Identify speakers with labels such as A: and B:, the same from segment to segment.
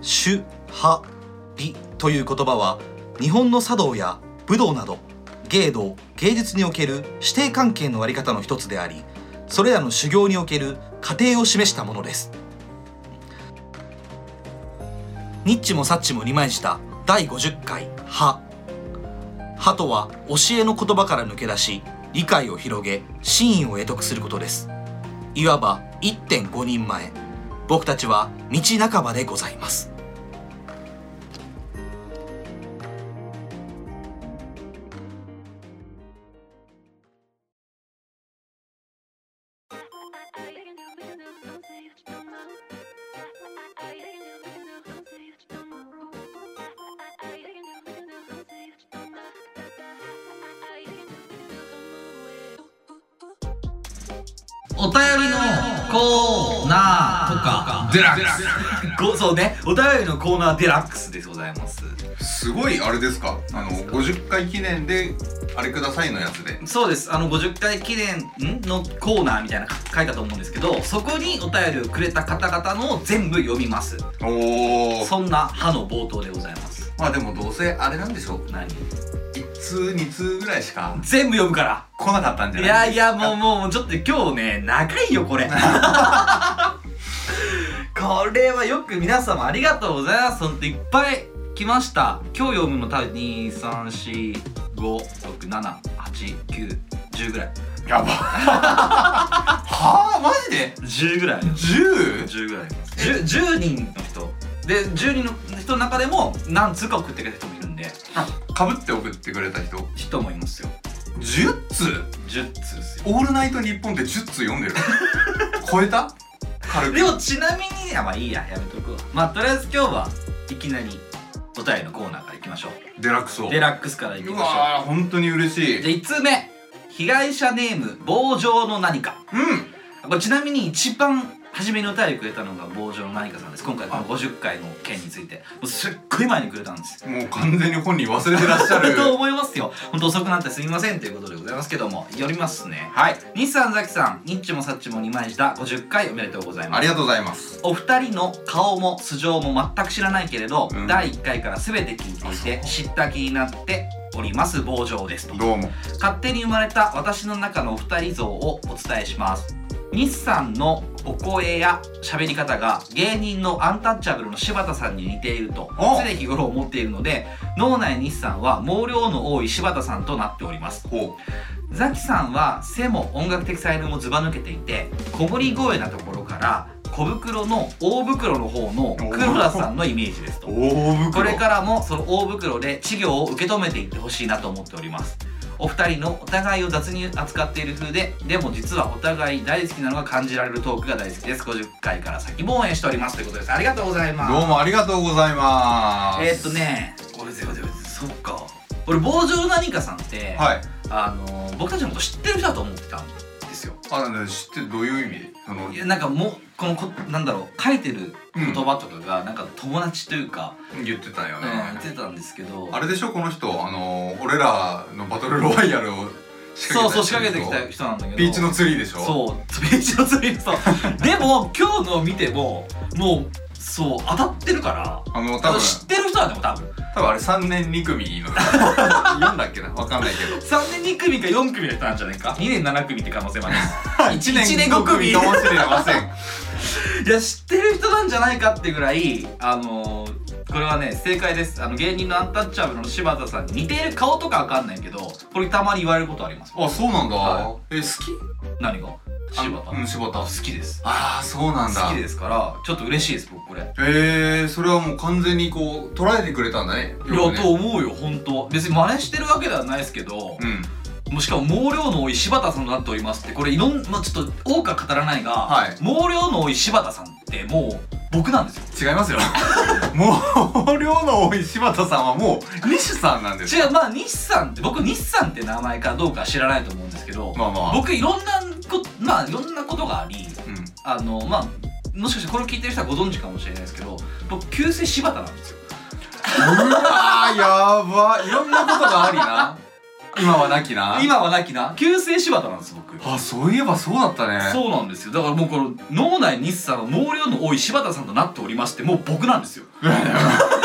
A: 朱波美という言葉は日本の茶道や武道など芸道芸術における師弟関係のあり方の一つでありそれらの修行における過程を示したものですニッチもサッチも二枚舌第50回「歯」歯とは教えの言葉から抜け出し理解を広げ真意を得得することですいわば1.5人前僕たちは道半ばでございます
B: お便りのコーナーとか
C: デラッ
B: ごそうねお便りのコーナーデラックスでございます
C: クスすごいあれですかあの50回記念であれくださいのやつで
B: そうですあの50回記念んのコーナーみたいなの書いたと思うんですけどそこにお便りをくれた方々のを全部読みます
C: おお
B: そんな歯の冒頭でございます
C: まあでもどうせあれなんでしょう
B: 何
C: 1通2通ぐらいしか
B: 全部読むから
C: 来なかったんじゃ
B: い
C: な
B: や
C: い
B: いやもうもうちょっと今日ね長いよ これこれはよく皆様ありがとうございますほんといっぱい来ました今日読むの多分2345678910ぐらい
C: やば はあマジで
B: 10ぐらい
C: 10?
B: 10ぐらいいます 10, 10人の人で10人の人の中でも何通か送ってくれた人もいるんで
C: かぶって送ってくれた人
B: 人もいますよ
C: 10通
B: 10通ですよ
C: オールナイト日本って10通読ん でる超えた軽く
B: でもちなみにあまあいいややめとくわまあとりあえず今日はいきなりお便りのコーナーからいきましょう
C: デラックスを
B: デラックスからいき
C: う
B: ましょう
C: わー本当に嬉しい
B: じゃあ1通目被害者ネーム棒状の何か
C: うん
B: これちなみに一番初めにお便りくれたのが棒状の何かさんです今回この50回の件についてもうすっごい前にくれたんです
C: もう完全に本人忘れてらっしゃる
B: と思いますよ本当遅くなってすみませんということでございますけどもよりますねはい日産ザキさんニッチもサッチも2枚した50回おめでとうございます
C: ありがとうございます
B: お二人の顔も素性も全く知らないけれど、
C: うん
B: 第1回から全て聞いていて知った気になっております棒状ですと
C: どうも
B: 勝手に生まれた私の中のお二人像をお伝えします日産のお声や喋り方が芸人のアンタッチャブルの柴田さんに似ていると
C: お
B: 常日頃思っているので脳内日産は毛量の多い柴田さんとなっております
C: ほ
B: ザキさんは背も音楽的才能もずば抜けていて小ぶり声なところから小袋の大袋の方の黒田さんのイメージですと
C: う大袋
B: これからもその大袋で稚魚を受け止めていってほしいなと思っておりますお二人のお互いを雑に扱っている風ででも実はお互い大好きなのが感じられるトークが大好きです50回から先も応援しておりますということですありがとうございます
C: どうもありがとうございます
B: えー、っとね俺ゼロゼロそっか俺棒状何かさんって、
C: はい
B: あのー僕たちのこと知ってる人だと思ってたんですよ
C: あなんだ知ってるどういう意味その
B: いやなんかもうこのこなんだろう書いてる
C: うん
B: 言葉とかがなんか友達というか、
C: 言ってたよ
B: う
C: ね
B: ん、言ってたんですけど
C: あれでしょこの人あの俺らのバトルロワイヤルを仕
B: そうそう仕
C: 掛
B: 掛
C: け
B: けてき
C: 人
B: た人なんだけど
C: ビーチのツリーでしょ
B: そうビーチの釣り そうでも今日の見てももうそう当たってるから
C: あの
B: あ
C: 多
B: の
C: 分
B: 知ってる人なんだよ多分
C: 多分あれ3年2組の 4だっけなわかんないけど
B: 3年2組か4組の人なんじゃないか2年7組って可能性もあります
C: 1
B: 一年五組
C: かもしれません
B: いや知ってる人なんじゃないかってぐらいあのーこれはね正解ですあの芸人のアンタッチャブルの柴田さんに似ている顔とかわかんないけどこれたまに言われることあります
C: あそうなんだ、
B: は
C: え好き
B: 何が柴田
C: あうん柴田
B: 好きです
C: ああそうなんだ
B: 好きですからちょっと嬉しいです僕これ
C: へえー、それはもう完全にこう捉えてくれたんだね
B: い
C: よ
B: や
C: くね
B: と思うよ本当別に真似してるわけではないですけど、
C: うん
B: もうしかも毛量の多い柴田さんとなっておりますってこれいろんまあちょっと多くは語らないが、
C: はい
B: 毛量の多い柴田さんってもう僕なんですよ
C: 違いますよ もう量の多い柴田さんはもう西さんなんです
B: 違うまあ日産って僕日産って名前かどうか知らないと思うんですけど、
C: まあまあ
B: 僕いろんなこまあいろんなことがあり
C: うん
B: あのまあもしかしてこれを聞いてる人はご存知かもしれないですけど僕旧姓柴田なんですよ
C: うわーやばいろんなことがありな今はなきな
B: 今はなきな旧姓柴田なんです僕
C: あそういえばそうだったね
B: そうなんですよだからもうこの脳内日産の毛量の多い柴田さんとなっておりましてもう僕なん ですよ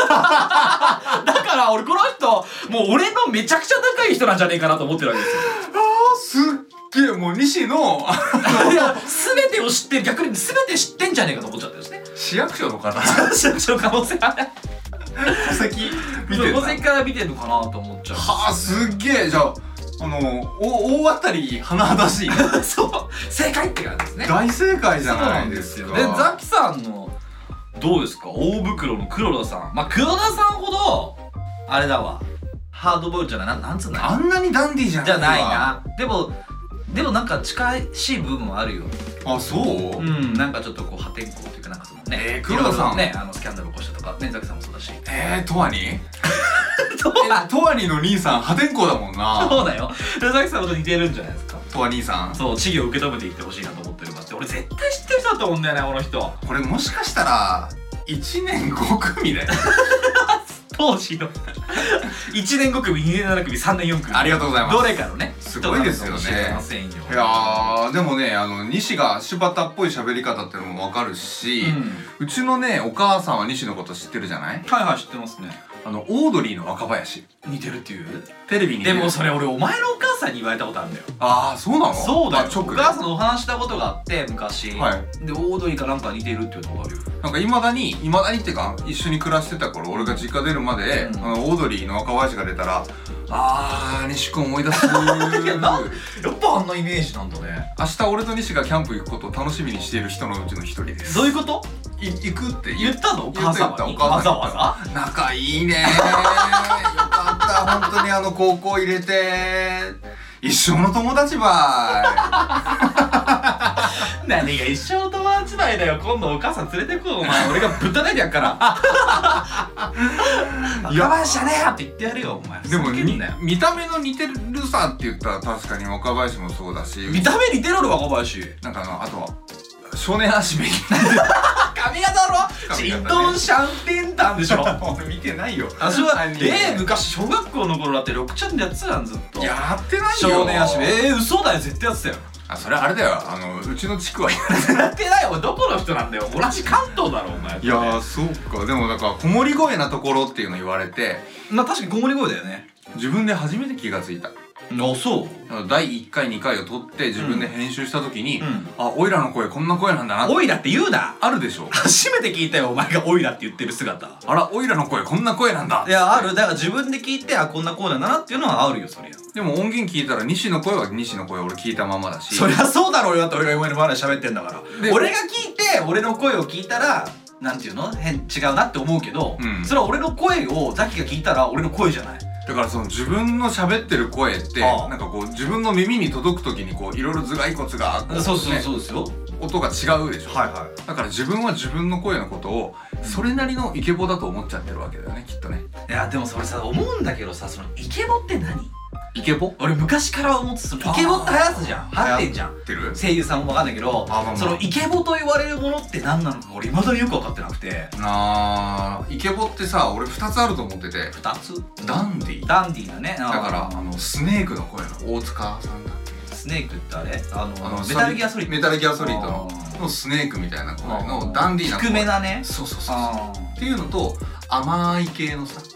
B: だから俺この人もう俺のめちゃくちゃ仲いい人なんじゃねえかなと思ってるわけですよ
C: あすっげえもう西の
B: いや全てを知ってる逆に全て知ってんじゃねえかと思っちゃったん ですね
C: 市役所の方
B: その可能性ある
C: 戸籍見て
B: 当
C: た
B: 然から見てるのかなと思っちゃう
C: はあすっげえじゃああのお大当たり甚だ しい
B: そう正解って感じですね
C: 大正解じ
B: そ
C: ゃ
B: うな
C: ない
B: ん
C: で
B: ですす
C: か
B: よでザキさんのどうですか大袋の黒田さんまあ黒田さんほどあれだわハードボイルドじゃないなんなんつうの
C: あんなにダンディーじゃない
B: じゃない
C: わ
B: なでもでもなんか近しい部分はあるよ
C: あそう、
B: うんなんかちょっとこう破天荒というかなんかそのね
C: えー黒田さん
B: いろいろねあのスキャンダル起こしたとかねザキさんもそうだし
C: えー、とわに
B: そう
C: えとわにの兄さん破天荒だもんな
B: だよでザキさんほど似てるんじゃないですか
C: とわ兄さん
B: そう地義を受け止めていってほしいなと思ってるまして俺絶対知ってる人だと思うんだよねこの人
C: これもしかしたら1年5組 だよ
B: 当時の 1年5組2年7組3年4組
C: ありがとうございます
B: どれかのね
C: すごいですよね
B: 人なのかもしれませんよ
C: いやーでもねあの西が柴田っぽい喋り方ってのもわかるし、
B: うん
C: うちのねお母さんは西のこと知ってるじゃない
B: はいはい知ってますね
C: あのオードリーの若林
B: 似てるっていう
C: テレビに
B: で
C: 出る
B: もそれ俺お前のお母さんに言われたことあるんだよ
C: ああそうなの
B: そうだよ
C: あ
B: お
C: 直で
B: 母さんのお話したことがあって昔
C: は
B: でオードリーかなんか似てるっていうとこあるよ
C: なんかいまだにいまだにっていうか一緒に暮らしてた頃俺が実家出るまで、
B: うん
C: あのオードリーの若林が出たらあー西君思い出す い
B: やなやっぱあんなイメージなんだね
C: 明日俺と西がキャンプ行くことを楽しみにしている人のうちの一人です
B: どういうこと
C: い行くって
B: 言
C: 言
B: ったのお母さん
C: 言った言
B: に
C: ったお母
B: わ
C: さ
B: ざ
C: んに
B: わざ
C: 仲いいねよかった本当にあの高校入れて一生の友達ば
B: 何が一生の友達だいだよ今度お母さん連れてこいお 前俺がぶったたいてやっから
C: いいや
B: 若林じゃねえよって言ってやるよお前
C: い でも
B: ふざけん
C: に
B: なよ
C: 見た目の似てるさって言ったら確かに若林もそうだし
B: 見た目似てるろ若林
C: なんかあのあとは少年足めき
B: 髪型だろ
C: 髪
B: チ
C: 型ね
B: ントンシャンテンタンでし ょ
C: 俺見てないよ
B: 私は
C: ね
B: えー、昔小学校の頃だって緑ちゃんでやってたやんずっと
C: やってないよ
B: 少年足部えー、嘘だよ絶対やってたよ
C: あそれあれだよあのうちの地区はい
B: やってないよお前どこの人なんだよ同じ関東だろお前
C: やーそうかでもだからこもり声なところっていうの言われて
B: まあ確かにごもり声だよね
C: 自分で初めて気がついた
B: あそう
C: あの第1回2回を撮って自分で編集した時に、
B: うん
C: あオイラの声こんな声なんだな
B: おいらって言うな
C: あるでしょ
B: 初めて聞いたよお前がおいらって言ってる姿
C: あらオイラの声こんな声なんだ
B: いやあるだから自分で聞いてあこんなコーナーだなっていうのはあるよそりゃ
C: でも音源聞いたら西の声は西の声俺聞いたままだし
B: そりゃそうだろうよだって俺が今の話喋ってんだから
C: で
B: 俺が聞いて俺の声を聞いたらなんていうの変違うなって思うけど、
C: うん
B: それは俺の声をザキが聞いたら俺の声じゃない
C: だからその自分の喋ってる声って
B: ああ
C: なんかこう自分の耳に届く時にこういろいろ頭蓋骨がこね
B: そうですよ
C: 音が違うでしょ
B: はいは
C: だから自分は自分の声のことをそれなりのイケボだと思っちゃってるわけだよねきっとね
B: いいやでもそれさ思うんだけどさそのイケボって何
C: イケボ
B: 俺昔から思ってたそのイケボって流行ってたじゃん流行ってんじゃん
C: ってる
B: 声優さんも分かんないけど
C: あまあまあ
B: そのイケボと言われるものって何なのか俺未だによく分かってなくて
C: なあイケボってさ俺2つあると思ってて
B: 2つ
C: ダンディーだ
B: ダンディーなねだ
C: からあのスネークの声の大塚さんだ
B: スネークってあれあの
C: あの
B: メタルギアソリッド
C: メタルギアソリッドの
B: あー
C: のスネークみたいな声のダンディーな声
B: 低めなね
C: そうそうそうそう
B: あ
C: っていうのと甘い系のさ
B: ー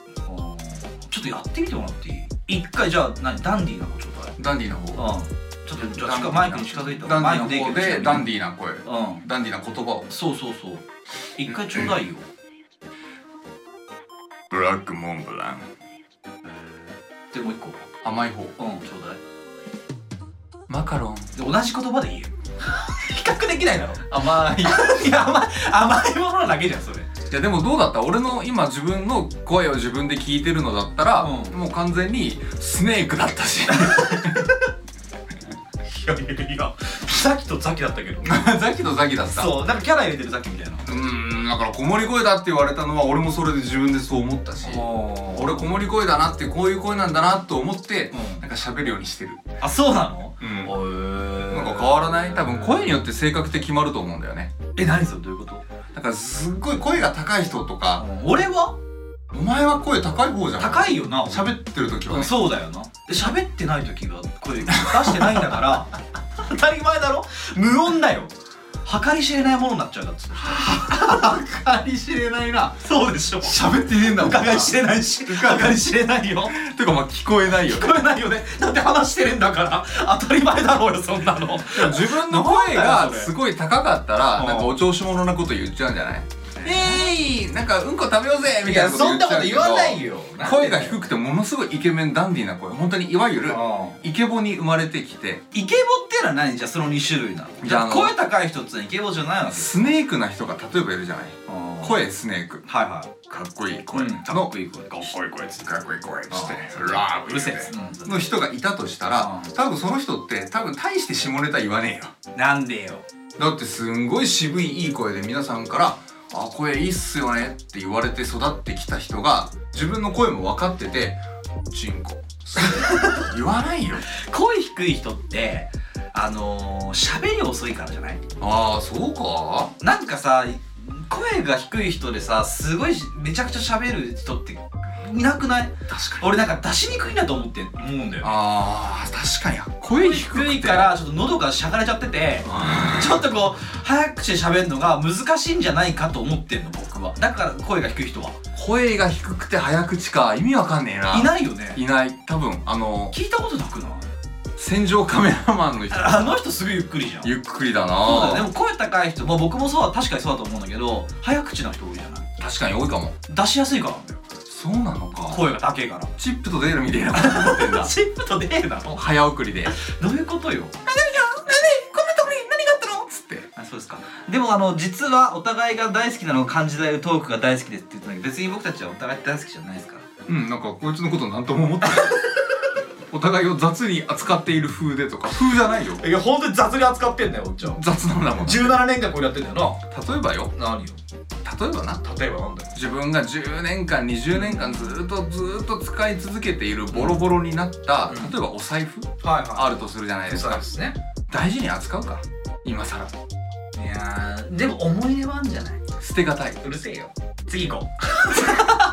B: ちょっとやってみてもらっていい一回じゃあ何ダンディーなのちょっとあれ
C: ダンディーな方
B: ちょっとじゃあ近マイクに近づいた
C: ダ
B: マイ
C: ン
B: ク
C: ディーな方
B: で
C: でダン
B: デ
C: ディーな声
B: うん
C: ダンディーな言葉を
B: そうそうそう一回ちょうだいよ
C: ブラックモンブラン
B: でもう一個
C: 甘い方
B: うんちょうだい
C: マカロン
B: で同じ言葉で 言えよ比較できないだろ
C: 甘い
B: いや甘い甘いものだけじゃんそれ
C: いやでもどうだった俺の今自分の声を自分で聞いてるのだったら、
B: うん
C: もう完全にスネークだったし
B: いやいやいやザキとザキだったけど
C: ザキとザキだったう
B: そうなんかキャラ入れてるザキみたいな
C: ーんだから子守声だって言われたのは俺もそれで自分でそう思ったし俺
B: 俺
C: 子守声だなってこういう声なんだなと思って、
B: うん
C: なんか喋るようにしてる、
B: あそうなの
C: うん
B: へー
C: なんか変わらない多分声によって性格って決まると思うんだよね
B: え何それどういうこと
C: だからすっごい声が高い人とか
B: 俺は
C: お前は声高い方じゃん
B: 高いよな
C: 喋ってる時は
B: うん
C: ね
B: そうだよなで喋ってない時は声出してないんだから 当たり前だろ無音だよ計り知れないものになっちゃうだっつって
C: り知れないな
B: そうでしょ
C: 喋ってねえんだもん
B: 伺い知れないし伺い知れないよ
C: てかまあ聞こえないよ
B: 聞こえないよねだって話してるんだから当たり前だろうよそんなの
C: 自分の声
B: なんだよ
C: が
B: それ
C: すごい高かったら
B: うん
C: なんかお調子者なこと言っちゃうんじゃないえいなんかうんこ食べようぜみ
B: い
C: たい
B: や
C: なこと
B: そ
C: 言
B: ん
C: っち
B: な
C: ゃう
B: こ
C: け
B: と言
C: ど
B: わないよ
C: 声が低くてものすごいイケメンダンディーな声本当にいわゆる
B: うん
C: イケボに生まれてきて
B: イケボってのは何じゃあその2種類なのじ
C: じゃああ
B: ゃあ
C: の
B: 声高い人ってのはイケボじゃないわけ
C: スネークな人が例えばいるじゃない
B: 声
C: 声スネーク
B: はいはい
C: かっこいい
B: 声
C: 声の
B: かっこいい声
C: かっこいい声つってかっこいい声つって
B: うん
C: ラー
B: うるせえっつ
C: うんの人がいたとしたら
B: うん
C: 多分その人って多分大して下ネタ言わねえよ
B: なんでよ
C: だってすんごい渋いいい声で皆さんから「あ声いいっすよね」って言われて育ってきた人が自分の声も分かってて「チンコ」 言わないよ
B: 声低い人ってあのー、喋り遅いからじゃない
C: ああそうか
B: なんかさ声が低い人でさすごいしめちゃくちゃ喋る人っていなくない
C: 確かに
B: 俺なんか出しにくいなと思って思うんだよ
C: あー確かに声
B: 声
C: 低くて
B: 低いからちょっと喉がしゃがれちゃってて
C: あ
B: ちょっとこう早口で喋るのが難しいんじゃないかと思ってんの僕はだから声が低い人は
C: ー声が低くて早口か意味わかんねえない
B: いないよね
C: いない多分あの
B: 聞いたことなくない
C: 戦場カメラマンの 人
B: あの人すごいゆっくりじゃん
C: ゆっくりだな
B: そうだよねでも声高い人、まあ、僕もそうだ確かにそうだと思うんだけど早口な人多いじゃない
C: 確かに多いかも
B: 出しやすいからなんだよ
C: そうなのか
B: 声が高いから
C: チップとデールみたいなこと思ってん だ
B: チップとデールなの
C: 早送りで
B: どういうことよ
C: こんなとこに何があったのつって
B: あそうですかでもあの実はお互いが大好きなのを感じられるトークが大好きですって言ってたけど別に僕たちはお互い大好きじゃないですから
C: うんなんかこいつのことなんとも思って ないお互いを雑に扱っている風でとか風じゃないよ
B: いや本当に雑に扱ってんだよおっちゃん
C: 雑なんだもん例
B: 17年間これやってんだよ
C: えばよ
B: な何よ
C: 例えばな
B: 例えばなんだよ
C: 自分が10年間20年間ずーっとずーっと使い続けているボロボロになった、
B: うん
C: 例えばお財布
B: はいは
C: あるとするじゃないですか
B: ですね
C: 大事に扱うか今更
B: いやーでも思い出はあるんじゃない
C: 捨てがたいう
B: るせえよ次行こう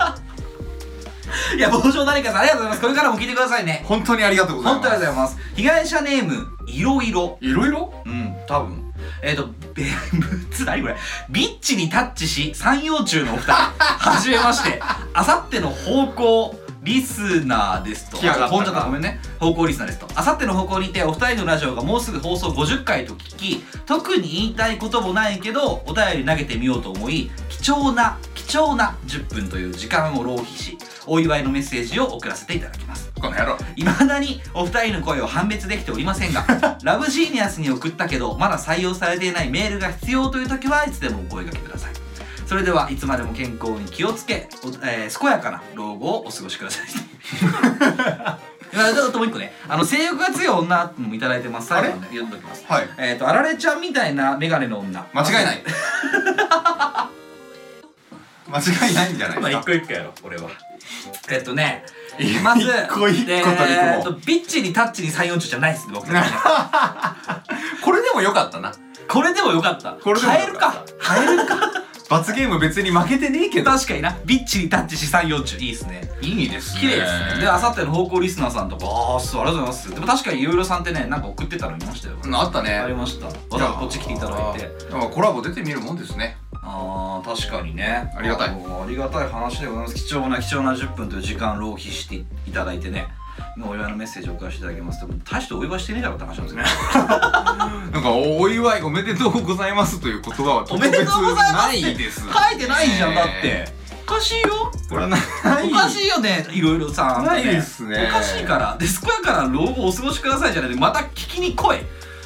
B: いや傍聴誰かさんありがとうございますこれからも聞いてくださいね
C: 本当にありがとうござい
B: 本
C: ま
B: 当
C: す
B: にありがとうございます被害者ネームいろいろ
C: いろいろ
B: うん多分えっ、とべぶつ何これビッチにタッチし三葉虫のお二人はじめましてあさっての方向リスナーですと
C: 来やがったな
B: 飛んじゃったごめんね方向リスナーですとあさっての方向にてお二人のラジオがもうすぐ放送50回と聞き特に言いたいこともないけどお便り投げてみようと思い貴重な貴重な10分という時間を浪費しお祝いのメッセージを送らせていただきます
C: この野郎
B: いまだにお二人の声を判別できておりませ んがラブジーニアスに送ったけどまだ採用されていないメールが必要という時はいつでもお声掛けくださいそれではいつまでも健康に気をつけ、おえー健やかな老後をお過ごしく ださいあちょっともう一個ねあの性欲が強い女もいただいてます
C: あれ
B: 最後に読んでおきます
C: はい
B: えっ、とあられちゃんみたいなメガネの女
C: 間違いない 間違いないんじゃない
B: まあ
C: ですか
B: 一個一個やろ俺はえっとね
C: いや
B: まず
C: 一個一個取り組もう
B: えーっとビッチにタッチに34丁じゃないっすね僕たちね
C: これでもよかったな
B: これでもよかった。
C: これでもよ
B: 変
C: か
B: える
C: った
B: か。変え るか。
C: 罰ゲーム別に負けてねえけど
B: 確かにな。ビッチにタッチし三四中いいですね。
C: いいですね
B: 綺麗ですね。で、あさっての方向リスナーさんとか、ああ、そう、ありがとうございます。でも確かにいろいろさんってね、なんか送ってたの見ましたよ。
C: うんあった
B: あり
C: ね
B: ました。わざわざこっち来ていただいて。
C: やっぱコラボ出てみるもんですね
B: ああ、確かにね。
C: ありがたい
B: あありがたい話でございます。貴重な貴重な10分という時間浪費していただいてね。お祝いのメッセージを送らせていただきます。でも大してお祝いしてねえだろって話なんですね。
C: なんかお祝いおめでとうございますという言葉は
B: おめでとうございますって
C: 特別ないです
B: 書いてないじゃん、だって。おかしいよ。
C: これはない
B: おかしいよね、いろいろさ。
C: ないですね
B: おかしいから。で、健やから老後お過ごしくださいじゃないで、また聞きに来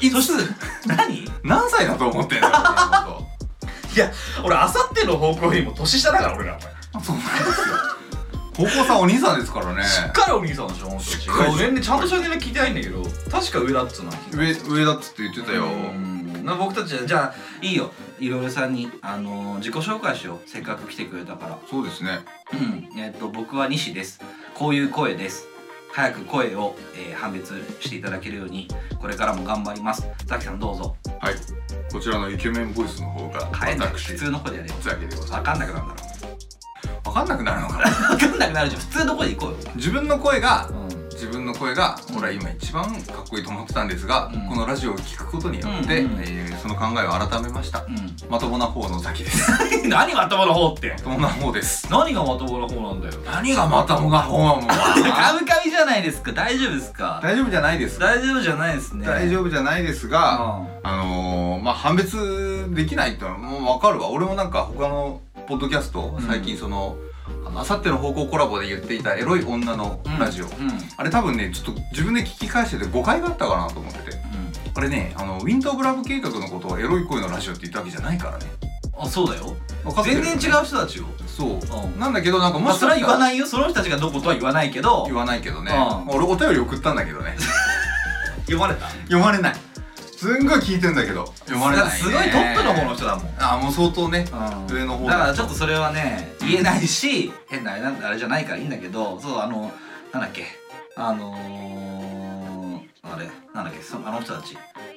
B: い。そして、 何い
C: 何歳だと思ってんだよこ
B: や、俺、あさっての方向よりも年下だから、俺ら、お前。
C: の人そうなんですよ高校さんお兄さんですからね
B: しっかりお兄さんでしょ、ほんと
C: しっかり
B: 俺ね、ちゃんとした年齢聞いてないんだけど、確か上だっつうのは聞い
C: 上上だっつって言ってた
B: た
C: よ
B: うんな僕たちはじゃあいいよいろいろさんに、あのー自己紹介しようせっかく来てくれたから
C: そうですね
B: うん、えっと僕は西です。こういう声です。早く声を、えー判別していただけるようにこれからも頑張ります。ザキさんどうぞ。
C: はいこちらのイケメンボイスの方が
B: 変えない。
C: 私
B: 普通の声でやれよ。
C: だけでございます
B: わかんなくなるんだろ
C: あ分かんなくなるのかな
B: 分かんなくなるじゃん普通の声で行こうよ
C: 自分の声が自分の声が俺は今一番かっこいいと思ってたんですが、
B: うん
C: このラジオを聞くことによって、
B: うんうん
C: えーその考えを改めました
B: う
C: まともな方の滝です
B: ん 何が頭の方って
C: まともな方です
B: 何がまともな方なんだよ
C: 何がまともな方なの
B: カムカミじゃないですか大丈夫ですか
C: 大丈夫じゃないです、
B: 大丈夫じゃないですね
C: 大丈夫じゃないですが、
B: 夫
C: あのー、まあ判別できないってのはもう分かるわ俺もなんか他のポッドキャスト
B: うん
C: 最近その、あさっての方向コラボで言っていたエロい女のラジオ、
B: うんうん
C: あれ多分ねちょっと自分で聞き返してて誤解があったかなと思っててあれねあのウィンター・オブ・ラブ計画のことをエロい声のラジオって言ったわけじゃないからね
B: あそうだよ
C: 分かってる
B: 全然違う人たちよ
C: そう、
B: うん
C: なんだけどなんかも
B: まあ
C: し
B: それは言わ
C: い
B: ないよその人たちがどうこうとは言わないけど
C: 言わないけどね、
B: うん
C: 俺お便り送ったんだけどね
B: 読まれた
C: 読まれないすんごい聞いてんだけど読まれない、ね、
B: すごいトップの方の人だもん
C: あもう相当ね上の方
B: だからちょっとそれはね言えないし変なあれなんあれじゃないからいいんだけどそうあのなんだっけあのー、あれなんだっけそあの人たち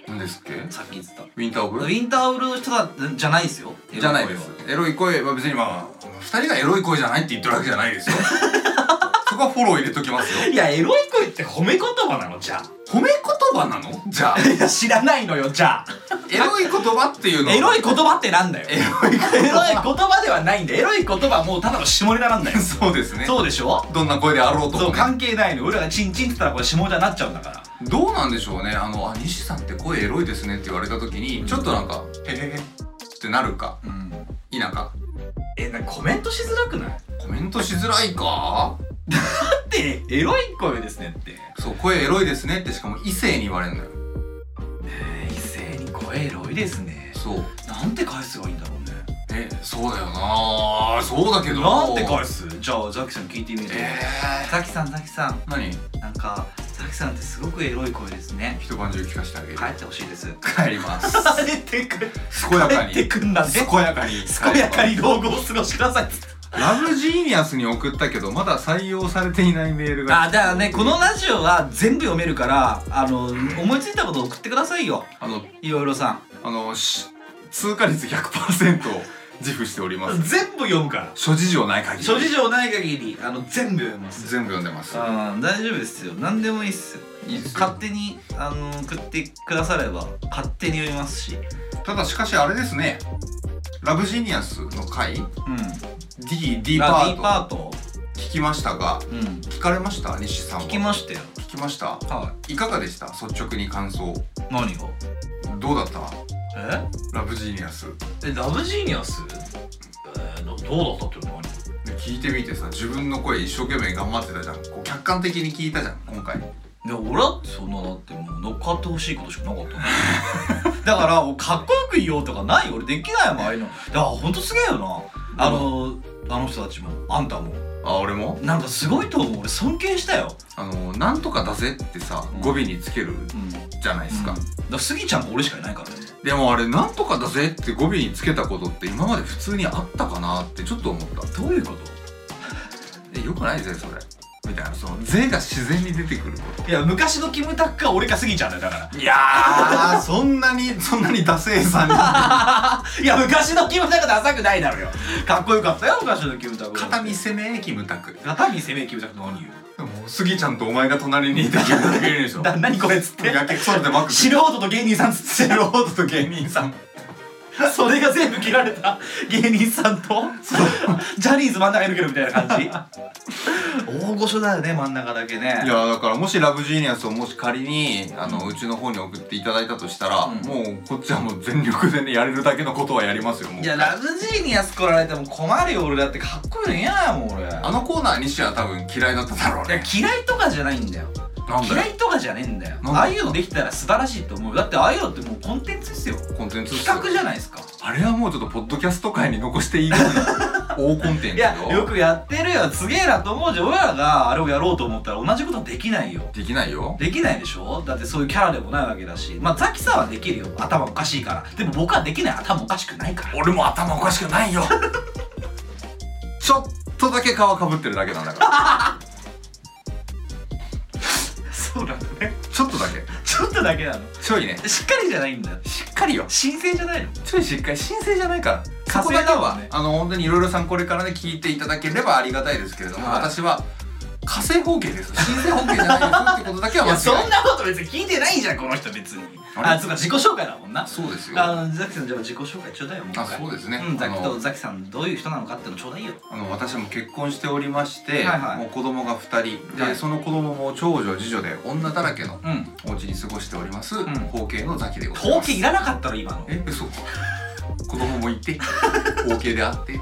C: なんですっけウ
B: さっき言ってたウ
C: ィンター・オブ・
B: ィンターウルの人だじゃないですよ
C: じゃないですエロい声は別にまあ2人がエロい声じゃないって言ってるわけじゃない ですよそこはフォロー入れときますよ
B: いやエロい声って褒め言葉なのじゃ
C: 褒め言葉なのじ ゃあ
B: あいや知らないのよじゃあ
C: エロい言葉っていうの
B: エロい言葉ってなんだよエロい言葉ではないんだよエロい言葉はもうただの下ネタなんだよ
C: そうですね
B: そうでしょ
C: どんな声であろうと
B: そう
C: もね
B: 関係ないの俺らがチンチンって言ったらこれ下ネタになっちゃうんだから
C: どうなんでしょうねあの「あ西さんって声エロいですね」って言われた時に、ちょっとなんか「へへへ」ってなるか
B: うん
C: 否か
B: えなんかコメントしづらくない
C: コメントしづらいか
B: ってエロい声ですねって
C: そう声エロいですねってしかも異性に言われるんだよ
B: 異性に声エロいですね
C: そう
B: なんて返すがいいんだろうね
C: えそうだよなそうだけど
B: なんて返すじゃあザキさん聞いてみる
C: え
B: ザキさんザキさん
C: ー、何
B: なんかザキさんってすごくエロい声ですね
C: 一晩中聞かせてあげる
B: 帰ってほしいです
C: 帰り ます
B: れてく
C: 健やか
B: 帰って
C: に
B: くんだね
C: 健やかに
B: 健やかに老後をお過ごしくださいっつって
C: ラブジーニアスに送ったけどまだ採用されていないメールが
B: あだからねこのラジオは全部読めるからあの思いついたことを送ってくださいよ
C: あの
B: いろいろさ
C: あのし通過率100%を自負しておりま
B: ん
C: す
B: 全部読むから
C: 諸事情ない限り
B: 諸事情ない限りあの全部読みます
C: 全部読んでます
B: うん大丈夫ですよ何でもいいっすよ
C: いいですよ
B: 勝手にあの送ってくだされば勝手に読みますし
C: ただしかしあれですねラブジーニアスの回
B: うん
C: D, D
B: ラ
C: パ
B: ディ
C: ー
B: ー
C: ト
B: パート
C: 聞きましたが
B: うん
C: 聞かれました西さんは
B: 聞きましたよ
C: 聞きました
B: はい
C: かがでした率直に感想
B: い何が
C: どうだった
B: え
C: ラブジーニアス
B: えラブジーニアスえー、どうだったって何
C: で聞いてみてさ自分の声一生懸命頑張ってたじゃんこう客観的に聞いたじゃん今回
B: いや俺はそんなだってもう乗っかってほしいことしかなかったも んだからもうかっこよく言おうとかないよ俺できないもんああいうのだからほんとすげえよなあのあの人たちもあんたも
C: あ俺も
B: なんかすごいと思う俺尊敬したよ、
C: あの「なんとかだぜ」ってさ
B: うん
C: 語尾につける
B: うん、で
C: じゃないです
B: すか、
C: か
B: だ、からスギちゃんが俺しかいないからね
C: でもあれ「なんとかだぜ」って語尾につけたことって今まで普通にあったかなってちょっと思った
B: どういうこ
C: えよくないぜそれみたいなその「ぜ」が自然に出てくること
B: いや昔のキムタクか俺かスギちゃんだよだから
C: いやーそんなに そんなにダセーさん に
B: いや昔のキムタクダサくないだろうよかっこよかったよ昔のキムタク
C: 肩見せめえキムタク
B: 肩見せめえキムタクの何言う
C: もうスギちゃんとお前が隣にいてキムタクいるで しょ
B: だ何これっつって
C: やけくそれでマック
B: 素人と芸人さんっつって
C: ロードと芸人さん
B: それが全部切られた芸人さんとジャニーズ真ん中抜けるみたいな感じ 大御所だよね真ん中だけね
C: いやだからもしラブジーニアスをもし仮にあのうちの方に送っていただいたとしたら、
B: うん
C: もうこっちはもう全力でねやれるだけのことはやりますよもう
B: いやラブジーニアス来られても困るよ俺だってかっこいいの嫌だもん俺い
C: あのコーナー西は多分嫌いだっただろう
B: や
C: ね
B: 嫌いとかじゃないんだよ
C: なんだ
B: 嫌
C: よ
B: いとかじゃねえんだよ
C: なんだ
B: ああいうのできたら素晴らしいと思うだってああいうのってもうコンテンツですよ
C: コンテンツっ
B: 企
C: すよ
B: 画じゃないですか
C: あれはもうちょっとポッドキャスト界に残していいような大コンテンツよ
B: いやよくやってるよすげえなと思うじゃん俺らがあれをやろうと思ったら同じことできないよ
C: できないよ
B: できないでしょだってそういうキャラでもないわけだしまあザキさんはできるよ頭おかしいからでも僕はできない頭おかしくないから
C: 俺も頭おかしくないよちょっとだけ皮かぶってるだけなんだから
B: そうなんだね
C: ちょっとだけ
B: ちょっとだけなの
C: ちょいね
B: しっかりじゃないんだよ
C: しっかりよ
B: 新鮮じゃないの
C: ちょいしっかり申請じゃないから
B: 火
C: そ
B: 星
C: こ
B: だ
C: だけ
B: も
C: は、
B: んね
C: あの本当にいろいろさんこれからね聞いていただければありがたいですけれども、
B: はい
C: 私は火星方形です申請方形じゃないですってことだけは間違いない
B: なこと別に聞いてないじゃんこの人別に
C: あれ
B: あそうか自己紹介だもんな
C: そうですよあ
B: あのザキさんじゃあ自己紹介ちょうだいよもう一回
C: そうですね、
B: うん、ザ
C: あ
B: キと
C: の
B: ザキさんどういう人なのかってのちょうだいよ
C: あの私も結婚しておりまして、
B: はいはい
C: もう子供が2人で、
B: はい
C: その子供も長女次女で女だらけの
B: うん
C: お家に過ごしております、
B: ん
C: 方形のザキでござい
B: 統
C: ます
B: 計いらなかったろ今の
C: え嘘子供もいて方形であって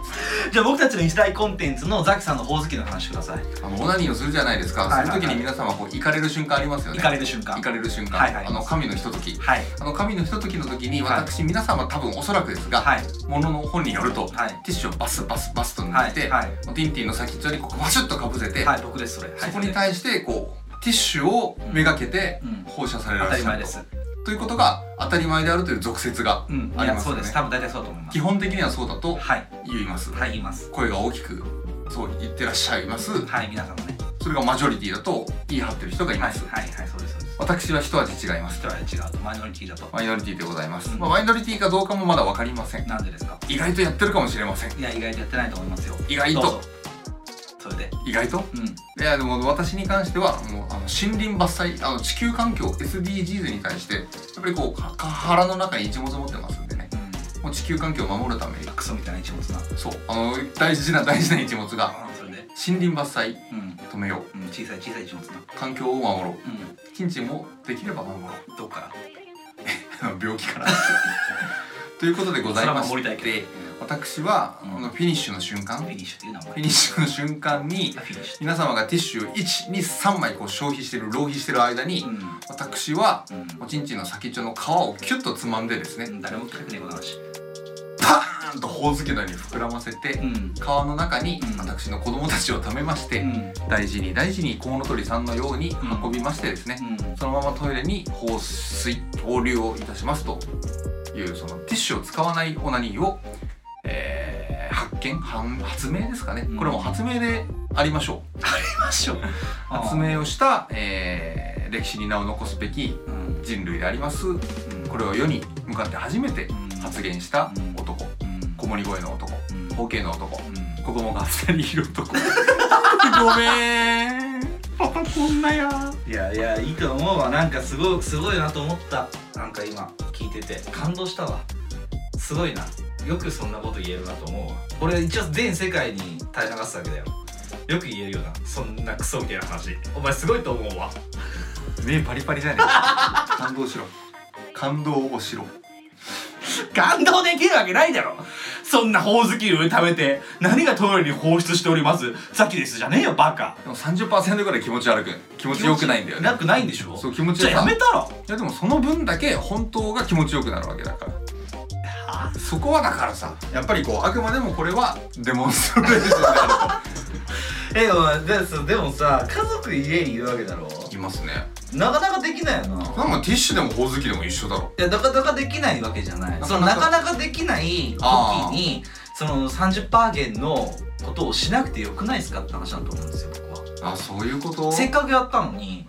B: じゃあ僕たちの一大コンテンツのザキさんのほおずきの話ください
C: あのオナニーをするじゃないですか、
B: はいはいはい
C: その時に皆様こう行かれる瞬間ありますよね
B: 行かれる瞬間
C: 行かれる瞬間、
B: はいはい
C: あの神のひととき
B: はい
C: あの神のひとときの時に
B: はい
C: 私、皆様多分おそらくですが、
B: はい
C: ものの本によると、
B: はい
C: ティッシュをバスバスバスと塗
B: は
C: って、
B: いはい
C: もうティンティンの先っちょにこうバシュッとかぶせて、
B: はい僕ですそれ
C: そこに
B: はい
C: 対してこうティッシュをめがけて
B: うん
C: 放射されられ
B: 当た
C: る
B: り前です
C: ということが当たり前であるという俗説が
B: うん
C: あ
B: い
C: り
B: や
C: ます
B: そ
C: よ
B: う
C: ね、
B: です多分大体そうだと思います
C: 基本的にはそうだと
B: はい
C: 言います、
B: はい言います
C: 声が大きくそう言ってらっしゃいます
B: はい皆さんもね
C: それがマジョリティだと言い張ってる人がい
B: は
C: ま
B: い
C: す、
B: はいはいそうですそうです
C: 私は一味違います
B: 人は違うとマイノリティだと
C: マイノリティでございます、
B: うん
C: まあ、マイノリティかどうかもまだ分かりません
B: なんでですか
C: 意外とやってるかもしれません
B: いや意外とやってないと思いますよ
C: 意外
B: どう
C: と
B: ぞそれで
C: 意外と
B: うん
C: いやでも私に関してはもうあの森林伐採あの地球環境 SDGs に対してやっぱりこうか腹の中に一物持ってますんでね
B: う
C: もう地球環境を守るために
B: んクソみたいな一物な
C: そうあの大事な大事な一物が
B: それで
C: 森林伐採
B: うん
C: 止めよ
B: うん小さい小さい一物な
C: う環境を守ろう
B: う
C: 近地もできれば守ろう
B: んどっから
C: 病気からということでございま
B: それは守りたい
C: し
B: け
C: て私はあのフィニッシュの瞬間
B: フィ
C: フ
B: ニッシュっていうのは
C: ィニッシュの瞬間に
B: フィニッシ
C: 皆様がティッシュを123枚こう消費してる浪費してる間に
B: ュ
C: 私は
B: うんうん
C: おちんちんの先っちょの皮をキュッとつまんでですね
B: 誰も聞くねえこの話
C: パーンとほおずきのように膨らませて
B: ん
C: 皮の中に
B: うん
C: 私の子供たちを貯めまし
B: う
C: て
B: ん
C: 大事に大事にコウノトリさんのように運びましてですねそのままトイレに放水放流をいたしますというそのティッシュを使わないオナニーを、えー発見発発明ですかね、
B: うん
C: これも発明でありましょ
B: ましょう
C: う発明をした、えー歴史に名を残すべき
B: うん
C: 人類であります
B: うん
C: これを世に向かって初めて
B: うん
C: 発言した
B: うん
C: 男
B: うん
C: 子守声の男
B: うん
C: 包茎の男子
B: うん
C: 供が2人いる男 ごめんパパこんなや
B: いやいやいいと思うわなんかすごいすごいなと思ったなんか今聞いてて感動したわすごいなよくそんなこと言えるなと思うわ俺一応全世界に垂れ流すわけだよよく言えるよなそんなクソみたいな話お前すごいと思うわ
C: 目パリパリじゃねえ感動しろ感動をしろ
B: 感動できるわけないだろそんなほおずきを食べて何がトイレに放出しておりますさっきですじゃねえよバカ
C: でも30%ぐらい気持ち悪く気持ちよくないんだよね
B: なくないんでしょ
C: そう気持ち
B: じゃ
C: よ
B: あ
C: さ
B: やめたら
C: いやでもその分だけ本当が気持ちよくなるわけだからそこはだからさやっぱりこうあくまでもこれはデモンストレーションである
B: えお前でそでもさ家族家にいるわけだろ
C: といますね
B: なかなかできないよな
C: それはもうティッシュでもほおずきでも一緒だろ
B: いやなかなかできないわけじゃない
C: な
B: そ
C: か
B: の
C: な
B: な
C: か
B: かなかできない時にその30%減のことをしなくてよくないですかって話だと思うんですよ僕は
C: あそういうこと
B: せっかくやったのに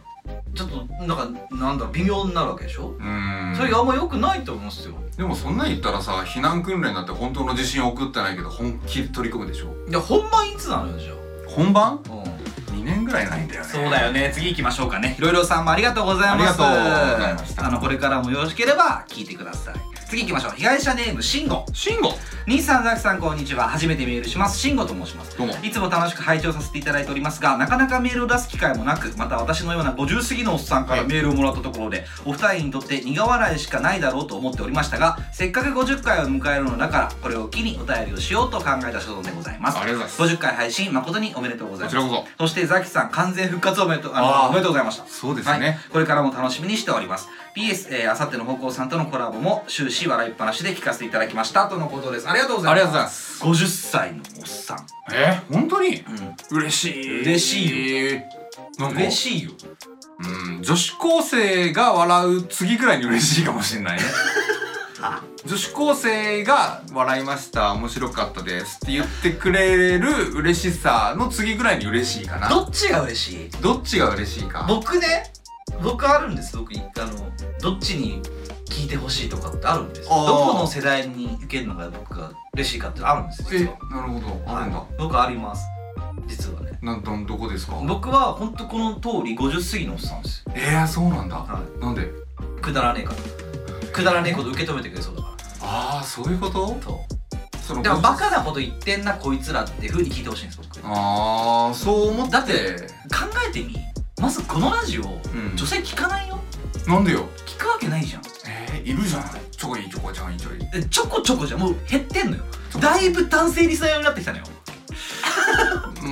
B: ちょっとなんかなんだ微妙になるわけでしょ
C: うーん
B: それあんま良くないと思うんですよ
C: でもそんなん言ったらさ避難訓練だって本当の自信を送ってないけど本気で取り組むでしょ
B: いや本番いつなのよじゃ
C: 本番
B: あ、うん、
C: 2年ぐらいないんだよね
B: そうだよね次行きましょうかねいろいろさんもありがとうございます
C: ありがとうございました
B: あのこれからもよろしければ聞いてください次行きましょう被害者ネームしんご
C: 慎吾
B: 兄さんザキさんこんにちは初めてメールしますしんごと申します
C: どうも
B: いつも楽しく拝聴させていただいておりますが、なかなかメールを出す機会もなく、また私のような50過ぎのおっさんからメールをもらったところで、お二人にとって苦笑いしかないだろうと思っておりましたが、せっかく50回を迎えるのだから、これを機にお便りをしようと考えた所存でございます。
C: ありがとうございます
B: 50回配信、誠におめでとうござ
C: こ
B: い
C: ち
B: ま
C: ら
B: す。
C: こそ
B: そしてザキさん完全復活おめでとうあの
C: あー
B: おめでとうございました
C: そうで
B: はい、これからも楽しみにしております。PS、えー、あさっての方向さんとのコラボも終始笑いっぱなしで聞かせていただきましたとのことです。ありがとうございま
C: あり
B: す。
C: がとうございます。
B: 50歳のおっさん。
C: え本当に
B: うん
C: 嬉しい
B: 嬉し
C: いよなんか
B: 嬉しいよ
C: うん女子高生が笑う次ぐらいに嬉しいかもしれないね 女子高生が「笑いました面白かったです」って言ってくれる嬉しさの次ぐらいに嬉しいかな
B: どっちが嬉しい
C: どっちが嬉しいか
B: 僕ね僕あるんです僕あのどっちに聞いてほしいとかってあるんですど
C: あー
B: この世代に受けるのが僕が嬉しいかってあるんです
C: え
B: 実
C: な
B: は
C: るほどあるんだ
B: はい僕あります実はね
C: なんどんどこですか
B: 僕は本当この通り50過ぎのおっさんですよ
C: えー、そうなんだ
B: は
C: なんで
B: いくだらねえからくだらねえこと受け止めてくれそうだから
C: ああそういうこと
B: そ
C: その
B: うでもバカなこと言ってんなこいつらっていうふうに聞いてほしいんです僕考
C: ああそう思って
B: だってえてみまずこのラジオ
C: うん
B: 女性聞かないよ
C: なんでよ
B: 聞くわけないじゃん
C: えー、いるじゃないちょこいちょこちゃんいちょい
B: でちょこちょこじゃんもう減ってんのよだいぶ男性リスナーになってきたのよ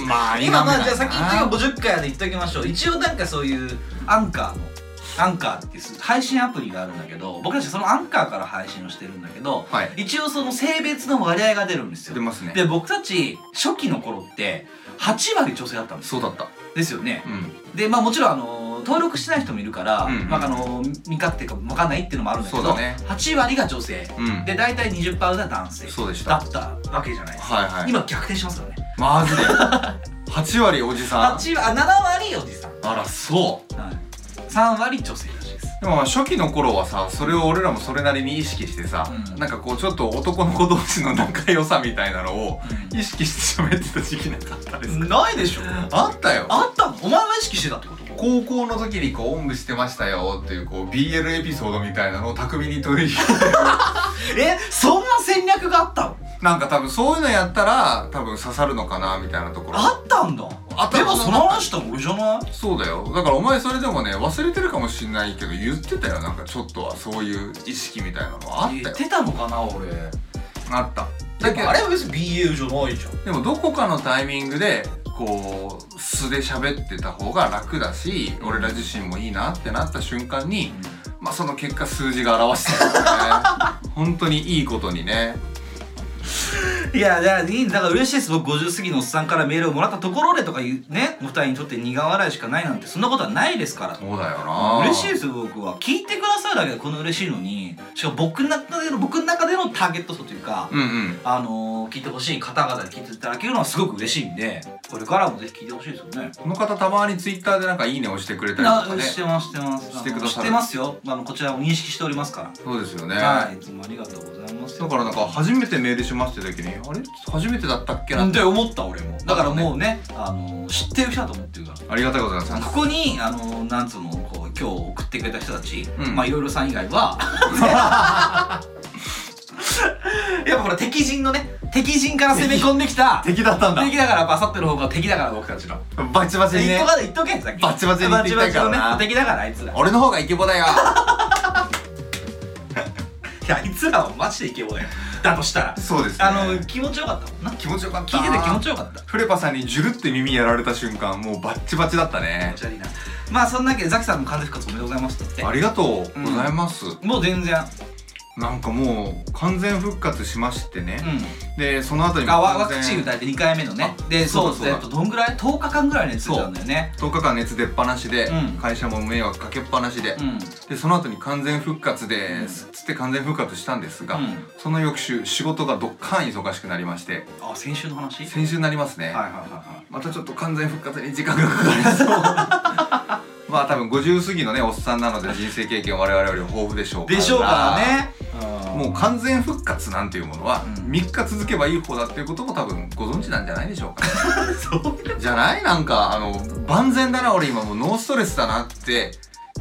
C: まあ
B: 今まあ
C: な
B: じゃあ先に言っとき50回で言っときましょう一応なんかそういうアンカーのアンカーっていう配信アプリがあるんだけど僕たちそのアンカーから配信をしてるんだけど
C: はい
B: 一応その性別の割合が出るんです
C: 出
B: よ
C: ますね
B: で僕たち初期の頃って8割女性だったんですよ
C: そうだった
B: ですよね
C: うん
B: でまあもちろんあの登録してない人もいるから、
C: うんうん
B: まあ、あの見かっていうか分かんないっていうのもあるんだけど
C: そうだね
B: 8割が女性
C: うん
B: で大体20%が男性
C: そうでし
B: だ
C: た
B: ったわけじゃないですか、
C: はいはい
B: 今逆転しますからね
C: マジで8割おじさん
B: 8割あ7割おじさん
C: あらそう
B: はい、3割女性らしいです
C: でもまあ初期の頃はさそれを俺らもそれなりに意識してさ、
B: うん
C: なんかこうちょっと男の子同士の仲良さみたいなのを意識して喋ってた時期なかったですか、
B: ないでしょ
C: あったよ
B: あったのお前は意識してたってこと
C: 高校の時にこうおんぶしてましたよっていうこう BL エピソードみたいなのを巧みに取り 入れて
B: えそんな戦略があったの
C: なんか多分そういうのやったら多分刺さるのかなみたいなところ
B: あったんだ
C: あった
B: でもその話と俺じゃない
C: そうだよだからお前それでもね忘れてるかもしんないけど言ってたよなんかちょっとはそういう意識みたいなのはあった
B: 言
C: よ
B: ってたのかな俺
C: あった
B: だ
C: だ
B: け
C: け
B: ど
C: ど
B: あれは別に BL じゃないじゃん
C: でもどこかのタイミングでこう素で喋ってた方が楽だし俺ら自身もいいなってなった瞬間に、まあ、その結果数字が表してる からね本当にいいことにね
B: いやいやいいだから嬉しいです僕50過ぎのおっさんからメールをもらったところでとかいうねお二人にとって苦笑いしかないなんてそんなことはないですから
C: そうだよな
B: 嬉しいですよ僕は聞いてくださるだけでこの嬉しいのにしかも僕の中での僕の中でのターゲット層というか、
C: うんうん
B: あのー、聞いてほしい方々に聞いていただけるのはすごく嬉しいんでこれからもぜひ聞いてほしいですよね。
C: この方たまにツイッターでなんか「いいね」をしてくれたり
B: あ
C: とかね
B: してますしてます
C: してくださる
B: あの知ってますよあのこちらも認識しておりますか
C: そうですよね、
B: ら、はいいつもありがとうございます
C: だからなんか初めてメールしました時に「あれ初めてだったっけな」
B: で思った俺もだからもうね、あのー、知ってる人だと思ってるから
C: ありがたいことなんです
B: ここにあのなんつうのこう今日送ってくれた人たち、
C: うん
B: まあいろいろさん以外は やっぱほら敵陣のね敵陣から攻め込んできた敵
C: 敵だったん
B: だからバサってる方が敵だから僕たちの
C: バチバチに
B: 一
C: ね
B: 個まで言っとけさっき
C: バチバチに言ってきたからな
B: バチバチのね敵だからあいつらい
C: 俺の方がイケボ だよ
B: やあいつらはマジでイケボだよだとしたら
C: そうですね
B: あの気持ちよかったもんな
C: 気持ちよかった
B: 聞いてて気持ちよかった
C: フレパさんにジュルって耳やられた瞬間もうバッチバチだった
B: 気
C: ね
B: 持ち悪いなまあそんなわけでザキさんの完全復活おめでとうございますだって
C: ありがとうございます、
B: もう全然
C: なんかもう完全復活しまして
B: う
C: ね、
B: ん
C: でその後にも
B: あわワ
C: 完全
B: クチン打たれて2回目のねで
C: そ
B: そうう
C: だそ
B: です
C: うだ
B: ねどんぐらい10日間ぐらい熱出たんだよね
C: 10日間熱出っ放しで、
B: うん
C: 会社も迷惑かけっぱなしで、
B: うん
C: でその後に完全復活です、つって完全復活したんですが、
B: うん
C: その翌週仕事がどっかん忙しくなりまして
B: あ先週の話
C: 先週になりますね、
B: はいはいは
C: またちょっと完全復活に時間がかかり そうまあ多分50過ぎのねおっさんなので人生経験我々より豊富でしょう
B: い
C: から
B: でしょうからね
C: もう完全復活なんていうものは
B: うん
C: 3日続けばいい方だっていうことも多分ご存知なんじゃないでしょうか、
B: うんそう
C: じゃないなんかあの万全だな俺今もうノーストレスだなって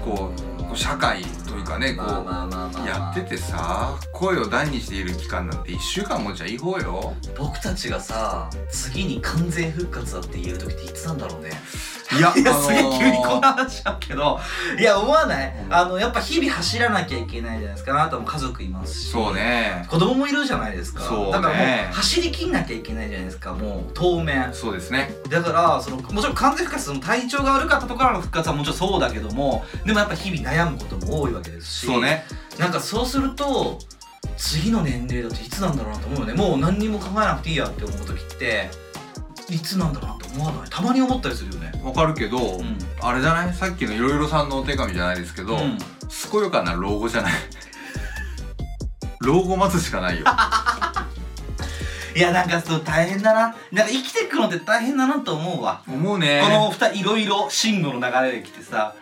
C: こうこう社会というかねこう
B: あまあま
C: やっててさ声を大にしている期間なんて1週間もじゃいい方よ
B: 僕たちがさ次に完全復活だって言える時っていつなんだろうね
C: いや
B: いやすげえ
C: あのー
B: 急にこんな話しちゃうけどいや思わないあのやっぱ日々走らなきゃいけないじゃないですかあなたも家族いますし
C: そうね
B: 子供もいるじゃないですか
C: そうね
B: だからもう走りきんなきゃいけないじゃないですかもう当面
C: そうですね
B: だからそのもちろん完全復活その体調が悪かったところからの復活はもちろんそうだけどもでもやっぱ日々悩むことも多いわけですし
C: そうね
B: なんかそうすると次の年齢だっていつなんだろうなと思うよねもう何にも考えなくていいやって思う時っていつなんだろうなって思わないたまに思ったりするよね
C: わかるけど、
B: うん
C: あれじゃないさっきのいろいろさんのお手紙じゃないですけど、
B: うん
C: 健やかな老後じゃない 老後待つしかないよ
B: いやなんかそう大変だななんか生きていくのって大変だなと思うわ
C: 思うね
B: このお二人いろいろ進路の流れで来てさ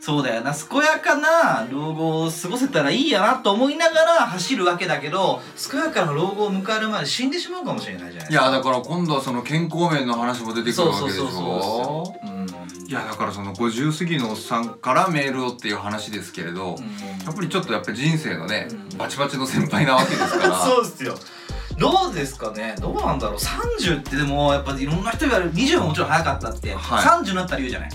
B: そうだよな健やかな老後を過ごせたらいいやなと思いながら走るわけだけど健やかな老後を迎える前に死んでしまうかもしれないじゃない
C: いやだから今度はその健康面の話も出てくる
B: そう
C: わけ
B: そう
C: でし
B: そう
C: ょ
B: そううん
C: いやだからその50過ぎのおっさんからメールをっていう話ですけれど、やっぱりちょっとやっぱり人生のね、
B: うん
C: バチバチの先輩なわけですから
B: そうですよどうですかねどうなんだろう30ってでもやっぱいろんな人が20はもちろん早かったって、
C: はい
B: 30になった理由じゃない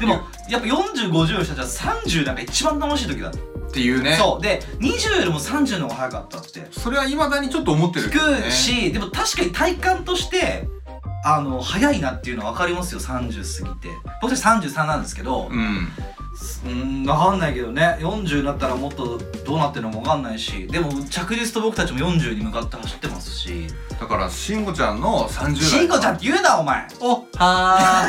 B: でもやっぱ4050の人たちは30なんか一番楽しい時だって
C: っていうね
B: そうで20よりも30の方が早かったって
C: それはいまだにちょっと思ってる
B: 聞
C: けどね
B: くし、でも確かに体感としてあの早いなっていうのは分かりますよ30過ぎて僕たち33なんですけど
C: うん
B: うん分かんないけどね40になったらもっとどうなってるのか分かんないしでも着実と僕たちも40に向かって走ってますし
C: だから慎吾ちゃんの30代
B: しんこちゃんって言うなお前
C: おは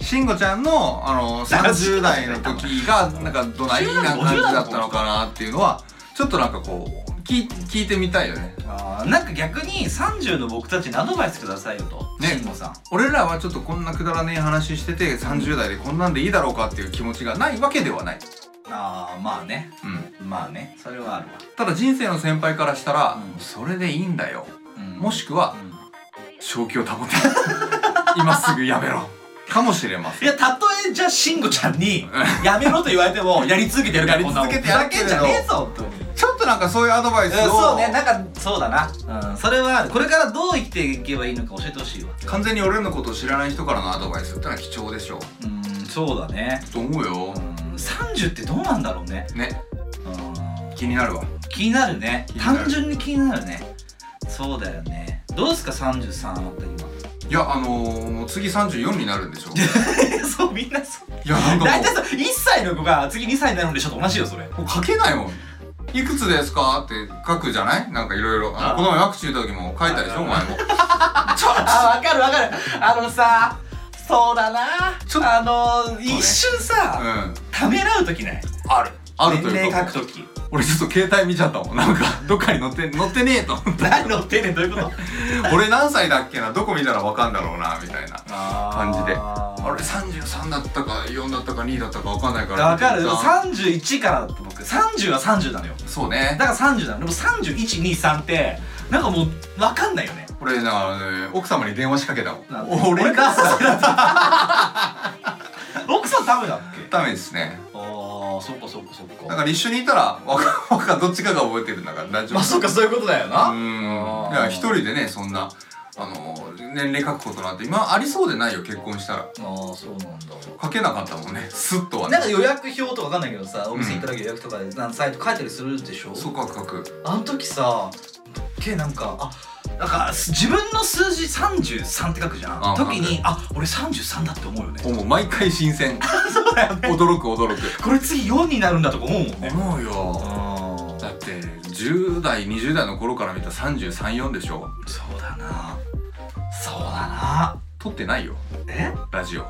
C: ー 慎吾ちゃんのあの30代の時 がなんかどないな感じだったのかなっていうのはちょっとなんかこう聞い聞いてみたいよね
B: あーなんか逆に30の僕たちにアドバイスくださいよと
C: ね
B: しんこさん
C: 俺らはちょっとこんなくだらねえ話してて30代でこんなんでいいだろうかっていう気持ちがないわけではない、
B: ああまあね
C: うん、
B: まあねそれはあるわ、
C: ただ人生の先輩からしたら、
B: うん
C: それでいいんだよ
B: うん
C: もしくは
B: うん
C: 正気を保て 今すぐやめろかもしれません
B: いや、たとえじゃあ、しんごちゃんに、やめろと言われても、やり続けてるから、
C: やり続けてや
B: だ
C: るけ
B: け
C: ど
B: んじゃねえぞ、本当に。
C: ちょっとなんかそういうアドバイスを、
B: そうね、なんか、そうだな。うん、それは、これからどう生きていけばいいのか教えてほしいわ。
C: 完全に俺のことを知らない人からのアドバイスってのは貴重でしょ
B: うん、そうだね。
C: うと思うよ
B: うん、30ってどうなんだろうね。
C: ね
B: うん、
C: 気になるわ
B: 気になるね
C: 気。になる
B: 単純に気になるね。そうだよね。どうですか、33あった今。
C: いやあのー、もう次34になるんで しょい
B: そう、みんなそう。
C: やなんか
B: 大
C: も
B: 体そう、1歳の子が次2歳になるんでちょっと同じよ、それ。
C: うもう書けないもんいくつですかって書くじゃないなんかいろいろこ
B: あー
C: の前ワクチン打った時も書いたでしょお前もちょ
B: あ、わかるわかる。あのさ、そうだな。
C: ちょっと
B: あの、一瞬さ、
C: うん
B: ためらうときない。
C: あるあると
B: 年
C: いう
B: 齢
C: か
B: 書くとき。
C: 俺ちょっと携帯見ちゃったもんなんか どっかに載って載ってねえ と思って
B: 何のってんねん、どういうこと
C: 俺何歳だっけなどこ見たらわかんだろうなみたいな
B: 感
C: じであ
B: あ
C: れ33だったか4だったか2だったかわかんないから
B: わかる。
C: 見
B: で
C: て
B: も
C: みた
B: 31からだって僕、30は30なのよ。
C: そうね
B: だから30なの。でも31、2、3って、なんかもう、わかんないよね。
C: これな、ね、奥様に電話しかけたもん
B: なんで
C: 俺が
B: 俺奥さんダメだっけ
C: ダメですね
B: ああ、そっかそっかそっか
C: だから一緒にいたらわかわ かどっちかが覚えてるんだから大丈夫
B: まあそっか、そういうことだよ
C: う
B: な。
C: んいや一人でねそんなあの年齢書くことなんて今ありそうでないよ結婚したら
B: ああ、そうなんだ。
C: 書けなかったもんねスッとは
B: なん
C: ね
B: か予約表とかわかんないけどさお店行った時予約とかでなんかサイト書いたりするでしょ
C: そう書く書く
B: あの時さけなんかあなんか自分の数字33って書くじゃ
C: あ
B: ん時にあ俺33だって思うよね
C: もう毎回新 鮮驚く驚く
B: これ次4になるんだとか思うもんね
C: 思うよ
B: あ
C: だって10代20代の頃から見た334でしょ
B: そうだなそうだな
C: 撮ってないよ
B: え
C: ラジオ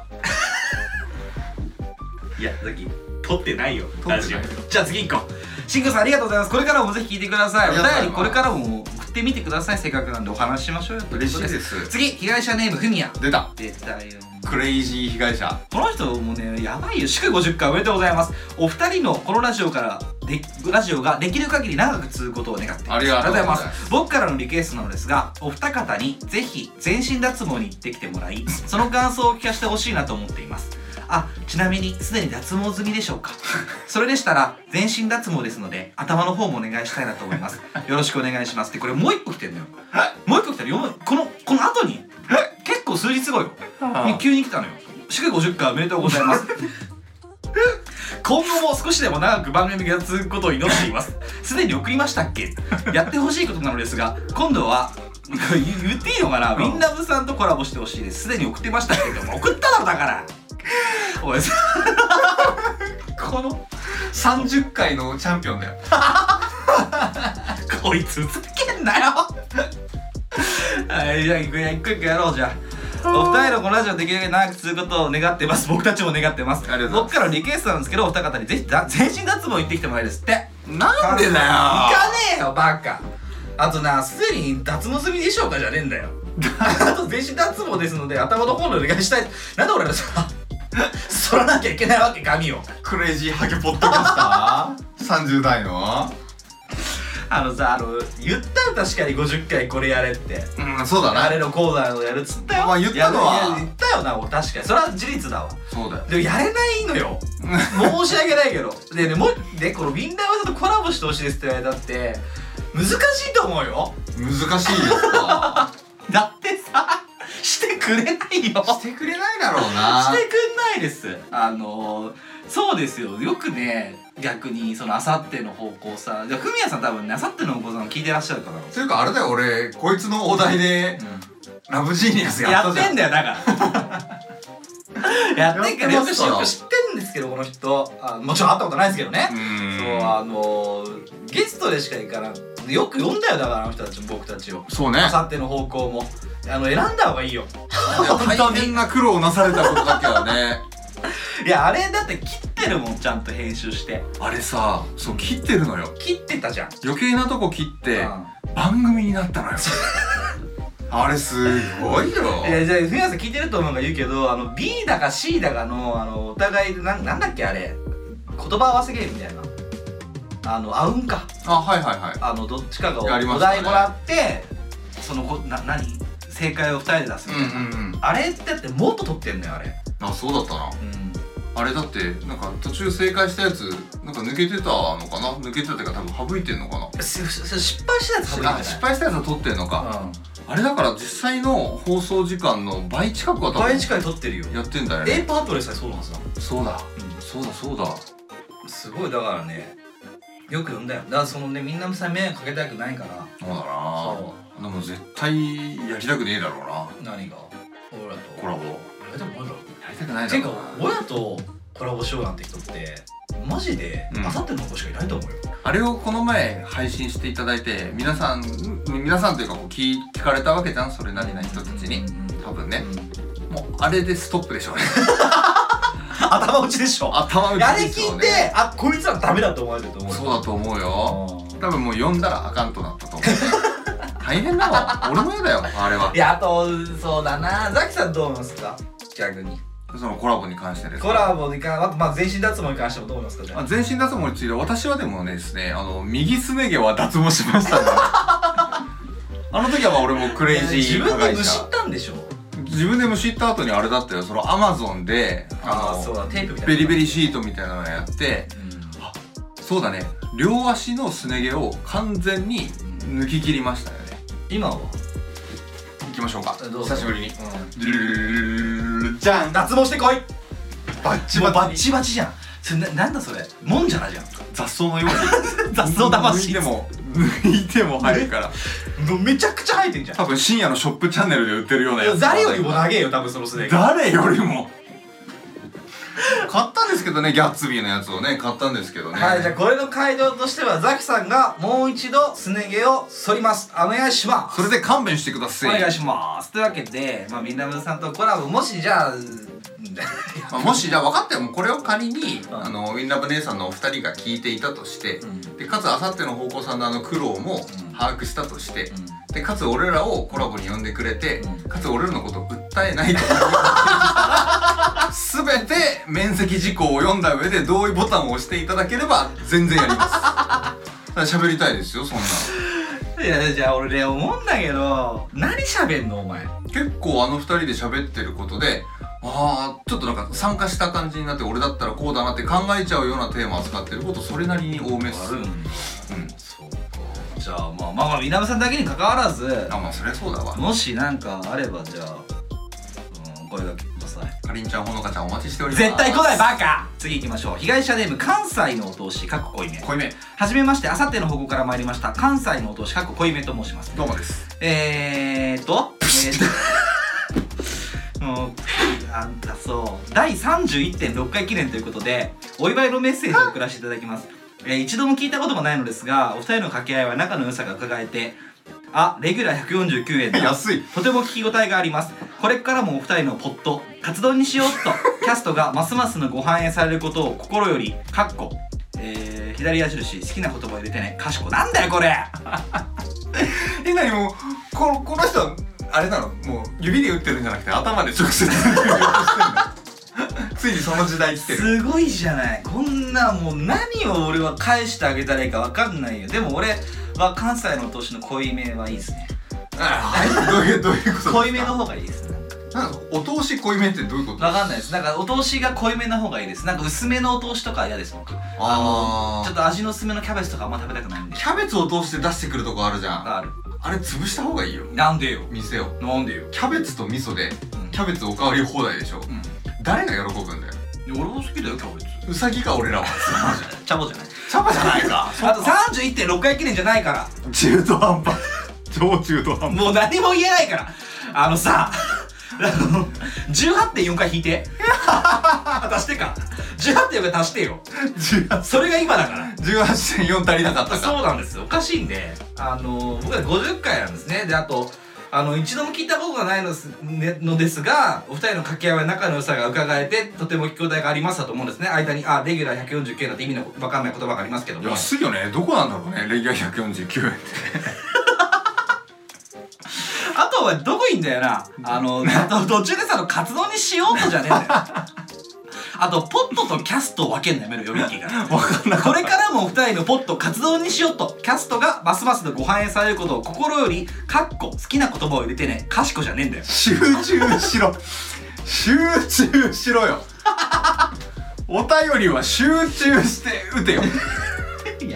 B: いや時撮ってないよ
C: 撮ってないよ
B: ラジオじゃあ次行こうしんこさんありがとうございますこれからもぜひ聞いてください
C: あ
B: お
C: りがとうござい
B: 便り
C: ます
B: これからも送ってみてくださいせっかくなんでお話ししましょうよとう
C: 嬉
B: こ
C: しい
B: と
C: です
B: 次被害者ネームふみや
C: 出た
B: 出たよ
C: クレイジー被害者
B: この人もねやばいよ祝50回おめでとうございますお二人のこのラジオからでラジオができる限り長く続くことを願っています
C: ありがとうございます
B: ありがとうござ僕からのリクエストなのですがお二方にぜひ全身脱毛に行ってきてもらいその感想を聞かせてほしいなと思っていますあちなみにすでに脱毛済みでしょうかそれでしたら全身脱毛ですので頭の方もお願いしたいなと思いますよろしくお願いしますってこれもう一個来てんのよもう一個来たらよこのこの後に結構数日後よに急に来たのよ祝50回おめでとうございます今後も少しでも長く番組が続くことを祈っていますすでに送りましたっけやってほしいことなのですが今度は言っていいのかなウィンラブさんとコラボしてほしいですすでに送ってましたけども送ったのだから おいさこの
C: 30回のチャンピオンだよ
B: こいつ続けんなよはいじゃあ一個一個一個やろうじゃあお二人のこのラジオできるだけ長く続くことを願ってます僕たちも願ってます
C: ありがとうございます
B: 僕からのリクエストなんですけどお二方にぜひだ全身脱毛行ってきてもらいですって行
C: なんでだよ
B: かねえよバカあとなすでに脱毛済みでしょう かじゃねえんだよあと全身脱毛ですので頭の方のお願いしたいなんで俺らさ
A: 剃らなきゃいけないわけ髪を
C: クレイジーハゲポッドキャスター ?30 代の
B: あのさあの言ったの確かに50回これやれって
C: うん、そうだ
B: あ
C: な。
B: れのコーナーをやるっつったよ
C: まあ言ったのは
B: やるいや言ったよな俺確かにそれは事実だわ
C: そうだよ。
B: でもやれないのよ申し訳ないけどでねもうでこのウィンダーさんとコラボしてほしいですって言われたって難しいと思うよ
C: 難しいですか
B: だってさしてくれないよ
C: してくれないだろうな
B: してくんないですあのーそうですよよくね逆にそのあさっての方向さじゃあフミヤさん多分ねあさっての方向さん聞いてらっしゃるから、
C: というかあれだよ俺こいつのお題でラブジーニアスやっ
B: や
C: た
B: っ
C: じゃ
B: て
C: ん
B: んだよだ
C: や
B: からやってんからよ
C: っ
B: く
C: てま
B: 知
C: した
B: よく知ってんですけどこの人あもちろん会ったことないですけどね、
C: うん
B: そうあのーゲストでしか行かないよく呼んだよだからあの人たち僕たちを
C: そうね
B: あさっての方向もあの選んだ方がいいよ本当
C: 大
B: に
C: 変な苦労をなされたことだけは ね
B: いやあれだって切ってるもんちゃんと編集して
C: あれさそう切ってるのよ
B: 切ってたじゃん
C: 余計なとこ切って
B: うん
C: 番組になったの よあれすごいよ
B: いやじゃあフミヤさん聞いてると思うが言うけどあの B だか C だかのあのお互いなんなんだっけあれ言葉合わせゲームみたいなあのあうんか
C: あはいはいはい
B: あのどっちかがお,、
C: やりま
B: お
C: したね
B: 題もらってそのこな何正解を2人で出すみたいな、
C: うんうんうん
B: あれってだってもっと取ってんのよあれ、
C: あそうだったなあれだってなんか途中正解したやつなんか抜けてたのかな抜けてたっていうか多分省いてんのかな
B: すす失敗したやつ省いてない
C: あ失敗したやつは取ってんのか、
B: うん
C: あれだから実際の放送時間の倍近くは多分
B: 倍近い取ってるよ
C: やってんだよね
B: A パートでさえそうなんですよ
C: そうだ、
B: う
C: そうだそうだ
B: すごいだからねよく読んだよだからそのねみんなもさ迷惑かけたくないから
C: そうだなでも絶対やりたくねえだろうな
B: 何が俺らと
C: コラボや
B: いやでも俺ら
C: りたくない
B: て
C: だ
B: いう
C: ろ
B: か
C: うな
B: 親とコラボしようなんて人ってマジで
C: うん
B: あさっての子しかいないと思うよ、
C: あれをこの前配信していただいて皆さん皆さんというかこう聞聞かれたわけじゃんそれなりな人たちに多分ねもうあれでストップで しょうね
B: 頭打ちでしょ
C: 頭打
B: あ
C: ち
B: れ
C: でしょ
B: 聞
C: う
B: い
C: ね
B: てあこいつらダメだと思われてると思う
C: そう
B: う
C: だと思うよ多分もう呼んだらあかんとなったと思う 大変だわ俺も嫌だよあれはい
B: やあとそうだなザキさんどう思いますか逆に
C: そのコラボに関してですか
B: コラボに関あとまあ全身脱毛に関してもどう思いますかじゃ
C: あ
B: あ
C: 全身脱毛について私はでもねですねあの右すね毛は脱毛しました ねあの時はまあ俺もクレイジー
B: 自分
C: 加
B: で
C: 害
B: むし
C: 者
B: ったんでしょ
C: 自分でむしった後にあれだったよそのアマゾンであ
B: あー
C: の
B: そうだテープみたいな
C: ベリベリ
B: ー
C: シートみたいなのやって
B: うん
C: そうだね両足のすね毛を完全に抜き切りましたよね
B: 今は
C: 行きましょうか
B: どうぞ
C: 久しぶりに
B: うん
C: ルルルルルルルじゃん
B: 脱毛してこい
C: バッチ
B: もう
C: バ
B: バ
C: チ
B: ッ
C: に
B: チバチじゃんそれななんだそれもんじゃないじゃん
C: 雑草のよう に
B: 雑草魂
C: 抜いても抜いても入る から
B: もうめちゃくちゃ生えてんじゃん
C: 多分深夜のショップチャンネルで売ってるようなやつ
B: 誰よりも長えよ多分そのすねが
C: 誰よりも買ったんですけどねギャッツビーのやつをね買ったんですけどね
B: はいじゃあこれの回答としてはザキさんがもう一度すね毛を剃りますお願いします
C: それで勘弁してくだ
B: お
C: さい
B: 願いしますというわけで、まあ、みんなむさんとコラボもしじゃあ
C: まあもしじゃあ分かってもこれを仮に、
B: ん
C: あのウィンラブ姉さんのお二人が聞いていたとして、
B: うん
C: でかつあさっての方向さんのあの苦労も把握したとして、
B: うん
C: でかつ俺らをコラボに呼んでくれて、
B: うん
C: かつ俺らのことを訴えないと全て面積事項を読んだ上で同意ボタンを押していただければ全然やりますだから喋りたいですよそんない
B: やじゃあ俺ね思うんだけど何喋んのお前
C: 結構あの二人で喋ってることでああちょっとなんか参加した感じになって俺だったらこうだなって考えちゃうようなテーマを使ってることそれなりに多めっすうん
B: んそうかじゃあまあまあまあみなむさんだけに関わらず
C: あまあそりゃそうだわ
B: もしなんかあればじゃあ、うん、お声掛けください
C: かりんちゃんほのかちゃんお待ちしております
B: 絶対来ないバカ次行きましょう被害者ネーム関西のお通しかっこ濃いめ
C: 濃いめ
B: はじめましてあさっての報告から参りました関西のお通しかっこ濃いめと申します
C: どうもです
B: えーっとえーっ ともうあんたそう第31.6回記念ということでお祝いのメッセージを送らせていただきます、えー一度も聞いたこともないのですがお二人の掛け合いは仲の良さが伺えてあレギュラー149円だ
C: 安い
B: とても聞き応えがありますこれからもお二人のポット活動にしようっ とキャストがますますのご反映されることを心よりかっこ、えー、左矢印好きな言葉を入れてねかしこなんだよこれ
C: えなにもうここの人あれなのもう指で打ってるんじゃなくて頭で直接打ってるの ついにその時代来てる
B: すごいじゃないこんなもう何を俺は返してあげたらいいかわかんないよでも俺は関西の投資の濃いめはいいですね
C: ああどういうどういうことですか
B: 濃いめの方がいいですね
C: なんかお通し濃いめってどういうこと
B: わかんないですなんかお通しが濃いめの方がいいですなんか薄めのお通しとかは嫌です僕
C: あー
B: のちょっと味の薄めのキャベツとかあんま食べたくないんで
C: キャベツを通して出してくるとこあるじゃん
B: ある
C: あれ潰した方がいいよ
B: なんでよ
C: 店を
B: なんでよ
C: キャベツと味噌で
B: うん
C: キャベツおかわり放題でしょ
B: うん
C: 誰が喜ぶんだよ
B: いや俺も好きだよキャベツ
C: ウサギか俺らは
B: チャボじゃない
C: チャパじゃない か
B: あと31.6回記念じゃないから
C: 中途半 端超中途半
B: もう何も言えないからあのさ あの18.4回引いて 足してか18.4回足してよ
C: 端
B: それが今だから
C: 18.4足りなかったか
B: そうなんですよおかしいんであの僕ら50回なんですねであとあの一度も聞いたことがないのすねのですがお二人の掛け合いは仲の良さが伺えてとても聞き応えがありますだと思うんですね間にあレギュラー149なんて意味の分かんない言葉がありますけども
C: 安いよねどこなんだろうねレギュラー149円って
B: あとはどこいんだよな。あの、あと途中でさ、あの活動にしようとじゃねえんだよ。あと、ポットとキャストを分けんのやめるよ、ミッキーが。
C: わかんない
B: これからもお二人のポット活動にしようと、キャストがますますのご反映されることを心より、かっこ好きな言葉を入れてね、かしこじゃねえんだよ。
C: 集中しろ集中しろよお便りは集中して打てよ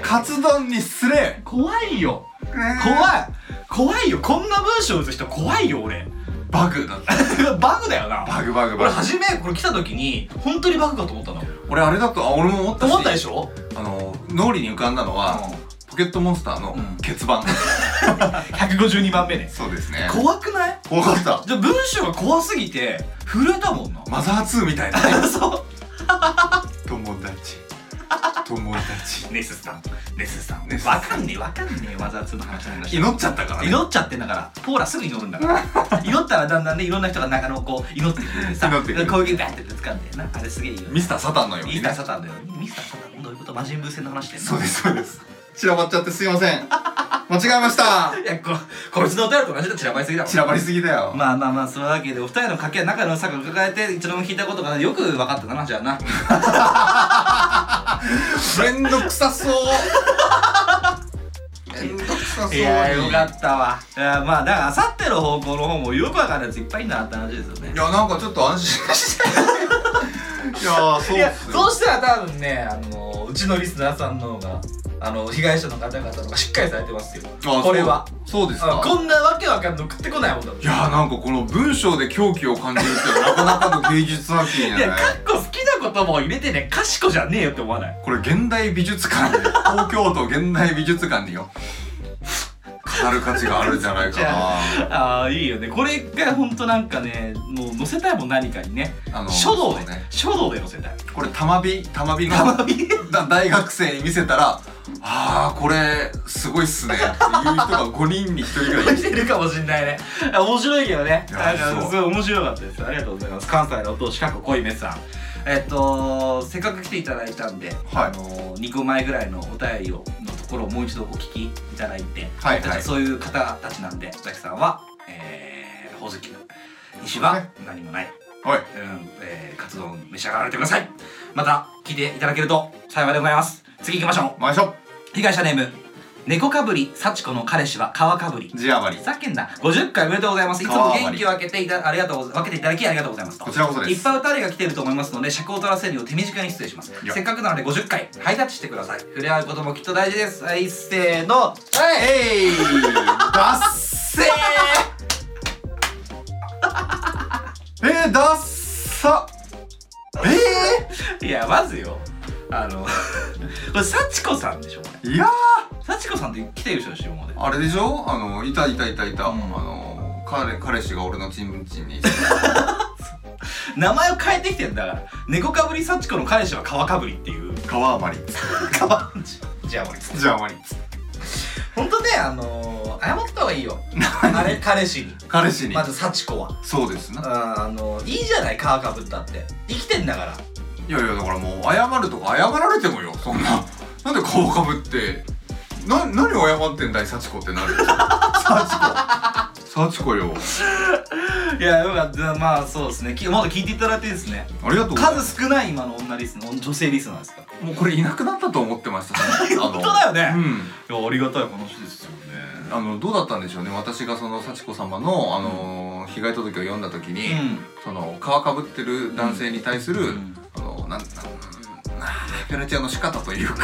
C: カツ丼にすれ
B: 怖いよ。怖
C: 怖
B: い。怖いよ。こんな文章打つ人怖いよ、俺。
C: バグだった
B: バグだよな。
C: バグバグ
B: 俺、
C: バグ
B: 初め、これ来た時に、本当にバグかと思ったの。
C: 俺あれだとあ俺も思ったし
B: 思ったでしょ
C: あの脳裏に浮かんだのは、ポケットモンスターの
B: うん
C: 欠番、
B: 152番目ね。
C: そうですね
B: 怖くない
C: 怖かった
B: じゃあ文章が怖すぎて震えたもんな。
C: マザー2みたいなね
B: そ
C: 友達友達
B: う。ネスさん、ネスさん
C: ネスさん
B: わかんねえ、わかんねえ、わざつの話なんだし。
C: 祈っちゃったからね
B: 祈っちゃってんだから、ポーラすぐ祈るんだから。祈ったらだんだんね、いろんな人が中のこう祈ってくれてさ、
C: 祈ってくれる
B: こういうバーって掴んでな、あれすげえいいよ。
C: ミスターサタンのように
B: ミ
C: ね
B: スターサタンだよ。ミスターサタンどういうこと魔人ブー戦の話してんの
C: そうですそうです散らばっちゃってすいません間違えました
B: いやこ、こいつのお便りと同じだ、散らばりすぎだろ。
C: 散らばりすぎだよ、
B: まあまあまあ、そのわけで、お二人の掛け合い仲の良さが伺えて、一度も聞いたことがないよく分かったな、じゃあな。
C: めんどくさ そうめんどくさそう
B: い
C: に
B: やーよかったわいやーまあだからあさっての方向の方もよくわかるやついっぱいいんだなって話ですよね
C: いやなんかちょっと安心していやーそう
B: い
C: っ
B: や
C: す
B: そうしたら多分ねあのうちのリスナーさんの方があの被害者の方々とかしっかりされてますよ
C: あ
B: これは
C: そうそうです
B: あ
C: か
B: こんなわけわかんの食ってこないもんだもん
C: いやーなんかこの文章で狂気を感じるってなかなかの芸術作品や
B: いや
C: ね
B: かっこ好きな言葉を入れてねかしこじゃねえよって思わない
C: これ現代美術館 に東京都現代美術館によ語る価値があるんじゃないか
B: じ
C: な
B: ああいいよねこれがほんとなんかねもう載せたいもん何かにね
C: あの
B: 書道
C: そ
B: で
C: う
B: ね書道で載せたい
C: これ玉火玉火の だ大学生に見せたら「あーこれすごいっすね」っていう人が5人に1人ぐらいいる
B: 来てるかもしんないねあ面白いけどね
C: いや
B: あの
C: そう
B: すごい面白かったですありがとうございます関西のお通しかっこ濃いめさんえっとせっかく来ていただいたんで、
C: はい
B: あの2個前ぐらいのお便りをのところをもう一度お聞きいただいて、
C: はいはい
B: そういう方たちなんで崎さんは、えー、ほおずき西は何もない、
C: おい
B: うんえー、カツ丼召し上がられてくださいまた聞いていただけると幸いでございます次行きましょ
C: まいしょ
B: う被害者ネーム猫かぶり幸子の彼氏は皮かぶり
C: 字余り
B: ざけんな50回おめでとうございますいつも元気を分けていたありがとうござ分けていただきありがとうございますと
C: こちらこそで
B: いっ
C: す
B: ぱいお便りが来ていると思いますので尺を取らせるよう手短に失礼します
C: いや
B: せっかくなので50回ハイタッチしてください触れ合うこともきっと大事ですはいせーのはい
C: えいだっせー えー、だっさえ
B: いやまずよあの これ幸子さんでしょこれ
C: ー、いや
B: 幸子さんって来てる人でしょ今まで
C: ーあれでしょあのいたいたいたいた、
B: う
C: あ
B: ん
C: の彼彼氏が俺のチンチンに
B: 名前を変えてきてんだから猫かぶり幸子の彼氏は皮かぶりっていう
C: 川余り
B: かわじゃあ俺
C: 字余り
B: 本当ねあのー、謝った方がいいよあれ彼氏に
C: 彼氏に、
B: まず幸子は
C: そうですな
B: あーあのいいじゃない皮かぶったって生きてんだから
C: いやいやだからもう謝るとか謝られてもよそんな なんで顔かぶってな何 を謝ってんだい幸子ってなるよ幸子幸子よ
B: いやよかったまあそうですねきまだ聞いていただいてですね
C: ありがとうございます
B: 数少ない今の女リスナー女性リスナーですか
C: もうこれいなくなったと思ってました
B: 本当だよね
C: あのうん
B: いやありがたい話ですよね
C: あのどうだったんでしょうね私がその幸子様の、あの被害届を読んだ時に、その皮かぶってる男性に対する、
B: うん
C: あのなんなんペナルティアの仕方という か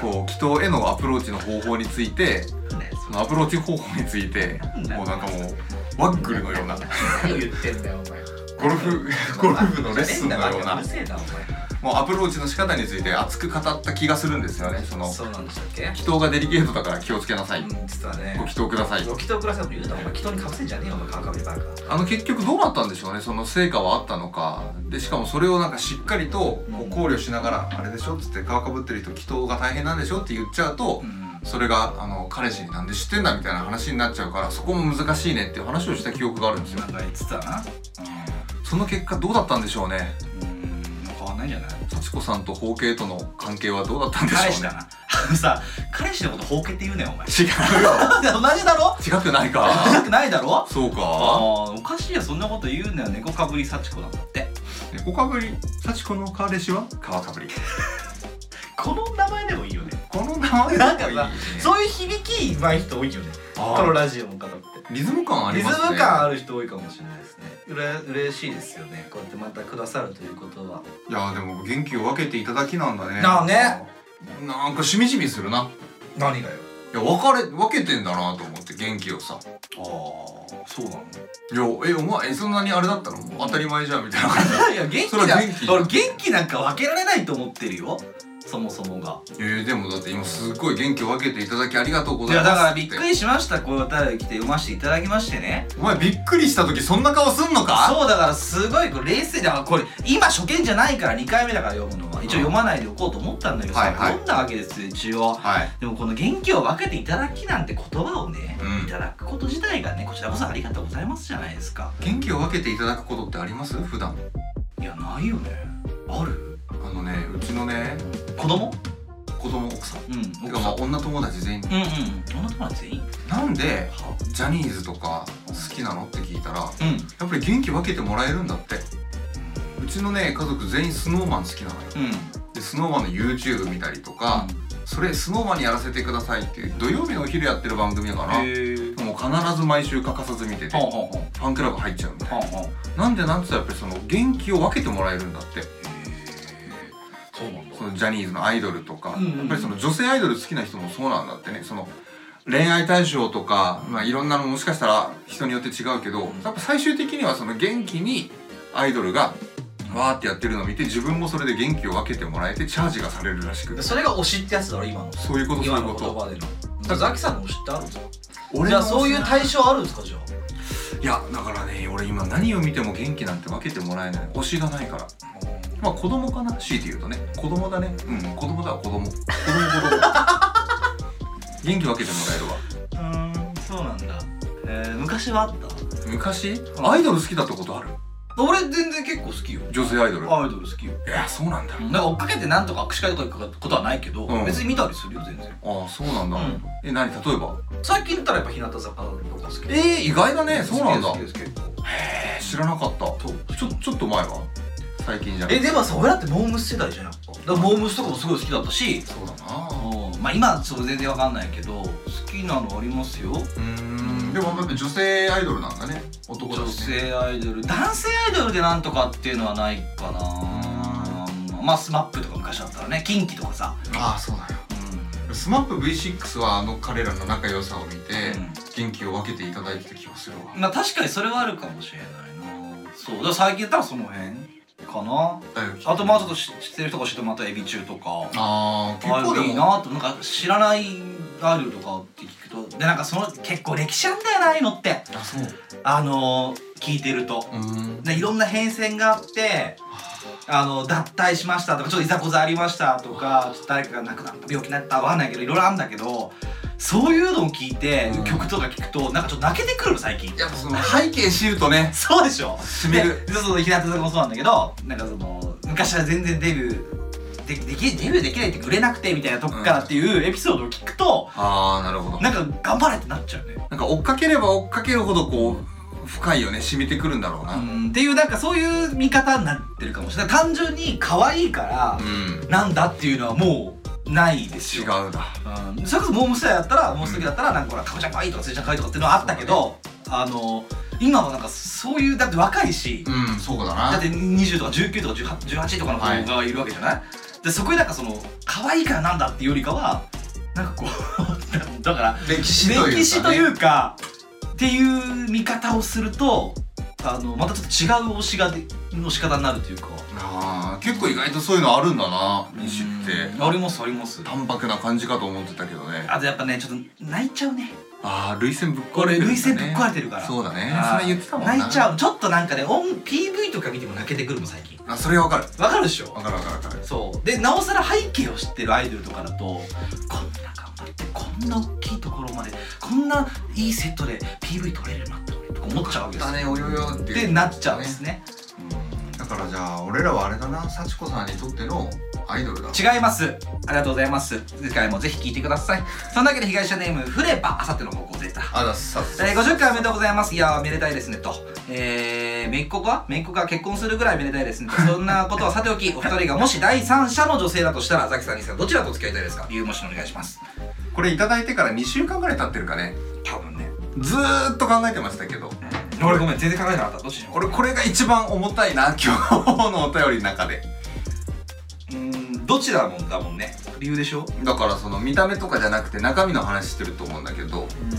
C: こう祈祷へのアプローチの方法について
B: ね
C: そのアプローチ方法についてもうなんかもうワッグルのような
D: 何を言ってんだよお前
C: ゴル フゴルフのレッスンのよう
D: う
C: な
D: るせえなお
C: もうアプローチの仕方について熱く語った気がするんですよねその
D: 前そうなんでしたっけ
C: 祈祷がデリケートだから気をつけなさい、
D: う
C: ご
D: ん実はね
C: 祈祷ください
D: おきとくださいも言うなお前人にかぶせんじゃねえよお前カンカメバカ
C: あの結局どうなったんでしょうねその成果はあったのかでしかもそれをなんかしっかりとこう
B: うん
C: 考慮しながら、あれでしょっつって皮かぶってる人祈祷が大変なんでしょって言っちゃうと、
B: うん
C: それがあの彼氏になんで知ってんだみたいな話になっちゃうからそこも難しいねっていう話をした記憶があるんですよ
B: なんか言ってたな
C: その結果どうだったんでしょうね
B: うん変わんないんじゃない
C: 幸子さんと包茎との関係はどうだったんでしょうね
B: 彼氏だなあのさ彼氏のことほうけって言うねお前
C: 違うよ
B: 同じだろ
C: 違くない
B: な
C: か
B: くないだろ
C: そうか
B: ああおかしいよそんなこと言うなよ猫かぶり幸子なんだって
C: 猫かぶり幸子の彼氏は皮かぶり
B: この名前でもいいよね
C: この名前
D: なん
C: と
D: か
C: いい
D: さ
C: ね
D: そういう響きうまい人多いよねこのラジオの方って
C: リズム感あり
D: リズ
C: ますね
D: ム感ある人多いかもしれないですねうれ嬉しいですよねこうやってまたくださるということはい
C: やーでも元気を分けていただきなんだね
D: なあね
C: なんかしみじみするな
D: 何がよ
C: いや分かれ分けてんだなと思って元気をさ
B: ああそうなの
C: いやえお前えそんなにあれだったらもう当たり前じゃんみたいな感じ
B: いや元
C: それ
B: 気だ
C: は元気
B: 俺元気なんか分けられないと思ってるよそもそもが
C: えー、でもだって今すっごい元気を分けていただきありがとうご
B: い
C: ざいま
B: や
C: す
B: だからびっく
C: て
B: りしましたこういうお便り来て読ませていただきましてね
C: お前びっくりした時そんな顔すんのか
B: そうだからすごいこれ冷静だからこれ今初見じゃないから2回目だから読むのは一応読まないでおこうと思ったんだけどさ、
C: はいはい
B: 読んだわけですよ一応
C: はい
B: でもこの元気を分けていただきなんて言葉をね、
C: うん
B: いただくこと自体がねこちらこそありがとうございますじゃないですか
C: 元気を分けていただくことってあります普段
B: いやないよねある
C: あのねうちのね
B: 子供
C: 子供奥さん
B: うん
C: てかまあ女友達全員
B: うんうん女友達全員
C: なんで
B: は
C: ジャニーズとか好きなのって聞いたらや
B: うん
C: っぱり元気分けてもらえるんだってうちのね家族全員スノーマン好きなのよ
B: うん
C: でスノーマンの YouTube 見たりとか、それスノーマンにやらせてくださいっていう土曜日のお昼やってる番組だから、
B: へえ
C: もう必ず毎週欠かさず見てて、
B: ほんほんほん
C: ファンクラブ入っちゃうみたい
B: ほんほんへ
C: ななんでなんつったらやっぱりその元気を分けてもらえるんだって
B: えそうなんだ
C: そのジャニーズのアイドルとか、
B: うんうん
C: やっぱりその女性アイドル好きな人もそうなんだってねその恋愛対象とか、まあ、いろんなのもしかしたら人によって違うけどやっぱ最終的にはその元気にアイドルがわーってやってるのを見て自分もそれで元気を分けてもらえてチャージがされるらしく
D: それが推しってやつだろ今の
C: そういうことそう
D: 今
C: いう
D: の
C: こ
D: 言
C: と
D: 葉でのザキさんの推しってあるんですか
C: 俺
D: じゃあ
C: の
D: そういう対象あるんですかじゃあ
C: いやだからね俺今何を見ても元気なんて分けてもらえない推しがないからまあ子供かな強いて言うとね子供だねうん子供だわ子供子供子 供元気分けてもらえるわ
B: うーんそうなんだえー、昔はあった
C: 昔アイドル好きだったことある
B: 俺全然結構好きよ
C: 女性アイドル
B: アイドル好きよ
C: いやそうなんだ
B: なんか追っかけてなんとか握手会とか行くことはないけど、
C: うん
B: 別に見たりするよ全然
C: ああそうなんだ、
B: うん
C: え何例えば
D: 最近だったらやっぱ日向坂とか好き
C: えー、意外だねそうなんだ
D: 好きです結構
C: えー知らなかったちょちょっと前は最近じゃん
D: えでもさ俺だってモームス世代じゃんやっぱ
B: だからモームスとかもすごい好きだったし
C: そうだな
B: うんまあ今はちょっと全然わかんないけど好きなのありますよ
C: うーんでもだって女性アイドルなんだね男
B: 女
C: だし、ね、
B: 性アイドル男性アイドルでなんとかっていうのはないかなまあスマップとか昔だったらねキンキとかさ
C: ああそうだよ
B: うん
C: スマップ V6 はあの彼らの仲良さを見て、元気を分けていただいてた気がするわ
B: うんまあ確かにそれはあるかもしれないなそうだから最近やったらその辺かなあとまあちょっと知知ってる人が知ってもまたエビ中とか
C: ああ結
B: あ
C: 構で
B: いい
C: も
B: なとなんか知らないアイドルとかって聞くとでなんかその結構歴史あんだよなああいうのって
C: あそう
B: あのー、聞いてると
C: うーん
B: でいろんな変遷があってあの脱退しましたとかちょっといざこざありましたとかちょっと誰かが亡くなった病気になったわかんないけどいろいろあるんだけどそういうのを聞いて、
C: うん
B: 曲とか聞くとなんかちょっと泣けてくるの最近
C: やっぱその背景知るとね
B: そうでしょ
C: しみる
B: でそうそう日向坂もそうなんだけどなんかその昔は全然デビューでできデビューできないって売れなくてみたいなとこからっていうエピソードを聞くと、
C: ああなるほど
B: なんか頑張れってなっちゃうね
C: なんか追っかければ追っかけるほどこう深いよね染みてくるんだろうなうん、
B: っていうなんかそういう見方になってるかもしれない単純に可愛いからなんだっていうのはもうないです
C: 違
B: よ
C: う、だ
B: うん、それこそモームスターやったらモームス時だったらなんかほらかぼちゃん可愛いとかスイちゃん可愛いとかっていうのはあったけど、あの今はなんかそういうだって若いし、
C: うんそうだな
B: だって20とか19とか18 18とかの子がいるわけじゃない、でそこになんかその可愛いからなんだっていうよりかはなんかこう だから
C: 歴史というか、ね、
B: 歴史というかっていう見方をするとあのまたちょっと違う推しがでの仕方になるというか
C: あー結構意外とそういうのあるんだな西って
B: ありますあります
C: 淡白な感じかと思ってたけどね
B: あとやっぱねちょっと泣いちゃうね
C: ああ涙腺ぶっ壊
B: 俺
C: れてるんだ、ね、
B: 涙腺ぶっ壊れてるから
C: そうだね
B: あー
C: それ言ってたもんな
B: 泣いちゃうちょっとなんかねオン PV とか見ても泣けてくるもん最近
C: あそれはわかる
B: わかるでしょ
C: わかるわかるわかる
B: そうでなおさら背景を知ってるアイドルとかだとこんな頑張ってこんな大きいところまでこんないいセットで PV 撮れるなとか思っちゃうわけです
C: だ
B: よ
C: ねおよよって
B: ってなっちゃうんですね
C: うんだからじゃあ俺らはあれだな幸子さんにとってのアイドルだ
B: 違いますありがとうございます次回もぜひ聞いてくださいそんなわけで被害者ネームフレパあさっての方向でした
C: あだっさっさ
B: えー50回おめでとうございます。いやー、めでたいですね、と。えー、めいっ子がめいっ子が結婚するぐらいめでたいです ね、と。そんなことはさておき、お二人がもし第三者の女性だとしたら、ザキさんにさん、どちらとお付き合いたいですか理由もしお願いします。
C: これいただいてから2週間ぐらい経ってるかね
B: 多分ね。
C: ずーっと考えてましたけど
B: 俺ごめん、全然考えなかった。どっちにしよう。
C: 俺これが一番重たいな今日のお便りの中で
B: うーん、どちらもんだもんね。理由でしょ
C: だからその見た目とかじゃなくて中身の話してると思うんだけど
B: うん。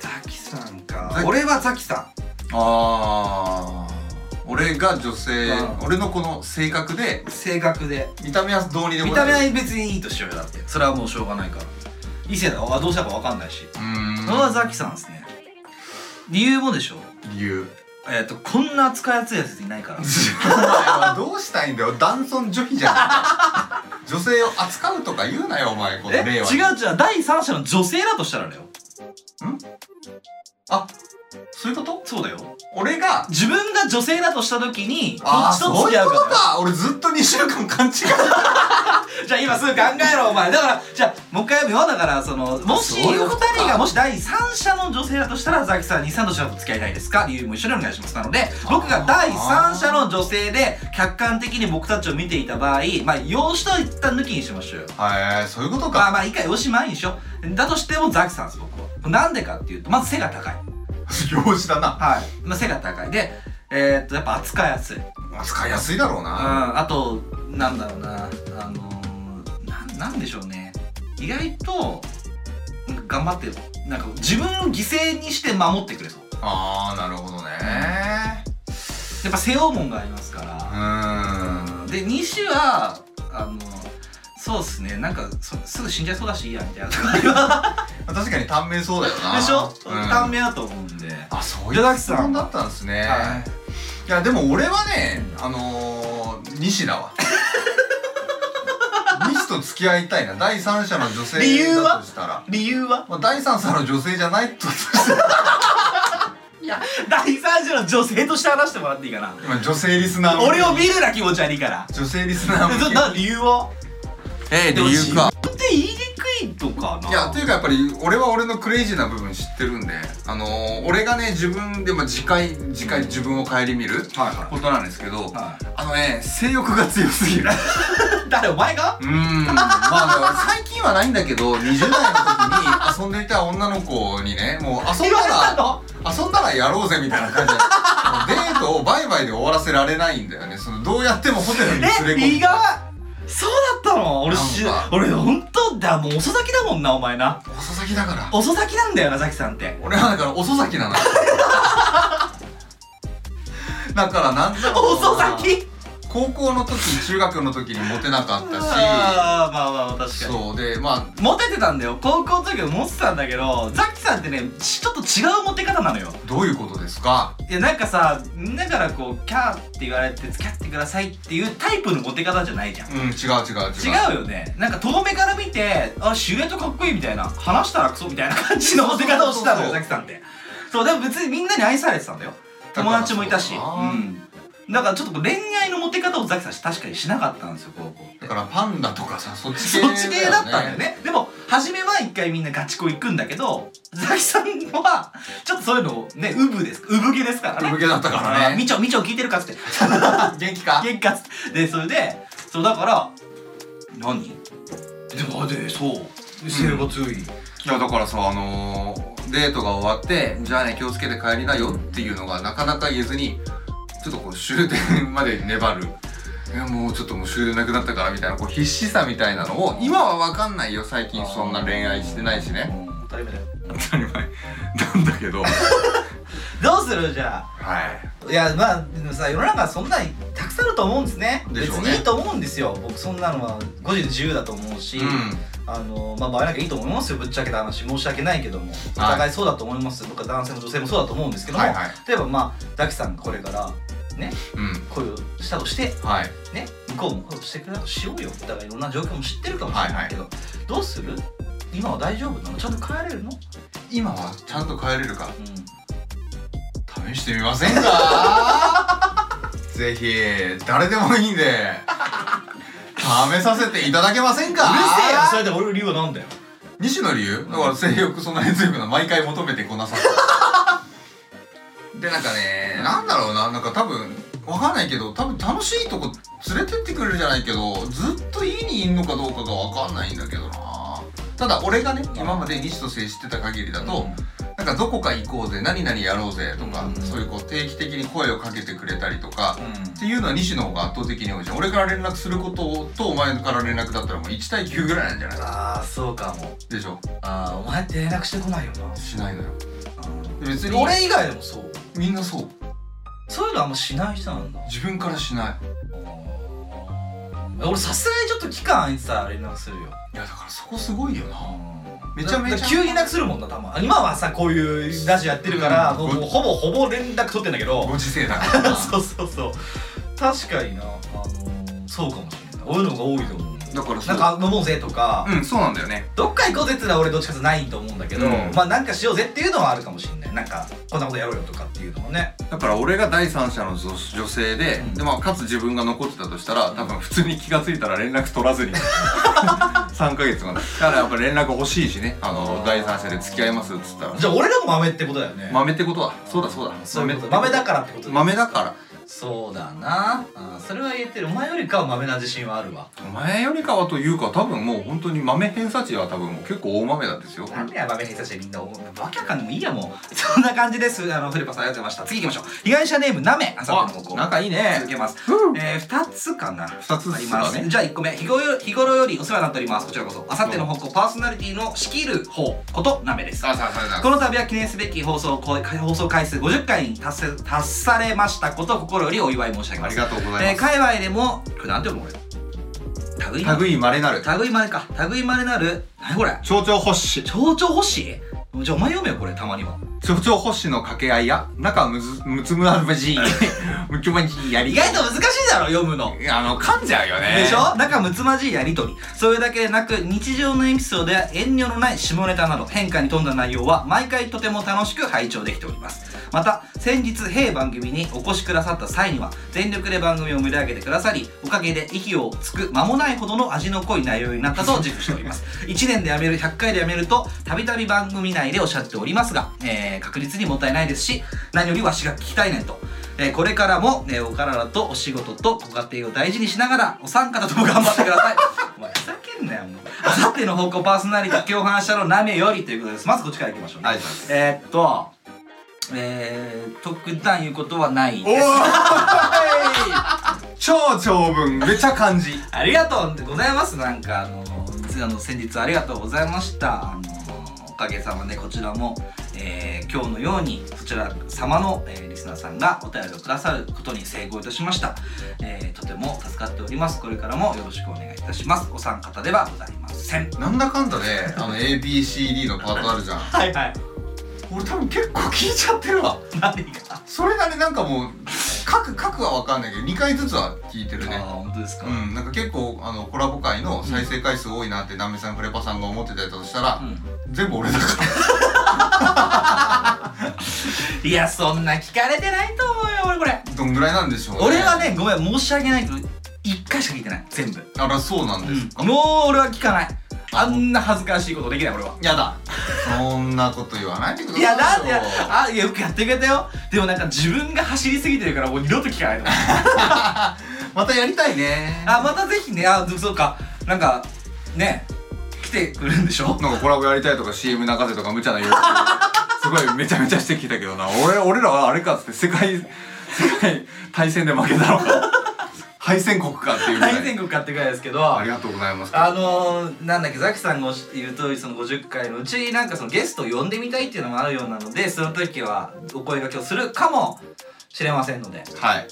B: ザキさん
C: ザ
B: か。
C: キ
B: 俺はザキさ
C: あー俺が女性
B: うん
C: 俺のこの性格で
B: ん。性格で。
C: 見た目はどうにで
B: 見
C: も
B: た目
C: な
B: はい別にいいとしようよ、だって。それはもうしょうがないから。異性だ。あどうしたかわかんないし。
C: うーん
B: それはザキさんですね。理由もでしょ
C: 理由
B: えっ、と、こんな扱いやすいやついないから。
C: お前はどうしたいんだよ男尊女卑じゃん女性を扱うとか言うなよお前この
B: え
C: 令
B: 違う
C: 和に
B: 違う、第三者の女性だとしたらだよ。
C: あそういうこと
B: そうだよ。
C: 俺が
B: 自分が女性だとしたときに、ど
C: あ
B: っ
C: あ
B: ちと
C: そう
B: 付き
C: いう
B: 合う
C: こ
B: か
C: と
B: だよ。
C: か俺ずっと2週間勘違い
B: じゃあ今すぐ考えろ、お前。だから、じゃあ、もう一回読むよ。だから、その、もし、
C: そういう
B: お
C: こと
B: 二
C: か
B: 人がもし第三者の女性だとしたら、ザキさん、二三としたら付き合いたいですか理由も一緒にお願いします。なので、僕が第三者の女性で、客観的に僕たちを見ていた場合、まあ、養子と一旦抜きにしましょうよ。
C: はい、そういうこと
B: まあ
C: か。
B: まあ、一回養子まいんでしょ。だとしても、ザキさんです、僕は。なんでかっていうと、まず背が高い。
C: 用紙だな。
B: はい、まあ、背が高いで、えーっとやっぱ扱いやすい、うん、
C: 扱いやすいだろうな。
B: あとなんだろうなあのー、なんなんでしょうね意外となんか頑張ってなんか自分を犠牲にして守ってくれそう
C: ああ、なるほどね。
B: やっぱ背負うもんがありますか
C: う
B: ら、で西はあのそうっすねなんかそすぐ死んじゃいそうだしいいやみたいなとこありま
C: ーん。確かに短命そうだよな。
B: すでしょ
C: うん
B: 短命だと思うんで
C: あ、そう
B: じゃ
C: い
B: あ
C: う
B: ザキ
C: 質
B: さ
C: 問
B: ん
C: だったんですね
B: は。
C: いや、でも俺はね、あのー、西だ わ。西と付き合いたいな。第三者の女
B: 理
C: 性
B: 由は
C: だとしたら。
B: 理由は
C: まあ、第三者の女性じゃないとしたら
B: 第三者の女性として話してもらっていいかな
C: 今女性リスナー向け
B: 俺を見るな気持ち悪いから
C: 女性リスナー向け
B: なな理由は
C: えー理由か
B: 自分で言いにくいとかない
C: やというかやっぱり俺は俺のクレイジーな部分知ってるんであのー、俺がね自分でまあ次回次回自分を顧みる
B: はいは
C: ことなんですけど、
B: は
C: あのね性欲が強すぎる
B: い誰お前が
C: うーんまあ最近はないんだけど20代の時に遊んでいた女の子にねもう遊ん
B: 言われた
C: だら
B: の
C: 遊んだらやろうぜみたいな感じでもうデートをバイバイで終わらせられないんだよねそのどうやってもホテルに
B: え
C: 連れ込
B: 意
C: む
B: 外そうだったの俺し
C: なんか
B: 俺本当だもう遅咲きだもんなお前な
C: 遅咲きだから
B: 遅咲きなんだよなザキさんって
C: 俺はだから遅咲きなのよ だからなんだろうな
B: 遅咲き
C: 高校の時中学の時にモテなかった
B: あーまあまあまあ確
C: し
B: かに
C: そうでま
B: モテてたんだよ高校の時はモテてたんだけどザキさんってねちちょっと違うモテ方なのよ
C: あどういうことですか
B: いやなんかさみんなからこうキャーって言われて付き合ってくださいっていうタイプのモテ方じゃないじゃん
C: うん違う違う違う
B: 違うよねなんか遠目から見てあシルエットかっこいいみたいな話したらクソみたいな感じのモテ方をしてたのよ
C: そうそうそう
B: ザキさんってそうでも別にみんなに愛されてたんだよ友達もいたし
C: だか
B: う
C: らそうだなん
B: なんかちょっとこう恋愛のモテ方をザキさん確かにしなかったんですよ高校って
C: だからパンダとかさそっち系
B: そっち系だったんだよねでも初めは一回みんなガチ恋行くんだけどザキさんはちょっとそういうのをねウブです産毛ですから
C: 産
B: ね
C: 毛だったから
B: あ
C: ね
B: みちょみちょ聞いてるかっつって
C: 元気か
B: 喧嘩っつってでそれでそうだから何であでそう
D: 性が強い、
C: いやだからさあのーデートが終わってじゃあね気をつけて帰りなよっていうのがなかなか言えずにちょっとこう終電まで粘るいやもうちょっともう終電なくなったからみたいなこう必死さみたいなのを今は分かんないよ最近そんな恋愛してないしね
D: 当たり前だよ
C: 当たり前 なんだけどはい
D: どうするじゃあいやまあでもさ世の中そんなにたくさんあると思うんですね
C: でしょうね
D: 別にいいと思うんですよ僕そんなのは個人の自由だと思うし、
C: う
D: あのまあ場合なんかいいと思いますよぶっちゃけた話申し訳ないけどもお互いそうだと思います、僕は男性も女性もそうだと思うんですけ
C: ん
D: ども、
C: はいはい
D: 例えばまあザキさんがこれから
C: うん
D: 恋をしたとして
C: はい
D: ね向こうも恋をしてくれたとしようよだからいろんな状況も知ってるかもしれないけど、どうする今は大丈夫なのちゃんと帰れるの、
C: 今はちゃんと帰れるか
D: う
C: 試してみませんか ぜひ誰でもいいんで試させていただけませんか
D: るせえよそれで俺の理由はなんだよ
C: 西の理由だから性欲そんなに強くない毎回求めてこなさったでなんかねなんだろうななんか多分わかんないけど多分楽しいとこ連れてってくれるじゃないけどずっと家にいんのかどうかがわかんないんだけどなただ俺がね今まで西と接してた限りだと、なんかどこか行こうぜ何々やろうぜとか、
D: うん
C: そういうこう定期的に声をかけてくれたりとか、
D: うん
C: っていうのは西の方が圧倒的に多いじゃん俺から連絡することとお前から連絡だったらもう1対9ぐらいなんじゃない
D: ああそうかも
C: でしょ
D: ああお前って連絡してこないよな
C: しないのよ別に
D: 俺以外でもそう
C: みんなそう
D: そういうのあんましない人なんだ
C: 自分からしない
D: 俺さすがにちょっと期間空いてたら連絡するよ
C: いやだからそこすごいよなめ
D: め
C: ちゃめちゃ
D: 急に連絡するもんなたま今はさこういうラジオやってるから、
C: うん
D: もうもうほぼほぼ連絡取ってんだけど
C: ご時世 だからな
D: そうそうそう確かになあのーそうかもしれない俺の方が多いと思う
C: だからそ
D: な
C: う
D: か
C: ん
D: 飲もうぜとか、
C: うんそうなんだよね
D: どっか行こうぜってのは俺どっちかってないと思うんだけど、
C: うん
D: まあなんかしようぜっていうのはあるかもしれないなんかこんなことやろうよとかっていうのもね
C: だから俺が第三者の女女性で,、でまあ、かつ自分が残ってたとしたら多分普通に気が付いたら連絡取ら ずに3ヶ月までだからやっぱ連絡欲しいしねあの第三者で付き合いますっつったら
D: じゃあ俺らも豆ってことだよね
C: 豆ってことはそうだそうだ
D: そういうこと豆だからってこと
C: 豆だから
D: そうだなあそれは言ってるお前よりかは豆な自信はあるわ
C: お前よりかはというか多分もう本当に豆偏差値は多分もう結構大豆なんですよ
D: なんでや豆にさしてみんなおわけわかんでもいいやもうそんな感じですあのフリパさんありがとうございました次行きましょう被害者ネームなめあさっての方向
C: 仲いいね
D: 続けます
C: うん
D: えー、2つかな
C: 二つず
D: あり
C: つ
D: ま
C: だ
D: す、
C: ね
D: じゃあ1個目日頃よ日頃よりお世話になっておりますこちらこそあさっての方向パーソナリティの仕切る方ことなめです
C: あさあさあさあ
B: この度は記念すべき放送こう放送回数50回に達せ達されましたことを心よりお祝い申し上げ
C: あ
B: ま
C: り
B: す
C: がとうござい
B: えー、
C: ま
B: 界隈でもこれなんて読むのこれ類い
C: す。類いまれなる。
B: 類いまれか類いまれなる何これ
C: 蝶々発し。
B: 蝶々星じゃあお前読めよこれたまには
C: 蝶々発しの掛け合いや、仲むず、むつむあるばじい。 むきまじいやり。
B: 意外と難しいだろ読むの
C: あの、噛んじゃうよね。
B: でしょ仲睦まじいやりとりそれだけでなく日常のエピソードや遠慮のない下ネタなど変化に富んだ内容は毎回とても楽しく拝聴できておりますまた先日弊番組にお越しくださった際には全力で番組を盛り上げてくださりおかげで息をつく間もないほどの味の濃い内容になったと自負しております1年でやめる100回でやめるとたびたび番組内でおっしゃっておりますが、えー確実にもったいないですし何よりわしが聞きたいねんとえーこれからも、えーお体とお仕事とご家庭を大事にしながらお三方とも頑張ってください お前ふざけんなよもうあさっての方向パーソナリティ共犯者のナメよりということですまずこっちからいきましょうね、
C: はいそうです
B: えーっとえー、特段言うことはない
C: お
B: です
C: ーい超長文、めちゃ漢字。
B: ありがとうございますなんかあのあの先日ありがとうございましたあのおかげさまでこちらも、えー今日のようにそちら様の、えーリスナーさんがお便りをくださることに成功いたしました、えーとても助かっておりますこれからもよろしくお願いいたしますお三方ではございません
C: なんだかんだで、あの、ABCD のパートあるじゃん。
B: はいはい
C: 俺多分結構聞いちゃってるわ。
B: 何が
C: それなりなんかもう、書く、書くはわかんないけど、2回ずつは聞いてる
B: ああ
C: ね。
B: 本当ですか、
C: うん、なんか結構あのコラボ回の再生回数多いなって、なめさんフレパさんが思ってたりだとしたら、
B: うん
C: 全部俺だから
B: いやそんな聞かれてないと思うよ俺これ
C: どんぐらいなんでしょうね
B: 俺はねごめん申し訳ないけど1回しか聞いてない全部
C: あらそうなんですか、
B: もう俺は聞かないあんな恥ずかしいことできない俺は
C: やだそんなこと言わないでください
B: いやなん
C: よ
B: であいやよくやってくれたよでもなんか自分が走りすぎてるからもう二度と聞かないと思う
C: またやりたいね
B: あまたぜひねあでもそうかなんかね来てくれるんでしょ
C: なんかコラボやりたいとか CM 泣かせとか無茶な要 求すごいめちゃめちゃしてきたけどな俺俺らはあれかっつって世界世界対戦で負けたのか敗戦国かっていうぐらい
B: 大全国買ってくらいですけど
C: ありがとうございます
B: あのー、なんだっけザキさんがおっし言う通りその50回のうちなんかそのゲストを呼んでみたいっていうのもあるようなのでその時はお声掛けをするかもしれませんので、
C: はい
B: はい、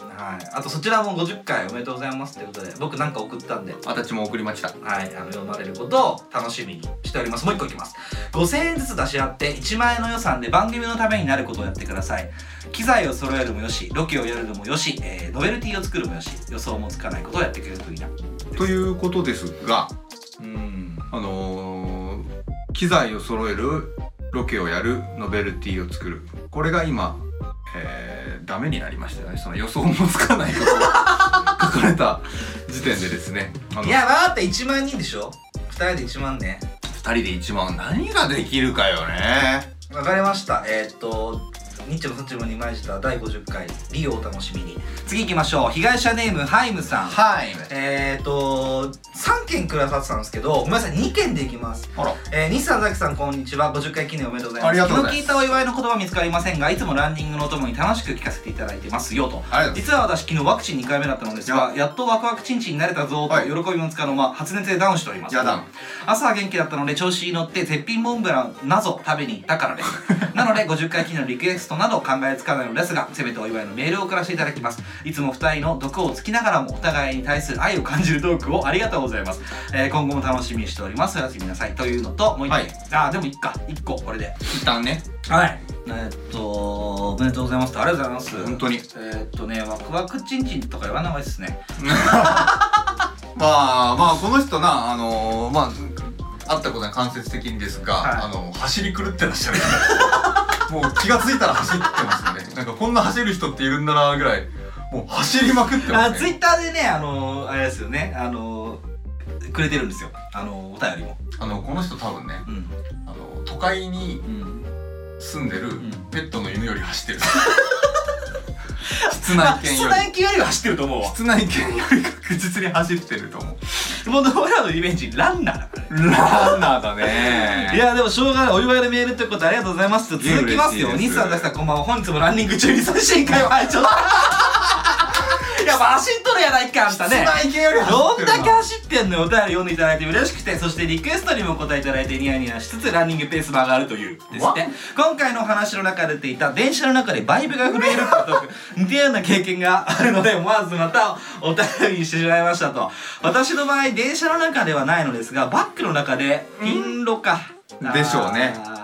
B: あとそちらも50回おめでとうございますということで僕なんか送ったんで。
C: 私も送りました
B: はい、あの読まれることを楽しみにしておりますもう一個いきます5000円ずつ出し合って1万円の予算で番組のためになることをやってください機材を揃えるもよしロケをやるのもよし、えーノベルティを作るもよし予想もつかないことをやってくれるといいな
C: ということですが
B: うん
C: あのー機材を揃えるロケをやるノベルティを作るこれが今、えーダメになりましたよねその予想もつか ないことが書かれた時点でですねあの
B: いやだって1万人でしょ2人で1万ね
C: 2人で1万何ができるかよね
B: わかりましたえー、っとニッチもサッチもにまいじた第50回リオをお楽しみに次行きましょう被害者ネームハイムさん
C: はい
B: えー、っと3件くださってたんですけどごめんなさい2件でいきます
C: あら
B: えー、西さん、ザキさん、こんにちは。50回記念おめでとうございます。
C: ありがとうございます
B: 昨日聞いたお祝いの言葉見つかりませんが、いつもランニングのお供に楽しく聞かせていただいてますよと。
C: ありがとうございます
B: 実は私、昨日ワクチン2回目だったのですが、やっとワクワクチンチンになれたぞと、
C: はい
B: 喜びもつかの間、発熱でダウンしております。
C: やだ
B: 朝は元気だったので、調子に乗って、絶品モンブランなぞ食べに行ったからです。 なので、50回記念のリクエストなど考えつかないのですが、せめてお祝いのメールを送らせていただきます。いつも2人の毒をつきながらも、お互いに対する愛を感じるトークをありがとうございます。えー今後も楽しみにしております。おやすみなさい。というのと、もう一個、
C: はい
B: あー、でもいっか。1個、これで。
C: 一旦ね
B: はい。えーっと、おめでとうございますと。ありがとうございます。
C: 本当に
B: えーっとね、ワクワクチンチンとか言わない方がいいですね。
C: まあまあこの人なあのーまあ会ったことは間接的にですが、
B: はい
C: あの走り狂ってらっしゃる もう気がついたら走ってますよねなんかこんな走る人っているんだなぐらいもう走りまくって
B: あ、
C: ます
B: ツイ
C: ね
B: ッターでね、あのーあれですよね、あのーくれてるんですよ。あのーお便りも。
C: あのこの人多分ね
B: うん。
C: あの都会に
B: うん。
C: 住んでる
B: ん
C: ペットの犬より走ってる室内犬よ
B: 室
C: り
B: 内犬よりは走ってると思 うわ。
C: 室内犬より確実に走ってると思う
B: もう、俺らのリベンジ、ランナーだからね。
C: ランナーだね
B: いやでもしょうがないお祝いのメールってことでありがとうございますと
C: いや
B: 続きますよ
C: 嬉しいで
B: 西
C: す
B: さんザキさんこんばんは本日もランニング中に最新 回を拝聴いや走っとるやないかあんたね
C: 室内犬より走っ
B: ど
C: て
B: ん
C: るな
B: だけ走ってんのよお便り読んでいただいて嬉しくてそしてリクエストにもお答えいただいてニヤニヤしつつランニングペースも上がるというです
C: わ
B: って今回のお話の中で出ていた電車の中でバイブが震えることと似た ような経験があるので思わずまたお便りにしてしまいましたと私の場合電車の中ではないのですがバッグの中でピンロか、
C: んでしょうね
B: あー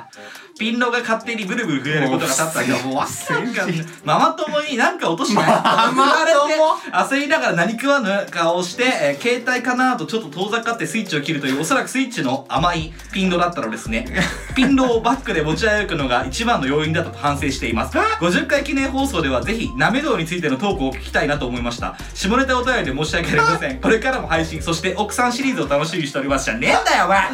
B: ピンロが勝手にブルブル震えることが多々あったけどもうわっかんない ママ友になんか落としない
C: ママ友
B: 焦りながら何食わぬ顔をして、えー携帯かなとちょっと遠ざかってスイッチを切るというおそらくスイッチの甘いピンドだったのです ねピンドをバックで持ち歩くのが一番の要因だったと反省してい ます50回記念放送ではぜひなめ道についてのトークを聞きたいなと思いました下ネタお便りで申し訳ありませんこれからも配信そして奥さんシリーズを楽しみにしておりますじゃねえんだよお前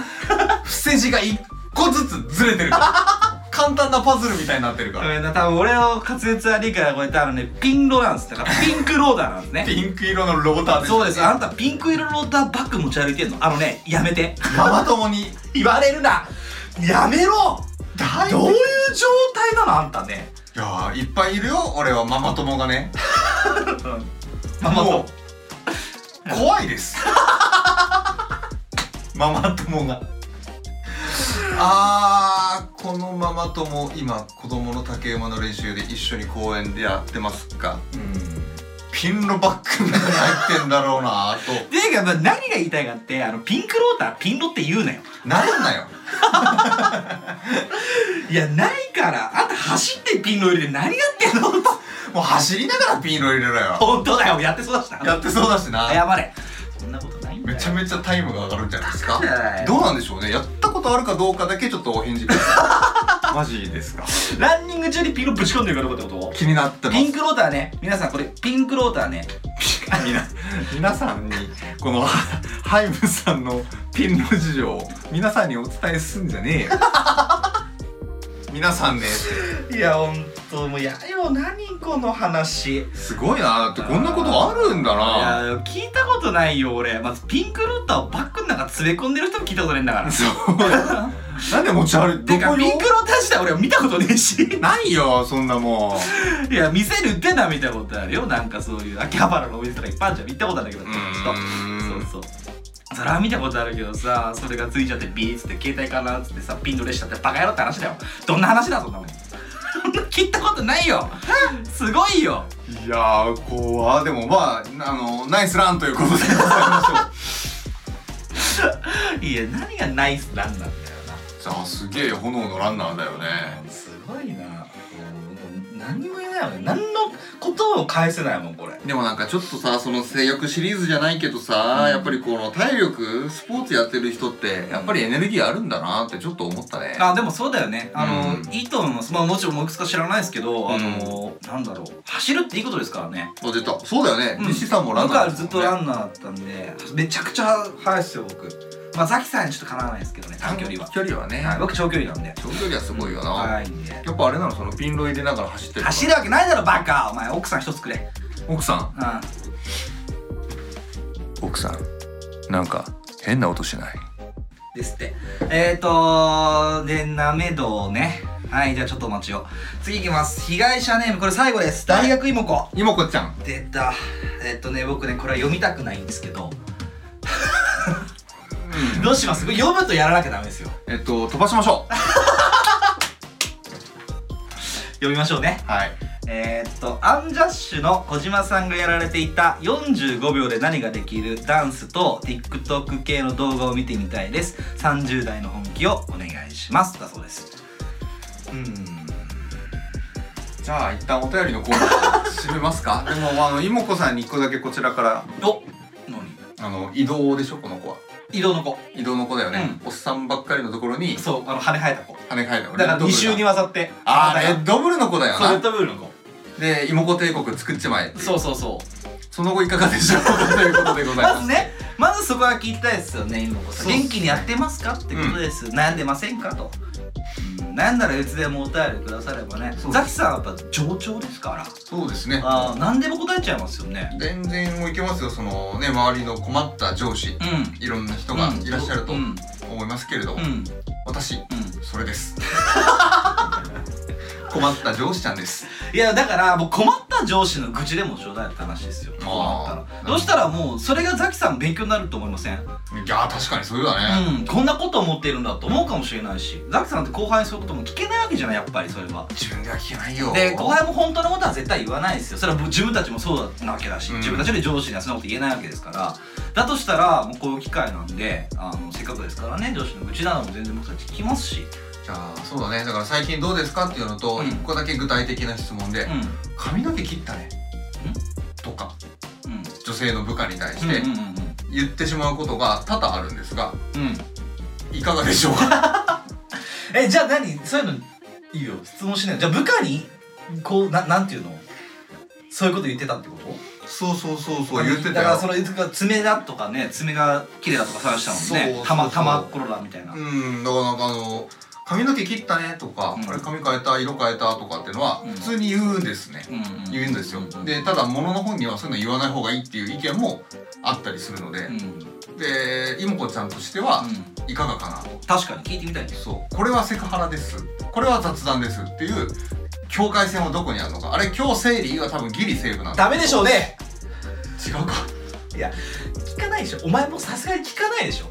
C: 伏せ字が一個ずつずれてるから簡単なパズルみたいになってるか
B: ご
C: ら
B: めんな多分俺の滑舌は理解が超えたのねピンロなんですだからピンクローダーなんですね
C: ピンク色のローターです
B: そうですあなたピンク色のローターバッグ持ち歩いてんのあのねやめて
C: ママ友に
B: 言われるなやめろ
C: 大
B: どう
C: い
B: いう状態なのあんたね
C: やーいっぱいいるよ俺はママ友がね
B: ママ
C: も
B: 友
C: う怖いです ママ友があーこのママ友今子供の竹馬の練習で一緒に公園でやってますがピンのバッグの中に入ってんだろうなーと
B: ていうか、まあ、何が言いたいかってあのピンクローターピンロって言うなよ
C: なんなよ
B: いやないからあんた走ってピンロ入れて何やってんの
C: もう走りながらピンの入れろよ
B: 本当だよやってそうだし
C: や
B: な
C: ってそうだしな
B: 謝れそんなことないんだ
C: め
B: よ
C: ちゃめちゃタイムが上がるんじゃないですか
B: だからだよ
C: どうなんでしょうねやったことあるかどうかだけちょっとお返事くださマジですか
B: ランニング中にピンクぶち込んでるかどうかってこと
C: 気になってま
B: ピ
C: す
B: ンクローターね皆さんこれピンクローター ね
C: 皆皆さんにこのハイムさんのピンの事情を皆さんにお伝えすんじゃねえよ皆さんね
D: いやほんともうやよ何この話
C: すごいなだってこんなことあるんだ
B: い
C: な
B: や聞いたことないよ俺まずピンクローターをバッグの中詰め込んでる人も聞いたことないんだ から
C: そうなんで持ち歩い
B: て
C: て
B: か
C: どこ
B: ピン
C: よ
B: クローター自体俺は見たことねえし
C: ないよそんなも
B: いや店に売ってんのは見たことあるよなんかそういう秋葉原のお店とかいっぱいあるじゃん行ったことあるんだけ
C: う
B: ど
C: う
B: ちょ
C: ーん
B: っとそうそうそれは見たことあるけどさそれがついちゃってビーッつって携帯かなっつってさピンドレしたってバカ野郎って話だよどんな話だそんなもん聞いたことないよすごいよ
C: いやーこうあーでもまああのナイスランということでございましょう
B: いや何がナイスなんなんだよ
C: じゃあすげえ炎のランナーだよね
B: なすごい
D: いなもう何も言えないよね何のことを返せないもんこれ
C: でもなんかちょっとさその性欲シリーズじゃないけどさ、やっぱりこの体力スポーツやってる人ってやっぱりエネルギーあるんだなってちょっと思ったね
B: あでもそうだよねあの、
C: うん
B: いいと思いますまあもちろんもういくつか知らないですけど、あ
C: うん
B: のなんだろう走るっていいことですからね
C: あ出たそうだよね、
B: うん
C: 西さんもラン
B: 僕
C: ナー
B: はずっとランナーだったんでめちゃくちゃ速いっすよ僕まあザキさんにちょっとかなわないですけどね短距離は、
C: 距離はね、
B: はい、僕長距離なんで
C: 長距離はすごいよな、
B: 速いんで
C: やっぱあれなのそのピンロ入れながら走ってる
B: 走るわけないだろバカお前奥さん一つくれ
C: 奥さん
B: う
C: 奥さんなんか変な音しない
B: んですってえーとでなめどねはいじゃあちょっとお待ちを次いきます被害者ネームこれ最後です大学いもこ
C: 妹子ちゃん
B: 出たえっ、とね僕ねこれは読みたくないんですけどどうしますこれ読むとやらなきゃダメですよ
C: えっと飛ばしましょう
B: 読みましょうね
C: はい
B: えーっとアンジャッシュの小島さんがやられていた45秒で何ができるダンスと TikTok 系の動画を見てみたいです30代の本気をお願いしますだそうですうん
C: じゃあ一旦お便りのコーナー締めます かでもあの妹子さんに一個だけこちらから
B: お何
C: あの移動でしょこの子は
B: 移動の子
C: 移動の子だよね、おっさんばっかりのところに
B: そうあの羽生えた子
C: 跳ね返った
B: だから2週にわたって
C: ああ
B: だ
C: レッドブルの子だよ
B: そうレッ
C: な
B: ドブルの子
C: で妹子帝国作っちまえ
B: そうそうそう
C: その後いかがでしょうということでございま
B: まず
C: す
B: ねまずそこは聞きたいですよね今こそ
C: そうっすね
B: 元気にやってますかってことです、悩んでませんかと、うん、悩んだらいつでもお便りくださればね
C: そう
B: ザキさんはやっぱ上長ですから
C: そうですね
B: あー何でも答えちゃいますよね
C: 全然もういけますよそのね周りの困った上司
B: うん
C: いろんな人がいらっしゃると
B: うん
C: 思いますけれど、
B: うん、うん
C: 私
B: うん
C: それです 困った上司ちゃんです
B: いやだからもう困った上司の愚痴でもちょうだいって話ですよ困った
C: あー
B: らどうしたらもうそれがザキさん勉強になると思いません
C: いやー確かにそうだね、
B: うんこんなこと思ってるんだと思うかもしれないしザキさんって後輩にそういうことも聞けないわけじゃないやっぱりそれは
C: 自分では聞けないよ
B: で後輩も本当のことは絶対言わないですよそれは自分たちもそうなわけだし、
C: うん
B: 自分たちで上司にはそんなこと言えないわけですからだとしたらもうこういう機会なんであのせっかくですからね上司の愚痴なども全然僕たち聞きますし、
C: じゃあそうだねだから最近どうですかっていうのと
B: うん
C: 一個だけ具体的な質問で
B: うんうん
C: 「髪の毛切ったね」とか女性の部下に対し
B: う
C: て
B: んうん
C: 言ってしまうことが多々あるんですが
B: うんうん
C: いかがでしょうか
D: えじゃあ何そういうのいいよ質問しないじゃあ部下にこうななんていうのそういうこと言ってたってこと
C: そうそうそうそ
D: だからそ
C: よ
D: の
B: 爪だとかね爪が綺麗だとか探したもん
C: そう
B: ね
C: そう
B: たま
C: そう
B: たまっころだみたいな、
C: うんだからなんかあの「髪の毛切ったね」とか
B: う
C: 「
B: ん
C: あれ髪変えた色変えた」とかっていうのは
B: うん
C: 普通に言うんですね
B: うんうん
C: 言うんですよ
B: うん
C: でただ物の本にはそういうの言わない方がいいっていう意見もあったりするので
B: うんうん
C: で妹子ちゃんとしてはいかがかなと
B: 確かに聞いてみたいです
C: そうこれはセクハラですこれは雑談ですっていう境界線はどこにあるのかあれ今日整理は多分ギリセーブなんだ
D: ダメでしょうね
C: 違うか
D: 聞かないでしょお前もさすがに聞かないでしょ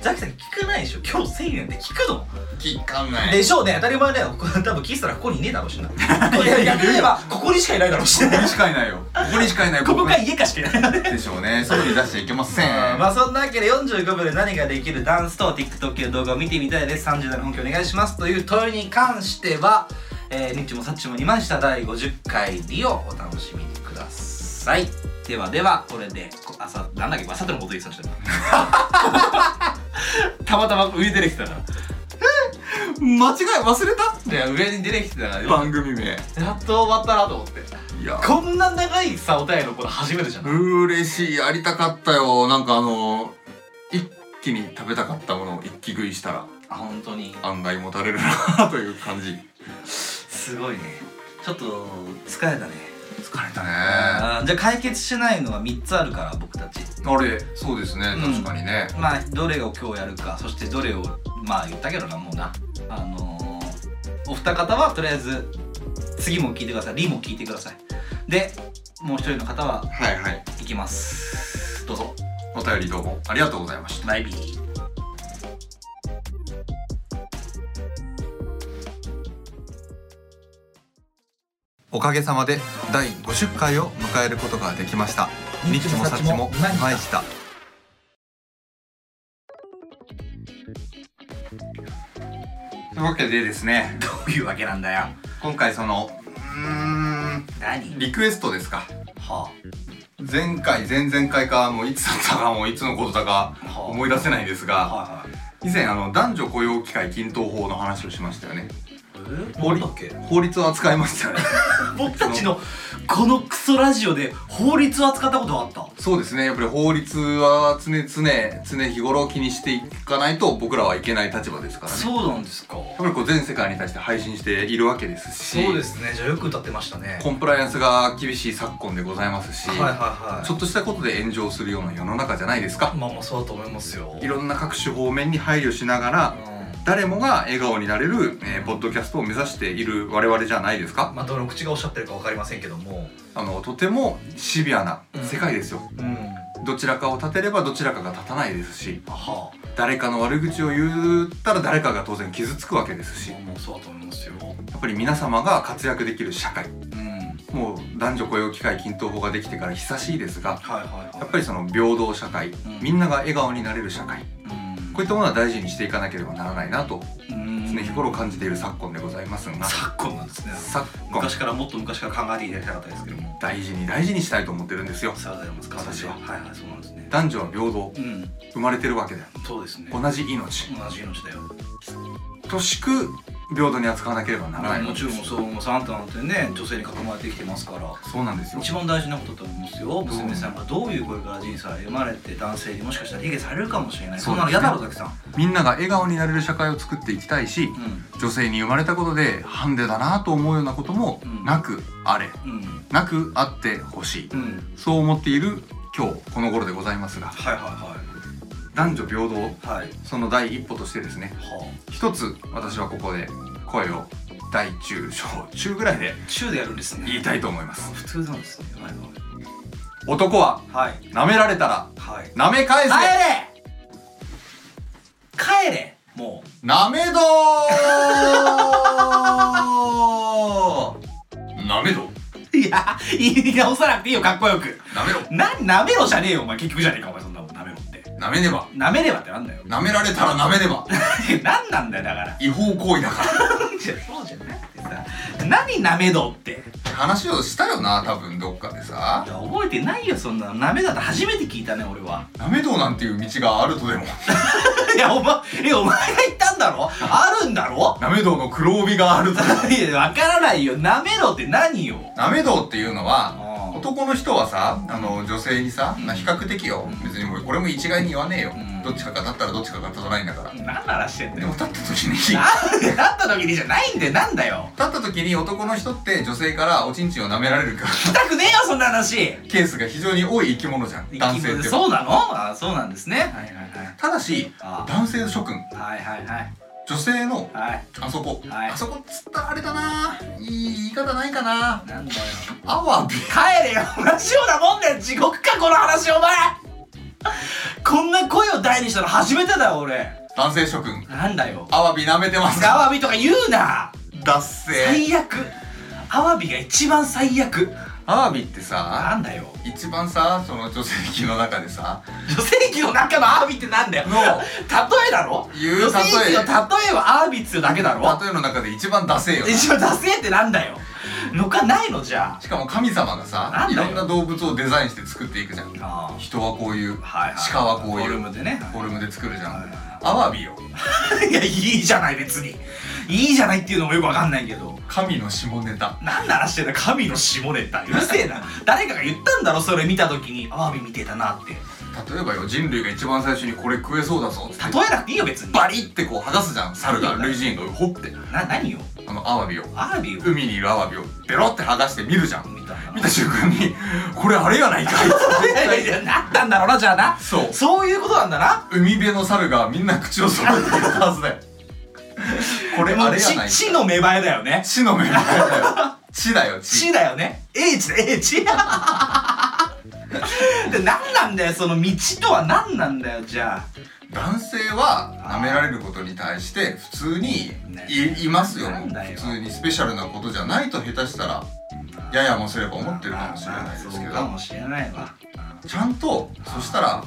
D: ザキさん聞かないでしょ今日1000円って聞くの
C: 聞かんない
D: でしょうね当たり前だよこれ多分聞いてたらここにいねえだろうし ないや逆に言えばここにしかいないだろうし
C: ここ
D: な
C: にしかいないよここにしかいない
D: ここか
C: に
D: 家かしかいない
C: でしょうね外に出していけません
B: まあそんなわけで45秒で何ができるダンスと TikTok 系の動画を見てみたいです30代の本気お願いしますという問いに関しては、えー、ニッチもサッチもいました第50回リをお楽しみにくださいではではこれでこ朝なんだっけあさってのこと言ってたんじゃないたまたま上出てきたな
C: 間違え忘れた
E: で上に出てきてたからや
C: 番組名
E: っと終わったなと思って
C: いや
E: こんな長いさお便りのこと初めてじゃない、
C: 嬉しいやりたかったよなんかあの一気に食べたかったものを一気食いしたら
B: あ本当に
C: 案外もたれるなという感じ
E: すごいね
B: ちょっと疲れたね
C: 疲れたね
B: あーじゃあ解決しないのは3つあるから僕たち
C: あれそうですね
B: うん
C: 確かにね、
B: まあどれを今日やるかそしてどれをまあ言ったけどなもうなあのー、お二方はとりあえず次も聞いてください「り」も聞いてくださいでもう一人の方は
C: はいはい
B: いきますどうぞ
C: お便りどうもありがとうございました
B: ライビー
C: おかげさまで第50回を迎えることができました
B: ニッチもサッチもうまい
C: したというわけでですね
B: どういうわけなんだよ
C: 今回そのうーん
B: 何
C: リクエストですか
B: は
C: 前回前々回かもういつだったかもういつのことだか
B: あは
C: 思い出せないんです
B: あ
C: が
B: はいはい
C: 以前あの男女雇用機会均等法の話をしましたよね
B: え
C: 法律
B: なんだっけ
C: 法律を扱いましたよね
B: 僕たちのこのクソラジオで法律を扱ったことあった
C: そうですねやっぱり法律は常々常日頃気にしていかないと僕らはいけない立場ですからね
B: そうなんですか
C: やっぱりこう全世界に対して配信しているわけですし
B: すねじゃあよく歌ってましたね
C: コンプライアンスが厳しい昨今でございますし、
B: はいはいはい
C: ちょっとしたことで炎上するような世の中じゃないですか
B: まあまあそうだと思いますよ
C: いろんな各種方面に配慮しながら
B: う
C: 誰もが笑顔になれる、えーポッドキャストを目指している我々じゃないです
B: ん
C: か
B: まあどの口がおっしゃってるかわかりませんけども
C: あのとてもシビアな世界ですよ、
B: うん
C: どちらかを立てればどちらかが立たないですし
B: は
C: 誰かの悪口を言ったら誰かが当然傷つくわけですしや
B: あもうそうだと思いますよ
C: っぱり皆様が活躍できる社会
B: うんはい
C: もう男女雇用機会均等法ができてから久しいですが
B: はい
C: や
B: は
C: っぱりその平等社会、
B: ん
C: みんなが笑顔になれる社会
B: いうん
C: こういったものは大事にしていかなければならないなと
B: うん
C: 常日頃感じている昨今でございますが
B: 昨今なんですね
C: 昨今
B: 昔からもっと昔から考えていただきたかったですけども
C: 大事に大事にしたいと思ってるんですよ
B: さようでありますか
C: 私は
B: はいはいそうなんですね
C: 男女は平等
B: うん
C: 生まれてるわけだよ
B: そうですね
C: 同じ命
B: 同じ命だよ
C: 等しく平等に扱わなければならない
B: もちろんそう思いますあんたなんてね女性に囲まれてきてますから
C: そうなんですよ
B: 一番大事なことだと思いますよ娘さんがどういう声から人生を歩まれて男性にもしかしたら卑下されるかもしれないそ
C: そうん
B: な
C: です
B: の
C: ね
B: 嫌だろザキさん
C: みんなが笑顔になれる社会を作っていきたいし
B: う
C: 女性に生まれたことでハンデだなと思うようなことも
B: うん
C: なくあれ
B: んうん
C: なくあってほしい
B: うん
C: そう思っている今日この頃でございますが
B: はいはい
C: 男女平等
B: はいはい
C: その第一歩としてですね
B: は
C: 一つ私はここで声を大中小中ぐらいで
B: あ中でやるんですね
C: 言いたいと思います
B: 普通なんですねはい
C: 男は
B: はいはい
C: 舐められたら
B: はい
C: 舐め返せ
B: 帰れ帰れもう
C: 舐めど ー舐めど
B: いや言い直さなくていいよかっこよく
C: 舐めろ
B: ななめろじゃねえよお前結局じゃねえかお前そんなもんなめろって
C: 舐めねば
B: なめればってなんだよ
C: 舐められたら舐めねば
B: なんなんだよだから
C: 違法行為だから
B: じゃそうじゃなくてさ何なめろって
C: 話をしたよな多分どっかでさ
B: いや覚えてないよそんなのなめだって初めて聞いたね俺は
C: 舐めどなんていう道があるとでも
B: いやお前えお前が言ったんだろあるんだろ
C: 舐めどの黒帯があるとでも
B: いやわからないよなめろって何よ
C: 舐め道っていうのは
B: あ
C: 男の人はさあの女性にさ、まあ比較的よ
B: うん
C: 別にもうこれも一概に言わねえよ、
B: うん
C: どっちかが立ったらどっちかが立たないんだから、
B: 何ならしてんだ
C: で
B: よ
C: も 立った時に立っ
B: なんでなった時にじゃないんでなんだよ
C: た時に男の人って女性からおちんちんを舐められるか
B: 聞きたくねえよそんな話
C: らケースが非常に多い生き物じゃん男性って
B: そうなのあそうなんですねはいはいはい
C: ただし
B: あ
C: 男性諸君
B: はいはいはい
C: 女性の
B: はい
C: あそこ、
B: はい
C: あそこっつったらあれだないい言い方ないかな
B: なんだよ
C: アワビ
B: 帰れよ 同じようなもんだよ地獄かこの話お前こんな声を大にしたの初めてだよ俺
C: 男性諸君
B: なんだよ
C: アワビ舐めてます
B: ア
C: か
B: ワビとか言うな
C: 脱線
B: 最悪アワビが一番最悪
C: アワビってさ
B: なん だよ
C: 一番さその女性器の中でさ
B: 女性器の中のアワビってなんだよ
C: の
B: 例えだろ
C: 言う
B: 女性器
C: 例え
B: の例えはアワビっつうだけだろ
C: 例えの中で一番ダセえよな
B: 一番ダセえってなんだよのかないのじゃ
C: しかも神様がさ
B: なん
C: い
B: だ
C: ろ
B: よ
C: んな動物をデザインして作っていくじゃん
B: あ あ
C: 人はこういう
B: はいはい
C: 鹿はこういう
B: フォルムでね
C: フォルムで作るじゃん
B: は
C: アワビを
B: いいやいいじゃない別にいいじゃないっていうのもよくわかんないけど
C: 神の下ネタ
B: 何ならしてんだ神の下ネタうるせえな誰かが言ったんだろそれ見た時にアワビ見てたなって例
C: 例えばよ人類が一番最初にこれ食えそうだぞっつって
B: えなくていいよ別に
C: バリってこう剥がすじゃん猿が類人がほって
B: な何よ
C: あのアワビを
B: アワビを
C: 海にいるアワビをベロって剥がして見るじゃん
B: 見たな
C: 見た瞬間にこれあれやないかい
B: いやいやいやなったんだろうなじゃあな
C: そう
B: そういうことなんだな
C: 海辺の猿がみんな口を揃えてたはずだよこれ
B: も
C: あ
B: う
C: れや
B: ち
C: ない
B: 地の芽生えだよね
C: 地の目だよ地だよ地
B: 地だよね英知だ英知で何なんだよその道とは何なんだよじゃあ
C: 男性は舐められることに対して普通に
B: ね
C: いいますよ
B: なんだよ
C: 普通にスペシャルなことじゃないと下手したらややもすれば思ってるかもしれないですけ
B: そう
C: ど
B: かもしれないわ
C: ちゃんとそしたら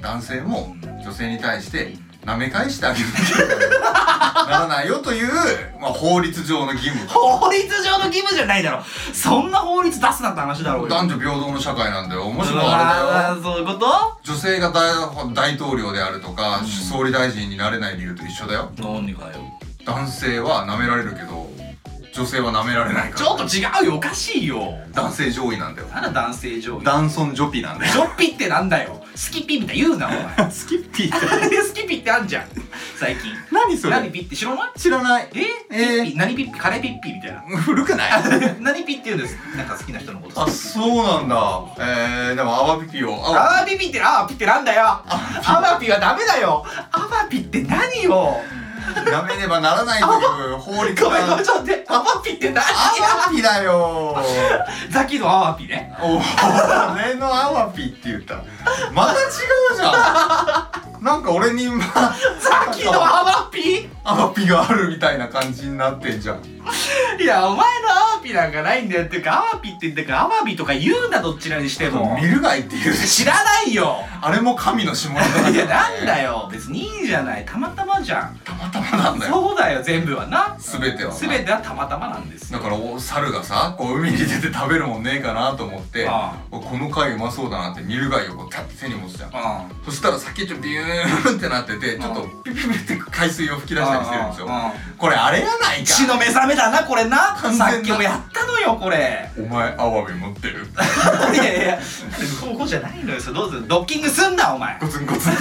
C: 男性も女性に対して舐め返してあげなきゃならないよという、まあ、法律上の義務
B: 法律上の義務じゃないだろそんな法律出すなって話だろうよ
C: 男女平等の社会なんだよもしも
B: うわ
C: あ
B: ー
C: れだよ
B: そういうこと
C: 女性が大大統領であるとか、総理大臣になれない理由と一緒だよ
B: 何かよ
C: 男性は舐められるけど女性は舐められないから
B: ちょっと違うよおかしいよ
C: 男性上位なんだよ
B: なんだ男性上位
C: 男尊女卑なんだよ
B: ジョッピってなんだよスキピみたいに言うなお前
C: ス キッピーって
B: スキピってあんじゃん最近
C: 何そ
B: 何ピって知らない
C: 知らない
B: え
C: えー
B: えピッピ何ピッピカレーピッピみたいな
C: 古くない
B: 何ピって言うんですなんか好きな人のこと
C: あそうなんだえー、でもアワピピをアワ
B: アワビピってアワピってなんだよアワピはダメだよアワピって何よ
C: 舐めねばならないという法律
B: ごめんご
C: が
B: めんちょっと待ってアワピって何
C: アワピだよ
B: ザキのアワピね
C: お俺のアワピって言ったまた違うじゃんなんか俺に今
B: ザキのアワピ
C: アワピがあるみたいな感じになってんじゃん
B: いやお前のアワピなんかないんだよっていうかアワピってだからアワビとか言うなどちらにしても
C: 見るがいって言うし
B: 知らないよ
C: あれも神の下ネタ
B: いやなんだ
C: よ
B: よ別にいいじゃないたまたまじゃん
C: たまたまなんだよ
B: そうだよ全部はな
C: 全ては
B: 全てはたまたまなんですよ
C: だからお猿がさこう海に出て食べるもんねえかなと思って
B: あ
C: おこの貝うまそうだなって煮る貝をこう立って手に持つじゃん
B: うん
C: そしたら先っちょビューンってなっててちょっとピピピって海水を吹き出したりしてるんですよこれあれやないか
B: 血の目覚めだなこれな
C: 完全な
B: さっきもやったのよこれ
C: お前アワビ持ってる
B: いやいやここじゃないのよそれどうするドッキングすんなお前
C: ゴツンゴツン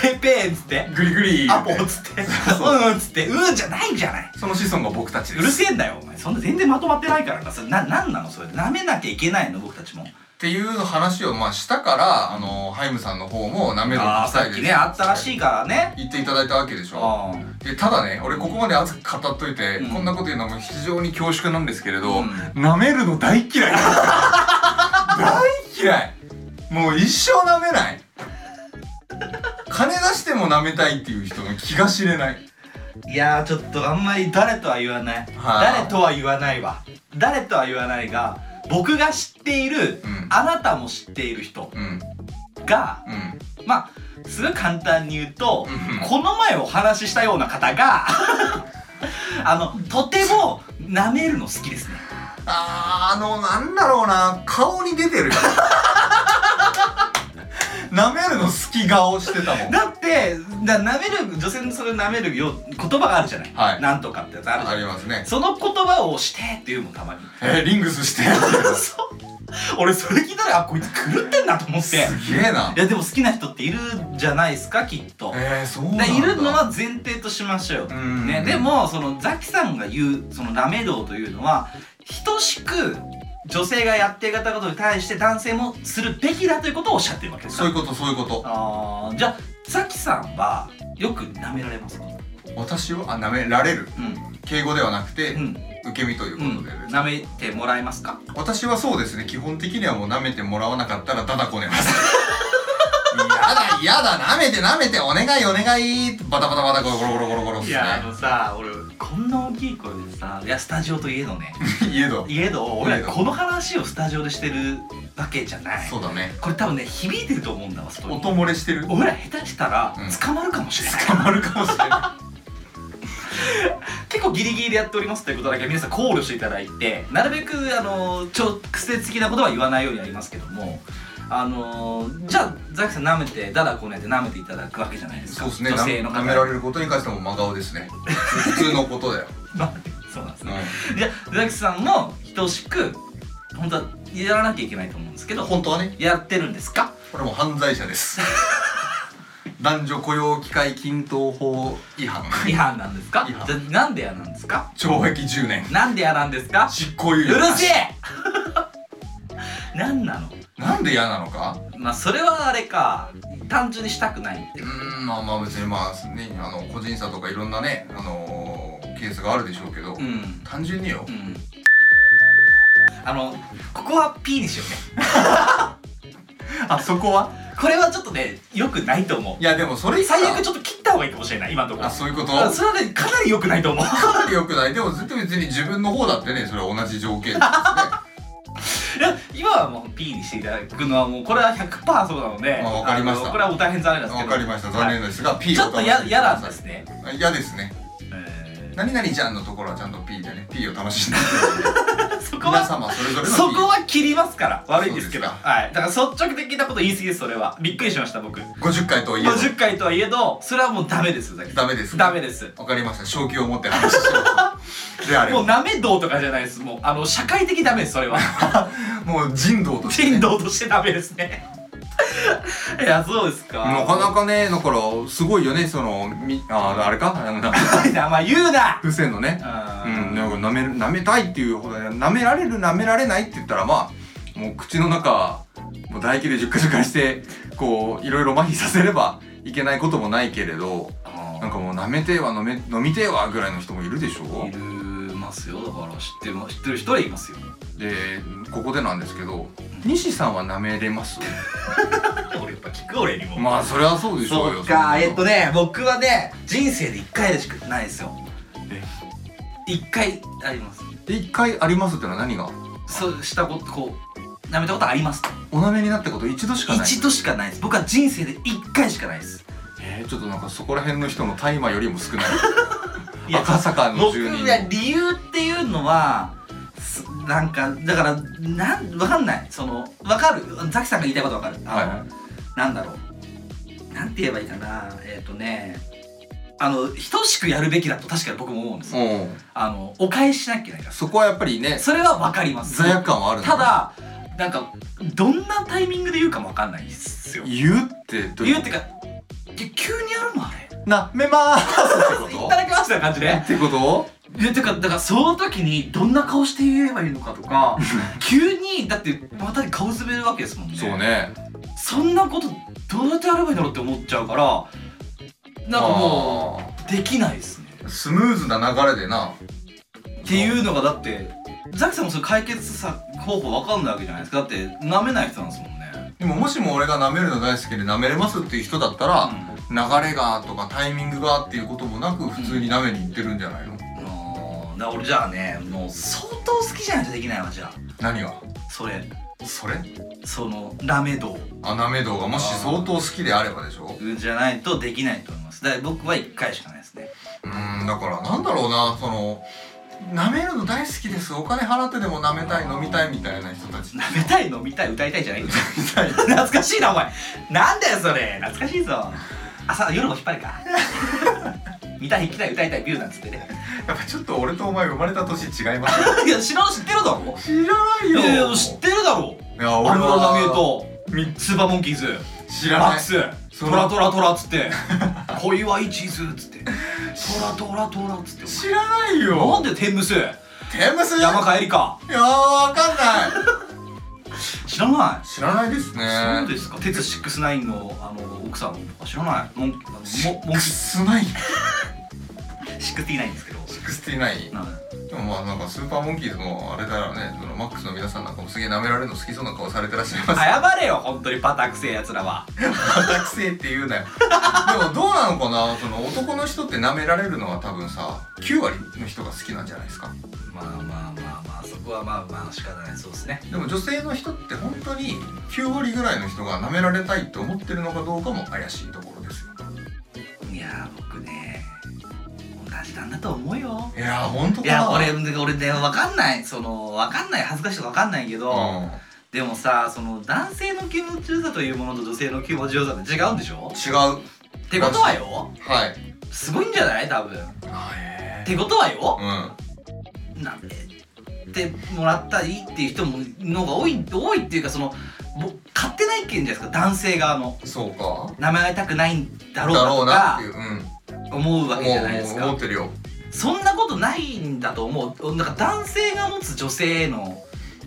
B: ペペーっつって
C: グリグリ
B: アポっ つってうんっつってうんじゃないじゃない
C: その子孫が僕たち
B: う
C: で
B: る
C: す
B: せえんだよお前そんな全然まとまってないからなそれななんなのそれ舐めなきゃいけないの僕たちも
C: っていう話をまあしたからあのハイムさんの方も舐めるの
B: あー
C: した
B: さ
C: い
B: っ
C: で
B: き
C: す
B: ねあったらしいからね
C: 言っていただいたわけでしょ
B: あ
C: でただね俺ここまで熱く語っといて、
B: うん
C: こんなこと言うのも非常に恐縮なんですけれど、
B: うん
C: 舐めるの大 嫌い大嫌いもう一生舐めない金出しても舐めたいっていう人の気が知れない
B: ーいやーちょっとあんまり誰とは言わない
C: はい
B: 誰とは言わないわ誰とは言わないが僕が知っている、
C: うん
B: あなたも知っている人
C: うんうん
B: がまあすごい簡単に言うと、
C: うん
B: この前お話ししたような方が あのとても舐めるの好きですね
C: あーあのなんだろうな顔に出て るよ舐めるの好き顔してたもん
B: だってな舐める女性のそれ舐めるよ言葉があるじゃない、
C: はい
B: なんとかってやつあるじゃ
C: あ
B: ん
C: りますね
B: その言葉をしてっていうもんたまに
C: えーリングスして
B: そう俺それ聞いたらあこいつ狂ってんなと思って
C: すげえない
B: やでも好きな人っているんじゃないですかきっと
C: えー、そうなんだ
B: でいるのは前提としましょう、
C: うん
B: ね、でもそのザキさんが言うそのラメ道というのは等しく女性がやっていたことに対して男性もするべきだということをおっしゃってるわけです
C: そういうことそういうこと
B: あーじゃあザキさんはよく舐められますか
C: 私をあ舐められる
B: うん
C: 敬語ではなくて、
B: うん
C: 受け身という
B: う
C: こ
B: ん
C: とで、
B: 舐めてもらえますか
C: 私はそうですね基本的にはもう舐めてもらわなかったらただこね ますやだやだ舐めて舐めてお願いお願いバタバタバタゴロゴロゴロゴロゴロっすね
B: のさ俺こんな大きい声でさいやスタジオといえどね
C: 言えど
B: いえど俺この話をスタジオでしてるわけじゃない
C: そうだね
B: これ多分ね響いてると思うんだわストーリー
C: 音漏れしてる
B: 俺ら下手したら
C: うん
B: 捕まるかもしれない、
C: 捕まるかもしれない
B: 結構ギリギリでやっておりますということだけ皆さん考慮していただいてなるべくあの直接的なことは言わないようにやりますけどもあのじゃあザキさん舐めてダダこねて舐めていただくわけじゃないですか
C: そうですね
B: 女性の
C: な
B: 方
C: 舐められることに関してはもう真顔 ですね普通のことだよ、
B: そうなんです
C: うん
B: ね、じゃあザキさんも等しく本当はやらなきゃいけないと思うんですけど
C: 本当はね
B: やってるんですか
C: これもう犯罪者です 男女雇用機会均等法違反
B: 違反なんですか
C: 違反
B: じゃあなんでやなんですか
C: 懲役10年
B: なんでやなんですか
C: 執行猶
B: う
C: 予
B: る
C: なし
B: せえ なんなの
C: なんで嫌なのか
B: まあそれはあれか単純にしたくないう
C: ーんまあまあ別にまあねあの個人差とかいろんなねあのーケースがあるでしょうけど、
B: うん
C: 単純によ
B: うんあのここは P にしようね
C: あそこは
B: これはちょっとね良くないと思
C: いやでもそれ
B: う最悪
C: ょ
B: ちょっと切った方がいいかもしれない今のところ
C: あそういうこと
B: あそれはねかなり良くないと思う
C: かなり良くないでも絶対別に自分の方だってねそれは同じ条 件ですね
B: いや今はもう P にしていただくのはもうこれは100%そうなので
C: まあわかりました
B: あのこれはもう大変残念なんですけ
C: わ
B: ど
C: かりました残念ですが P
B: ちょっとや嫌なんですすね、
C: 嫌ですね
B: え
C: 何々ちゃんのところはちゃんと P でね P を楽しんで
B: ーそこは
C: 皆様それぞれの P
B: そこは切りますから悪いんですけど
C: そうです
B: はいだから率直的なこと言い過ぎですそれはびっくりしました僕
C: 50回とはいえど
B: 50回とはいえどそれはもうダメですだけ
C: ダメです
B: ダメです
C: わかりました正気を持って話しようであれ
B: も
C: も
B: うなめ道とかじゃないですもうあの社会的ダメですそれ は
C: もう人道として、ね、
B: 人道としてダメですね いやそうですか
C: なかな かねだからすごいよねそのみああれか あのな
B: 名前言うな
C: 不正のねう
B: うん
C: んなんか舐める舐めたいっていうほど舐められる舐められないって言ったらまあもう口の中もう唾液で熟熟してこういろいろ麻痺させればいけないこともないけれどなんかもう舐めてえわ飲め飲みてえわぐらいの人もいるでしょ
B: いるますよだから知ってま知ってる人はいますよ
C: でここでなんですけど西さんは舐めれます
B: 俺やっぱ聞く俺にも
C: まあそれはそうでしょう
B: そ
C: よ
B: っか
C: んなの
B: えっとね僕はね人生で1回しかないですよ1回あります
C: で一回ありますってのは何が
B: そうしたことこう舐めたことあります
C: お舐めになったこと一度しかない
B: 一度しかないです僕は人生で1回しかないです
C: えー、ちょっとなんかそこら辺の人の大麻よりも少ない
B: いや
C: 赤坂の
B: 僕
C: 住人
B: は理由っていうのはすなんかだからなんわかんないそのわかるザキさんが言いたいことわかるあの
C: はいはい
B: なんだろうなんて言えばいいかなえっ、とねあの等しくやるべきだと確かに僕も思うんですよ
C: うん
B: あのお返ししなきゃいけないから
C: そこはやっぱりね
B: それはわかります
C: 罪悪感はあるの
B: ただなんかどんなタイミングで言うかもわかんないですよ
C: 言うってどういう
B: 言う
C: こ
B: ってかえ急にやるのあれ
C: となめまーすって
B: い
C: こ
B: ただきますみたいな感じ
C: と
B: で
C: ってこと
B: いやてかだからその時にどんな顔して言えばいいのか とか急にだってまた顔詰めるわけですもんね
C: そうね
B: そんなことどうやってやればいいんだろうって思っちゃうからなんかもうできないですね
C: うスムーズな流れでな
B: っていうのがだってザキさんもそれ解決さ方法わかんないわけじゃないですかだって舐めない人なんですもんね、
C: でももしも俺が舐めるの大好きで舐めれますっていう人だったら、流れがとかタイミングがっていうこともなく普通に舐めに行ってるんじゃないの、
B: うん、だから俺じゃあねもう相当好きじゃないとできないわじゃ
C: 何が
B: あそれ
C: それ
B: その舐め道
C: あ舐め道がもし相当好きであればでしょ
B: じゃないとできないと思いますだから僕は1回しかないですね
C: うーんだからなんだろうなその舐めるの大好きですお金払ってでも舐めたい飲みたいみたいな人た ち
B: 舐めたい飲みたい歌いたいじゃない
C: たい
B: 懐かしいなお前なんだよそれ懐かしいぞ朝夜も引っ張りか見たい聞きたい歌いたいビューなんつってね
C: やっぱちょっと俺とお前生まれた年違いますよ
B: いや知らん知ってるだろ
C: 知らない
B: い
C: よ
B: やいや知ってるだろ
C: いや
B: ア
C: 俺
B: ルバナミュー
C: は
B: と
C: み
B: スーパーモンキーズ
C: 知ら
B: マッ
C: な
B: ク
C: い
B: ス
C: そ
B: ト
C: の
B: ラトラトラっつって恋はいちずっつってトラトラトラっつって
C: 知らない
B: なん
C: よ
B: で天むす
C: テムス
B: 山川エリカ
C: いやーわかんない
B: 知らな
C: 知らないですね
B: いそうですか鉄69のあの奥さんとか知らないモンキーモモンキー
C: すない
B: 69ですけど
C: 69
B: なんか
C: でもまあなんかスーパーモンキーズもあれだよねそのマックスの皆さんなんかもすげえ舐められるの好きそうな顔されてらっしゃいます
B: 謝れよ本当にバタくせえやつらは
C: 学生って言うなよでもどうなのかなその男の人って舐められるのは多分さ9割の人が好きなんじゃないですか
B: まあまあまあまあそこはまあまあ仕方ないそうですね
C: でも女性の人って本当に9割ぐらいの人が舐められたいって思ってるのかどうかも怪しいところですよ
B: いやー僕ね同じだなだと思うよ
C: いや本当
B: い
C: だ
B: や俺俺ね分かんないその分かんない恥ずかしいとか分かんないけど、
C: うん
B: でもさその男性の気持ちよさというものと女性の気持ちよさって違うんでしょ
C: 違うは
B: ってことはよ
C: い
B: すごいんじゃない多分っ
C: あへ
B: てことはよ、
C: ー
B: なんでってもらったらいいっていう人ものが多い多いっていうかそのもう勝手ない意見じゃないですか男性側の
C: うんそうか
B: 名前会いたくないんだろう
C: だろうな
B: な
C: っ
B: と
C: ていううん
B: か思うわけじゃないで
C: も
B: す
C: うもう思
B: か
C: ってるよ
B: そんなことないんだと思うなんか男性が持つ女性への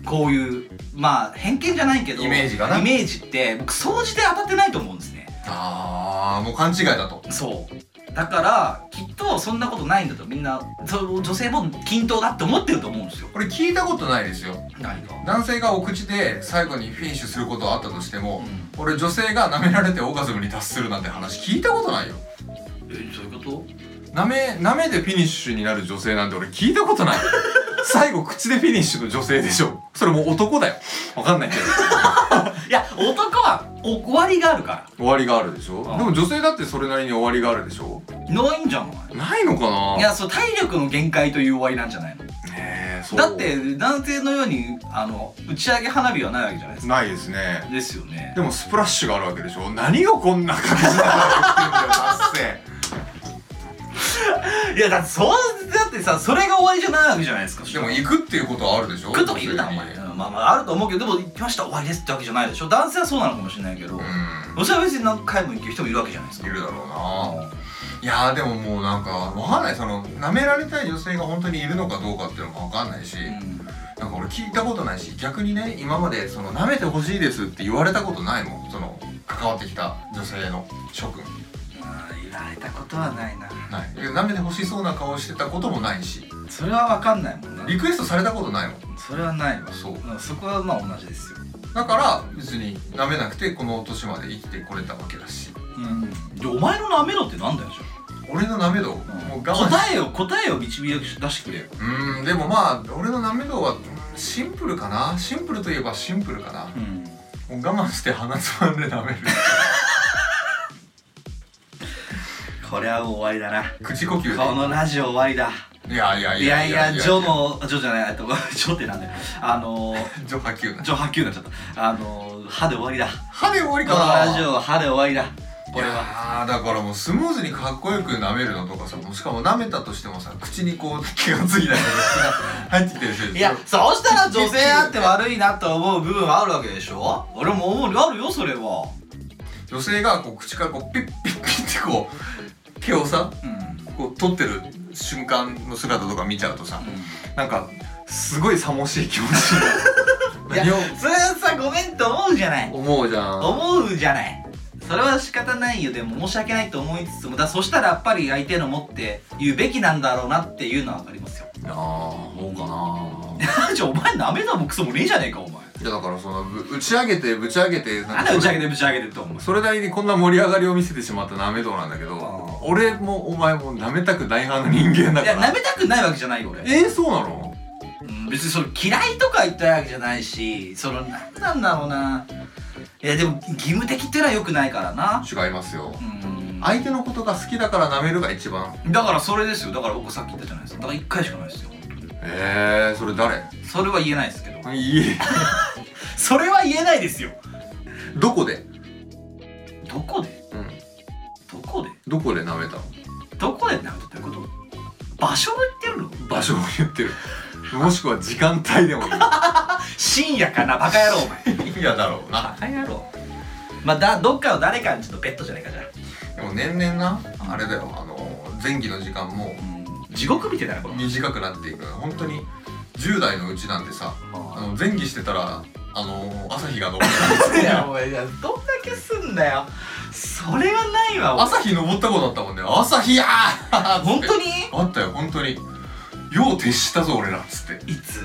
B: こういうまあ偏見じゃないけど
C: イメージがな
B: イメージって僕総じて当たってないと思うんですね
C: ああもう勘違いだと
B: そうだからきっとそんなことないんだとみんなそう女性も均等だって思ってると思うんですよ
C: 俺聞いたことないですよ
B: 何が
C: 男性がお口で最後にフィニッシュすることはあったとしても、俺女性が舐められてオーガズムに達するなんて話聞いたことないよ
B: えそういうこと
C: 舐め舐めでフィニッシュになる女性なんて俺聞いた ことない最後口でフィニッシュの女性でしょそれもう男だよわかんないけど
B: いや男はお終わりがあるか
C: 終わりがあるでしょ
B: ああ
C: でも女性だってそれなりに終わりがあるでしょ
B: らないんじゃない
C: ないのかない
B: やそう体力の限界という終わりなんじゃないの
C: ねえそう
B: だって男性のようにあの打ち上げ花火はないわけじゃないですか
C: ないですね
B: ですよね
C: でもスプラッシュがあるわけでしょ何がこんな感じなの って言ってんだよ
B: いやだってそうだってさそれが終わりじゃないわけじゃないですか
C: 達成でも行くっていうことはあるでしょ
B: 行くとか言うなお
C: 女性
B: 前
C: に
B: うんまあまああると思うけどでも行きました終わりですってわけじゃないでしょ男性はそうなのかもしれないけど、
C: うん
B: それは別に何回も行く人もいるわけじゃないですか
C: いるだろうないやーでももうなんかわかんないその舐められたい女性が本当にいるのかどうかっていうのもわかんないし、
B: うん
C: なんか俺聞いたことないし逆にね今までその舐めてほしいですって言われたことないもんその関わってきた女性の諸君
B: あー言われたことはないな
C: ない舐めてほしそうな顔してたこともないし
B: それは分かんないもんな
C: リクエストされたことないもん
B: それはないわ
C: そう
B: うんそこはまあ同じですよ
C: だから別に舐めなくてこの年まで生きてこれたわけだし
B: うんでお前の舐めろってなんだよじゃ
C: 俺の舐め度、
B: あ
C: もう我慢し
B: 答えを答えを導き出してくれよ
C: うーんでもまあ俺の舐め度はうんシンプルかなシンプルといえばシンプルかな、
B: うん
C: もう我慢して鼻つまんで舐める
B: これはもう終わりだな
C: 口呼吸
B: このラジオ終わりだ
C: でいやいや
B: い
C: い
B: や
C: や
B: いやジョのジョじゃないえっと ジョってなんだよあのー
C: ジョ波及な
B: ジョ波及になっちゃったあのー歯で終わりだ
C: 歯で終わり
B: こ
C: か
B: の
C: な
B: ラジオは歯で終わりだ
C: い
B: これは
C: やーだからもうスムーズにかっこよく舐めるのとかさもうしかも舐めたとしてもさ口にこう気がついたりとか入ってきてるし
B: いや、そうしたら女性あって悪いなと思う部分はあるわけでしょ俺も思うあるよそれは
C: 女性がこう口からこうピッピッピッってこう毛をさ
B: うん
C: こう取ってる瞬間の姿とか見ちゃうとさ、なんかすごいさもしい気持ち
B: い
C: に
B: や
C: なる
B: それはさごめんと思うじゃない
C: 思うじゃん
B: 思うじゃないそれは仕方ないよでも申し訳ないと思いつつもだそしたらやっぱり相手の持って言うべきなんだろうなっていうのは分かりますよ
C: ああ そうかな
B: じゃあお前舐めだもクソもねえじゃねえかお前
C: いやだからそのぶ打ち上げてぶち上げて
B: なんで打ち上げ
C: て
B: てぶち上げてってお前
C: それなりにこんな盛り上がりを見せてしまったなめどなんだけど
B: あ
C: 俺もお前も舐めたくない派の人間だ
B: い
C: か
B: や
C: ら
B: 舐めたくないわけじゃないよ俺
C: えー、そうなの
B: うん別にその嫌いとか言ったわけじゃないしそのなんなんだろうないやでも義務的ってのは良くないからな
C: 違いますよ
B: うん
C: 相手のことが好きだから舐めるが一番
B: だからそれですよだから僕さっき言ったじゃないですかだから1回しかないですよ
C: えー、それ誰
B: それは言えないですけど
C: いえ
B: それは言えないですよ
C: どこで
B: どこで
C: うん
B: どこで
C: どこで舐めたの
B: どこでなんてどういうこと場所を言ってるの
C: 場所を言ってるもしくは時間帯でもい
B: 深夜かなバカ野郎お前
C: いいやだろうな
B: バカ野郎まあだどっかの誰かにちょっとベッドじゃないかじゃあ
C: でも年々なあれだよあの前期の時間も
B: うん地獄みたいだなこれ
C: 短くなっていく本当に10代のうちなんてさあ
B: あ
C: の前期してたらあの朝日が昇っ
B: いや
C: た
B: お前いやどんだけすんだよそれはないわ
C: 朝日登ったことあったもんね朝日やー
B: 本当に
C: あったよ本当によう徹したぞ俺らっつって
B: いつ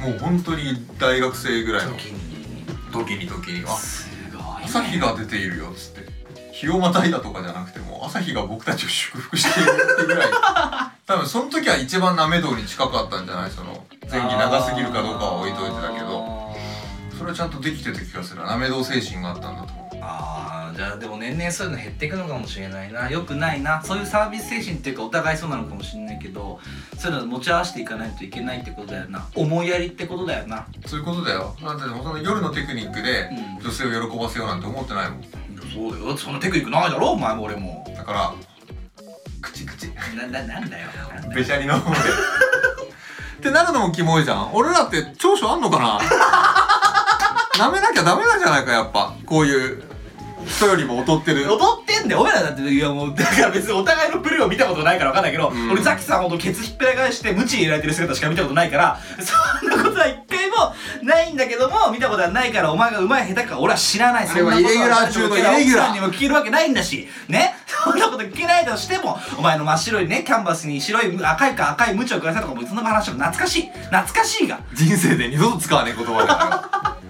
C: もう本当に大学生ぐらいの
B: 時に
C: 時に時にあ
B: すごい、ね、
C: 朝日が出ているよっつって日をまたいだとかじゃなくてもう朝日が僕たちを祝福しているってぐらい 多分その時は一番なめ堂に近かったんじゃないその前期長すぎるかどうかは置いといてたけど
B: あー
C: それはちゃんとできてた気がするなめ堂精神があったんだと思う
B: あじゃあでも年々そういうの減っていくのかもしれないなよくないなそういうサービス精神っていうかお互いそうなのかもしれないけどそういうの持ち合わせていかないといけないってことだよな思いやりってことだよな
C: そういうことだよだってそんな夜のテクニックで
B: うん
C: 女性を喜ばせようなんて思ってないもん
B: そうだよそんなテクニックないだろお前も俺も
C: だからクチクチ
B: なななんだよなんだよ
C: べしゃりの方でってなるのもキモいじゃん俺らって長所あんのかな舐めな きゃダメなんじゃないかやっぱこういう人よりも劣ってる
B: 踊ってんだよ俺らだっていやもうだから別にお互いのプレーを見たことないから分かんないけど、
C: うん
B: 俺ザキさんほどケツひっぺら返してムチ入れられてる姿しか見たことないから そんなことは一回もないんだけども見たことはないからお前が上手い下手か俺は知らない
C: あ
B: そ
C: れ
B: んな
C: は
B: こ
C: イ
B: と
C: レギュラー中のイレギュラー
B: 奥さんにも聞けるわけないんだしね そんなこと聞けないとしてもお前の真っ白いねキャンバスに白い赤いか赤いムチをくださいとかもいつの話も懐かしい懐かしいが
C: 人生で二度と使わねえ言葉だか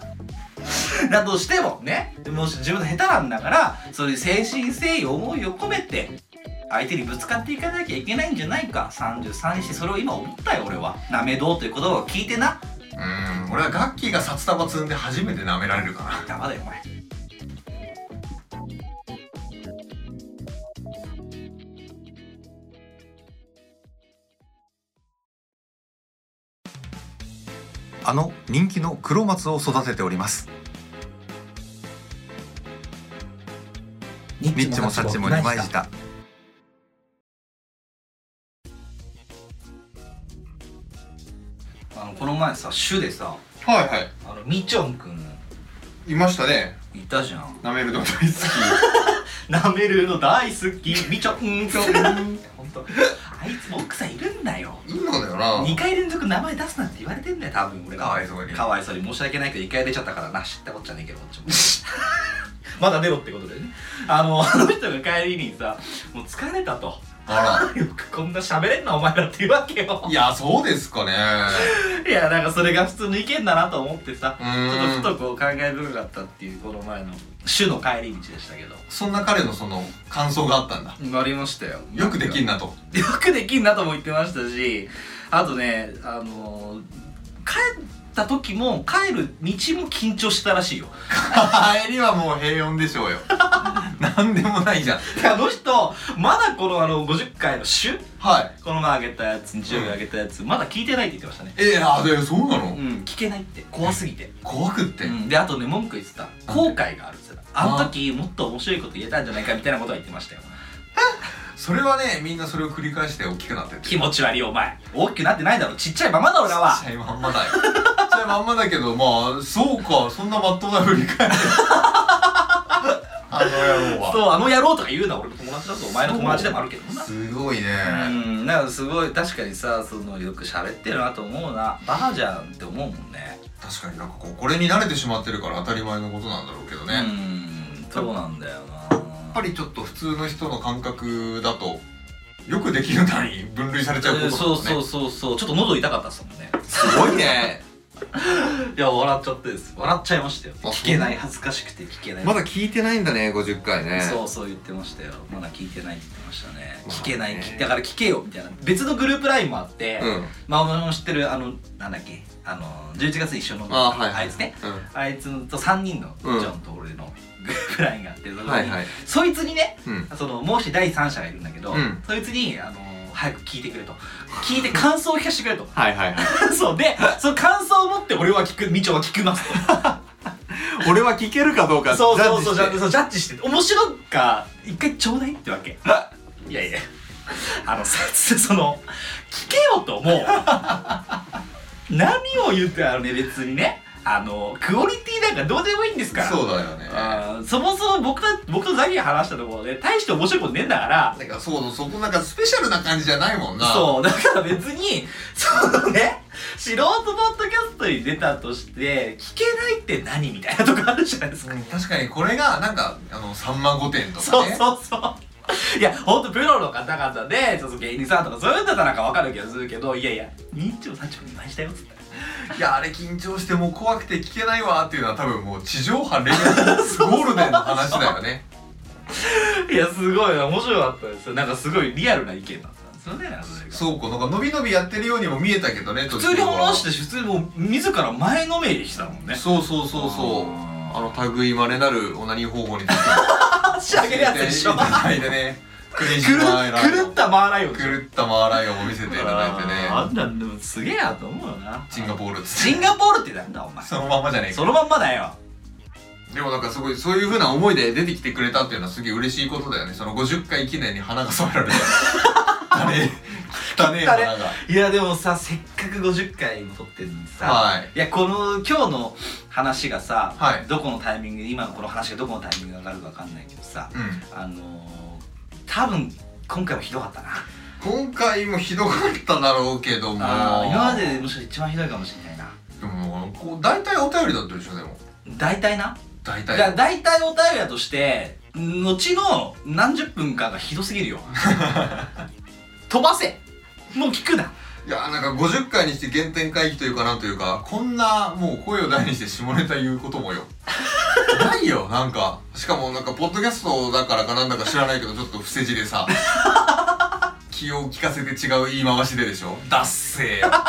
B: だとしてもねもし自分の下手なんだからそういう精神誠意思いを込めて相手にぶつかっていかなきゃいけないんじゃないか33にしてそれを今思ったよ俺はなめどうという言葉を聞いてな
C: らうん俺はガッキーが札束積んで初めて舐められるかな
B: ダメだよお前
C: あの人気の黒松を育てております
A: ニ
C: ニッチもサッチも二枚舌
B: あのこの前さ主でさ
C: はいはい
B: あのみちょんくん
C: いましたね
B: いたじゃん
C: 舐めるの大好
B: なめるの大好きみちょんくん本当あいつも奥さんいるんだよ
C: きいいのだよな
B: 2回連続名前出すなって言われてんだよ多分俺が
C: かわいそうに
B: かわいそうに申し訳ないけど一回出ちゃったからな知ったこっちゃねえけどこっちも まだ出ろってことでねあの あの人が帰りにさもう疲れたと
C: あ
B: よくこんな喋れんなお前らって言うわけよ
C: らいやそうですかね
B: いやなんかそれが普通の意見だなと思ってさ
C: う
B: ちょっと
C: ー
B: ふ
C: ん
B: とこう考え深かったっていうこの前の主の帰り道でしたけど
C: そんな彼のその感想があったんだ
B: ありましたよ
C: よくできんなと
B: よくできんなとも言ってましたしあとねあのー帰った時も帰る道も緊張してたらしい よ
C: 帰りはもう平穏でしょうよなんでもないじゃん
B: であの人まだこのあの50回の週
C: はい
B: この前あげたやつ日曜日あげたやつ、まだ聞いてないって言ってましたね
C: えー、あでそうな
B: う
C: の
B: ん聞けないって怖すぎて、
C: 怖くって、
B: うん、であとね文句言ってた後悔があるって言ってたあの時もっと面白いこと言えたんじゃないかみたいなことは言ってましたよ
C: それはねみんなそれを繰り返して大きくなってって
B: 気持ち悪いよお前大きくなってないだろちっちゃいままだ俺らは
C: ちっちゃいまんまだよちっちゃいまんまだけどまあそうかそんなまっとうな振り返りあの野郎
B: そうあの野郎とか言うな俺の友達だとお前の友達でもあるけどな
C: すごいね、
B: うんなんかすごい確かにさそのよく喋ってるなと思うなバカじゃんって思うもんね
C: 確かになんかこうこれに慣れてしまってるから当たり前のことなんだろうけどね、やっ
B: うんそうなんだよな
C: ぱりちょっと普通の人の感覚だとよくできるなに分類されちゃうことだもんね
B: そうそうそうそうちょっと喉痛かったっすもんね
C: すごいね
B: いや笑っちゃってです笑っちゃいましたよ
C: あ
B: 聞けない恥ずかしくて聞けない
C: まだ聞いてないんだね50回ね
B: そうそう言ってましたよまだ聞いてないって言ってましたね
C: まあね
B: 聞けない聞だから聞けよみたいな別のグループラインもあって、
C: うん
B: まあお前も知ってるあのなんだっけあの11月一緒の
C: あはい
B: いつね
C: うん
B: あいつと3人のジ
C: うん
B: ョンと俺のグループラインがあってそこに、
C: はいはい
B: そいつにね
C: うん
B: そのもう一人第三者がいるんだけど、
C: うん
B: そいつに、あの早く聞いてくれと聞いて感想を聞かせてくれと
C: はいはいはい
B: そうでその感想を持って俺は聞くみちょは聞きますと
C: 俺は聞けるかどうか
B: そうそうそうジャッジ
C: ジ
B: そうジャッジして面白いか一回ちょうだいってわけいやいやあのさその聞けよとも う何を言ってあのね別にねあのクオリティなんかどうでもいいんですから
C: そうだよね
B: あーそもそも僕た僕とザギが話したところで大して面白いことねえんだから
C: だからそうそこなんかスペシャルな感じじゃないもんな
B: そうだから別にそのね素人ポッドキャストに出たとして聞けないって何みたいなとこあるじゃないですか、
C: うん確かにこれがなんかあのさんま御殿と
B: そう
C: かね
B: そうそういやほんとプロの方々でちょっと芸人さんとかそういうんだったらなんか分かる気がするけどいやいや認知も3も2枚したよっつって
C: いやあれ緊張してもう怖くて聞けないわっていうのは多分もう地上波レベ ルゴールデンの話だよね
B: いやすごい面白かったですよなんかすごいリアルな意見だったんですよねなんかそれが
C: そうかなんか伸び伸びやってるようにも見えたけどね
B: 普通に話してて普通にもう自ら前のめりでしたもんね
C: そうそうそうそう
B: あー
C: あの類まれなるオナニー方法について
B: 足上げるやつで し ょ
C: いただいてねクレイジ
B: 狂
C: ーマーライオ
B: っ狂ったマーライオンでしょ
C: ン狂ったマーライオンを見せていただいて
B: あ
C: ね
B: んなんでもすげえなと思うよな
C: シンガポールっつって
B: シンガポールってなんだお前
C: そのまんまじゃねえか
B: そのまんまだよ
C: でもなんかすごいそういう風な思いで出てきてくれたっていうのはすげえ嬉しいことだよねその50回記念に花が添えられた あれ汚ねえ花が
B: いやでもさせっかく50回も撮ってるのにさ、
C: はい
B: やこの今日の話がさ、
C: はい
B: どこのタイミングで今のこの話がどこのタイミングが上がるか分かんないけどさ
C: うん
B: あのー、多分今回もひどかったな
C: 今回もひどかっただろうけども
B: あー今まででむしろ一番ひどいかもしれないな
C: でもこう大体お便りだったでしょでも
B: 大体な
C: 大
B: じゃあ
C: 体
B: 大体お便りだとして後の何十分かがひどす ぎるよ飛ばせもう聞くない
C: やなんか50回にして原点回帰というかなんというかこんなもう声を大にして下ネタ言うこともよ ないよなんかしかもなんかポッドキャストだからかなんだか知らないけどちょっと伏せ字でさ 気を利かせて違う言い回しででしょだっせーよ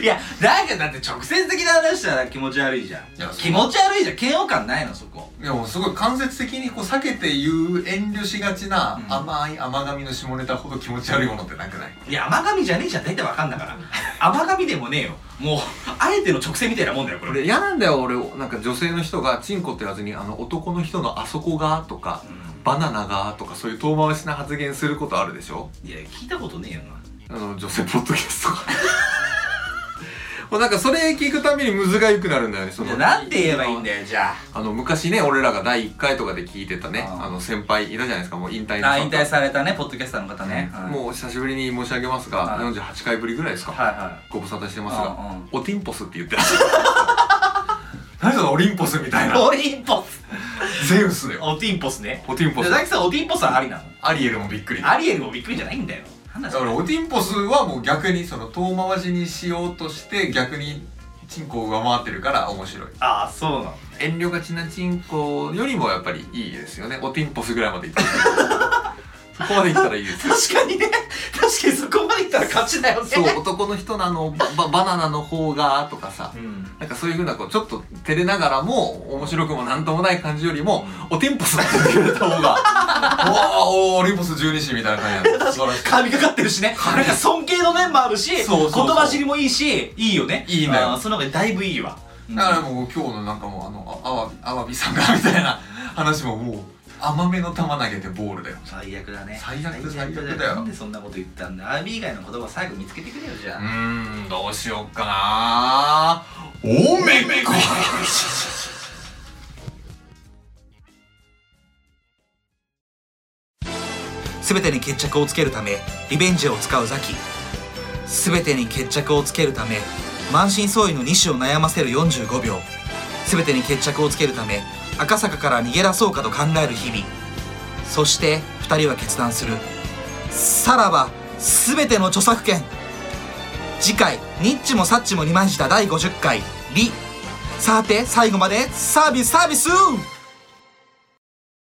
B: いやだけどだって直接的な話したら気持ち悪いじゃん
C: いやそう
B: 気持ち悪いじゃん嫌悪感ないのそこ
C: いやもうすごい間接的にこう避けて言う遠慮しがちな
B: うん
C: 甘い甘髪の下ネタほど気持ち悪いものってなくない
B: いや甘神じゃねえじゃん大体わかんだから甘神でもねえよもうあえての直線みたいなもんだよこれ
C: 俺嫌なんだよ俺なんか女性の人がチンコって言わずにあの男の人のあそこがとか
B: う
C: バナナがとかそういう遠回しな発言することあるでしょ
B: んいや聞いたことねえよな
C: あの女性ポッドキャスト がもうなんかそれ聞くたびにむずがゆくなるんだよねそ
B: じゃ
C: の
B: あなんて言えばいいんだよじゃ
C: あの昔ね俺らが第1回とかで聞いてたね
B: あ
C: あ
B: ー
C: の先輩いたじゃないですかもう引退
B: あ
C: な
B: あ
C: さっ
B: 引
C: た
B: 退されたねポッドキャスターの方ね、はい
C: もう久しぶりに申し上げますが、
B: はい
C: 48回ぶりぐらいですか、
B: はいはい
C: ご無沙汰してますが、
B: うんうん
C: おティンポスって言っ てらっしゃる何そのオリンポスみたいな
B: オリンポス
C: ゼウスだよ
B: オティンポスね
C: おティンポ
B: じ
C: ス
B: ゃあ大吉さんオティンポスはありなの
C: アリエルもびっくり
B: アリエルもびっくりじゃないんだよなんだ
C: だ
B: そ
C: か
B: れ
C: らオティンポスはもう逆にその遠回しにしようとして逆にチンコを上回ってるから面白い
B: ああそうなの
C: 遠慮がちなチンコよりもやっぱりいいですよねおティンポスぐらいまでいったらそこまでいったらいいですよ
B: 確かにね確かにそこまでいったら勝ちだよね
C: そう男の人のあのバババナナの方がとかさ
B: うん
C: なんかそういうふうなこうちょっと照れながらも面白くもなんともない感じよりもおティンポスって言ってくれた方がおーおーオリンポス十二神みたいな感じなんだ素晴らしい
B: 神がかってるしねなんか尊敬の面もあるし
C: そうそうそう
B: 言葉尻もいいしいいよね
C: いいのよ
B: あーその方がだいぶいいわ
C: だからもう今日のなんかもうあのああわびあわびさんがみたいな話ももう甘めの球投げてボールだよ
B: 最悪だね
C: 最悪
B: 最悪
C: 最悪だよ
B: なんでそんなこと言ったんだアービー以外の言葉最後見つけてくれよじ
C: う
B: ゃ
C: ーんどうしよっかなおめめこ
A: 全てに決着をつけるためリベンジャーを使うザキ全てに決着をつけるため満身創痍の西を悩ませる45秒全てに決着をつけるため赤坂から逃げ出そうかと考える日々そして2人は決断するさらば全ての著作権次回「ニッチもサッチも二枚舌第50回「リ」さて最後までサービスサービス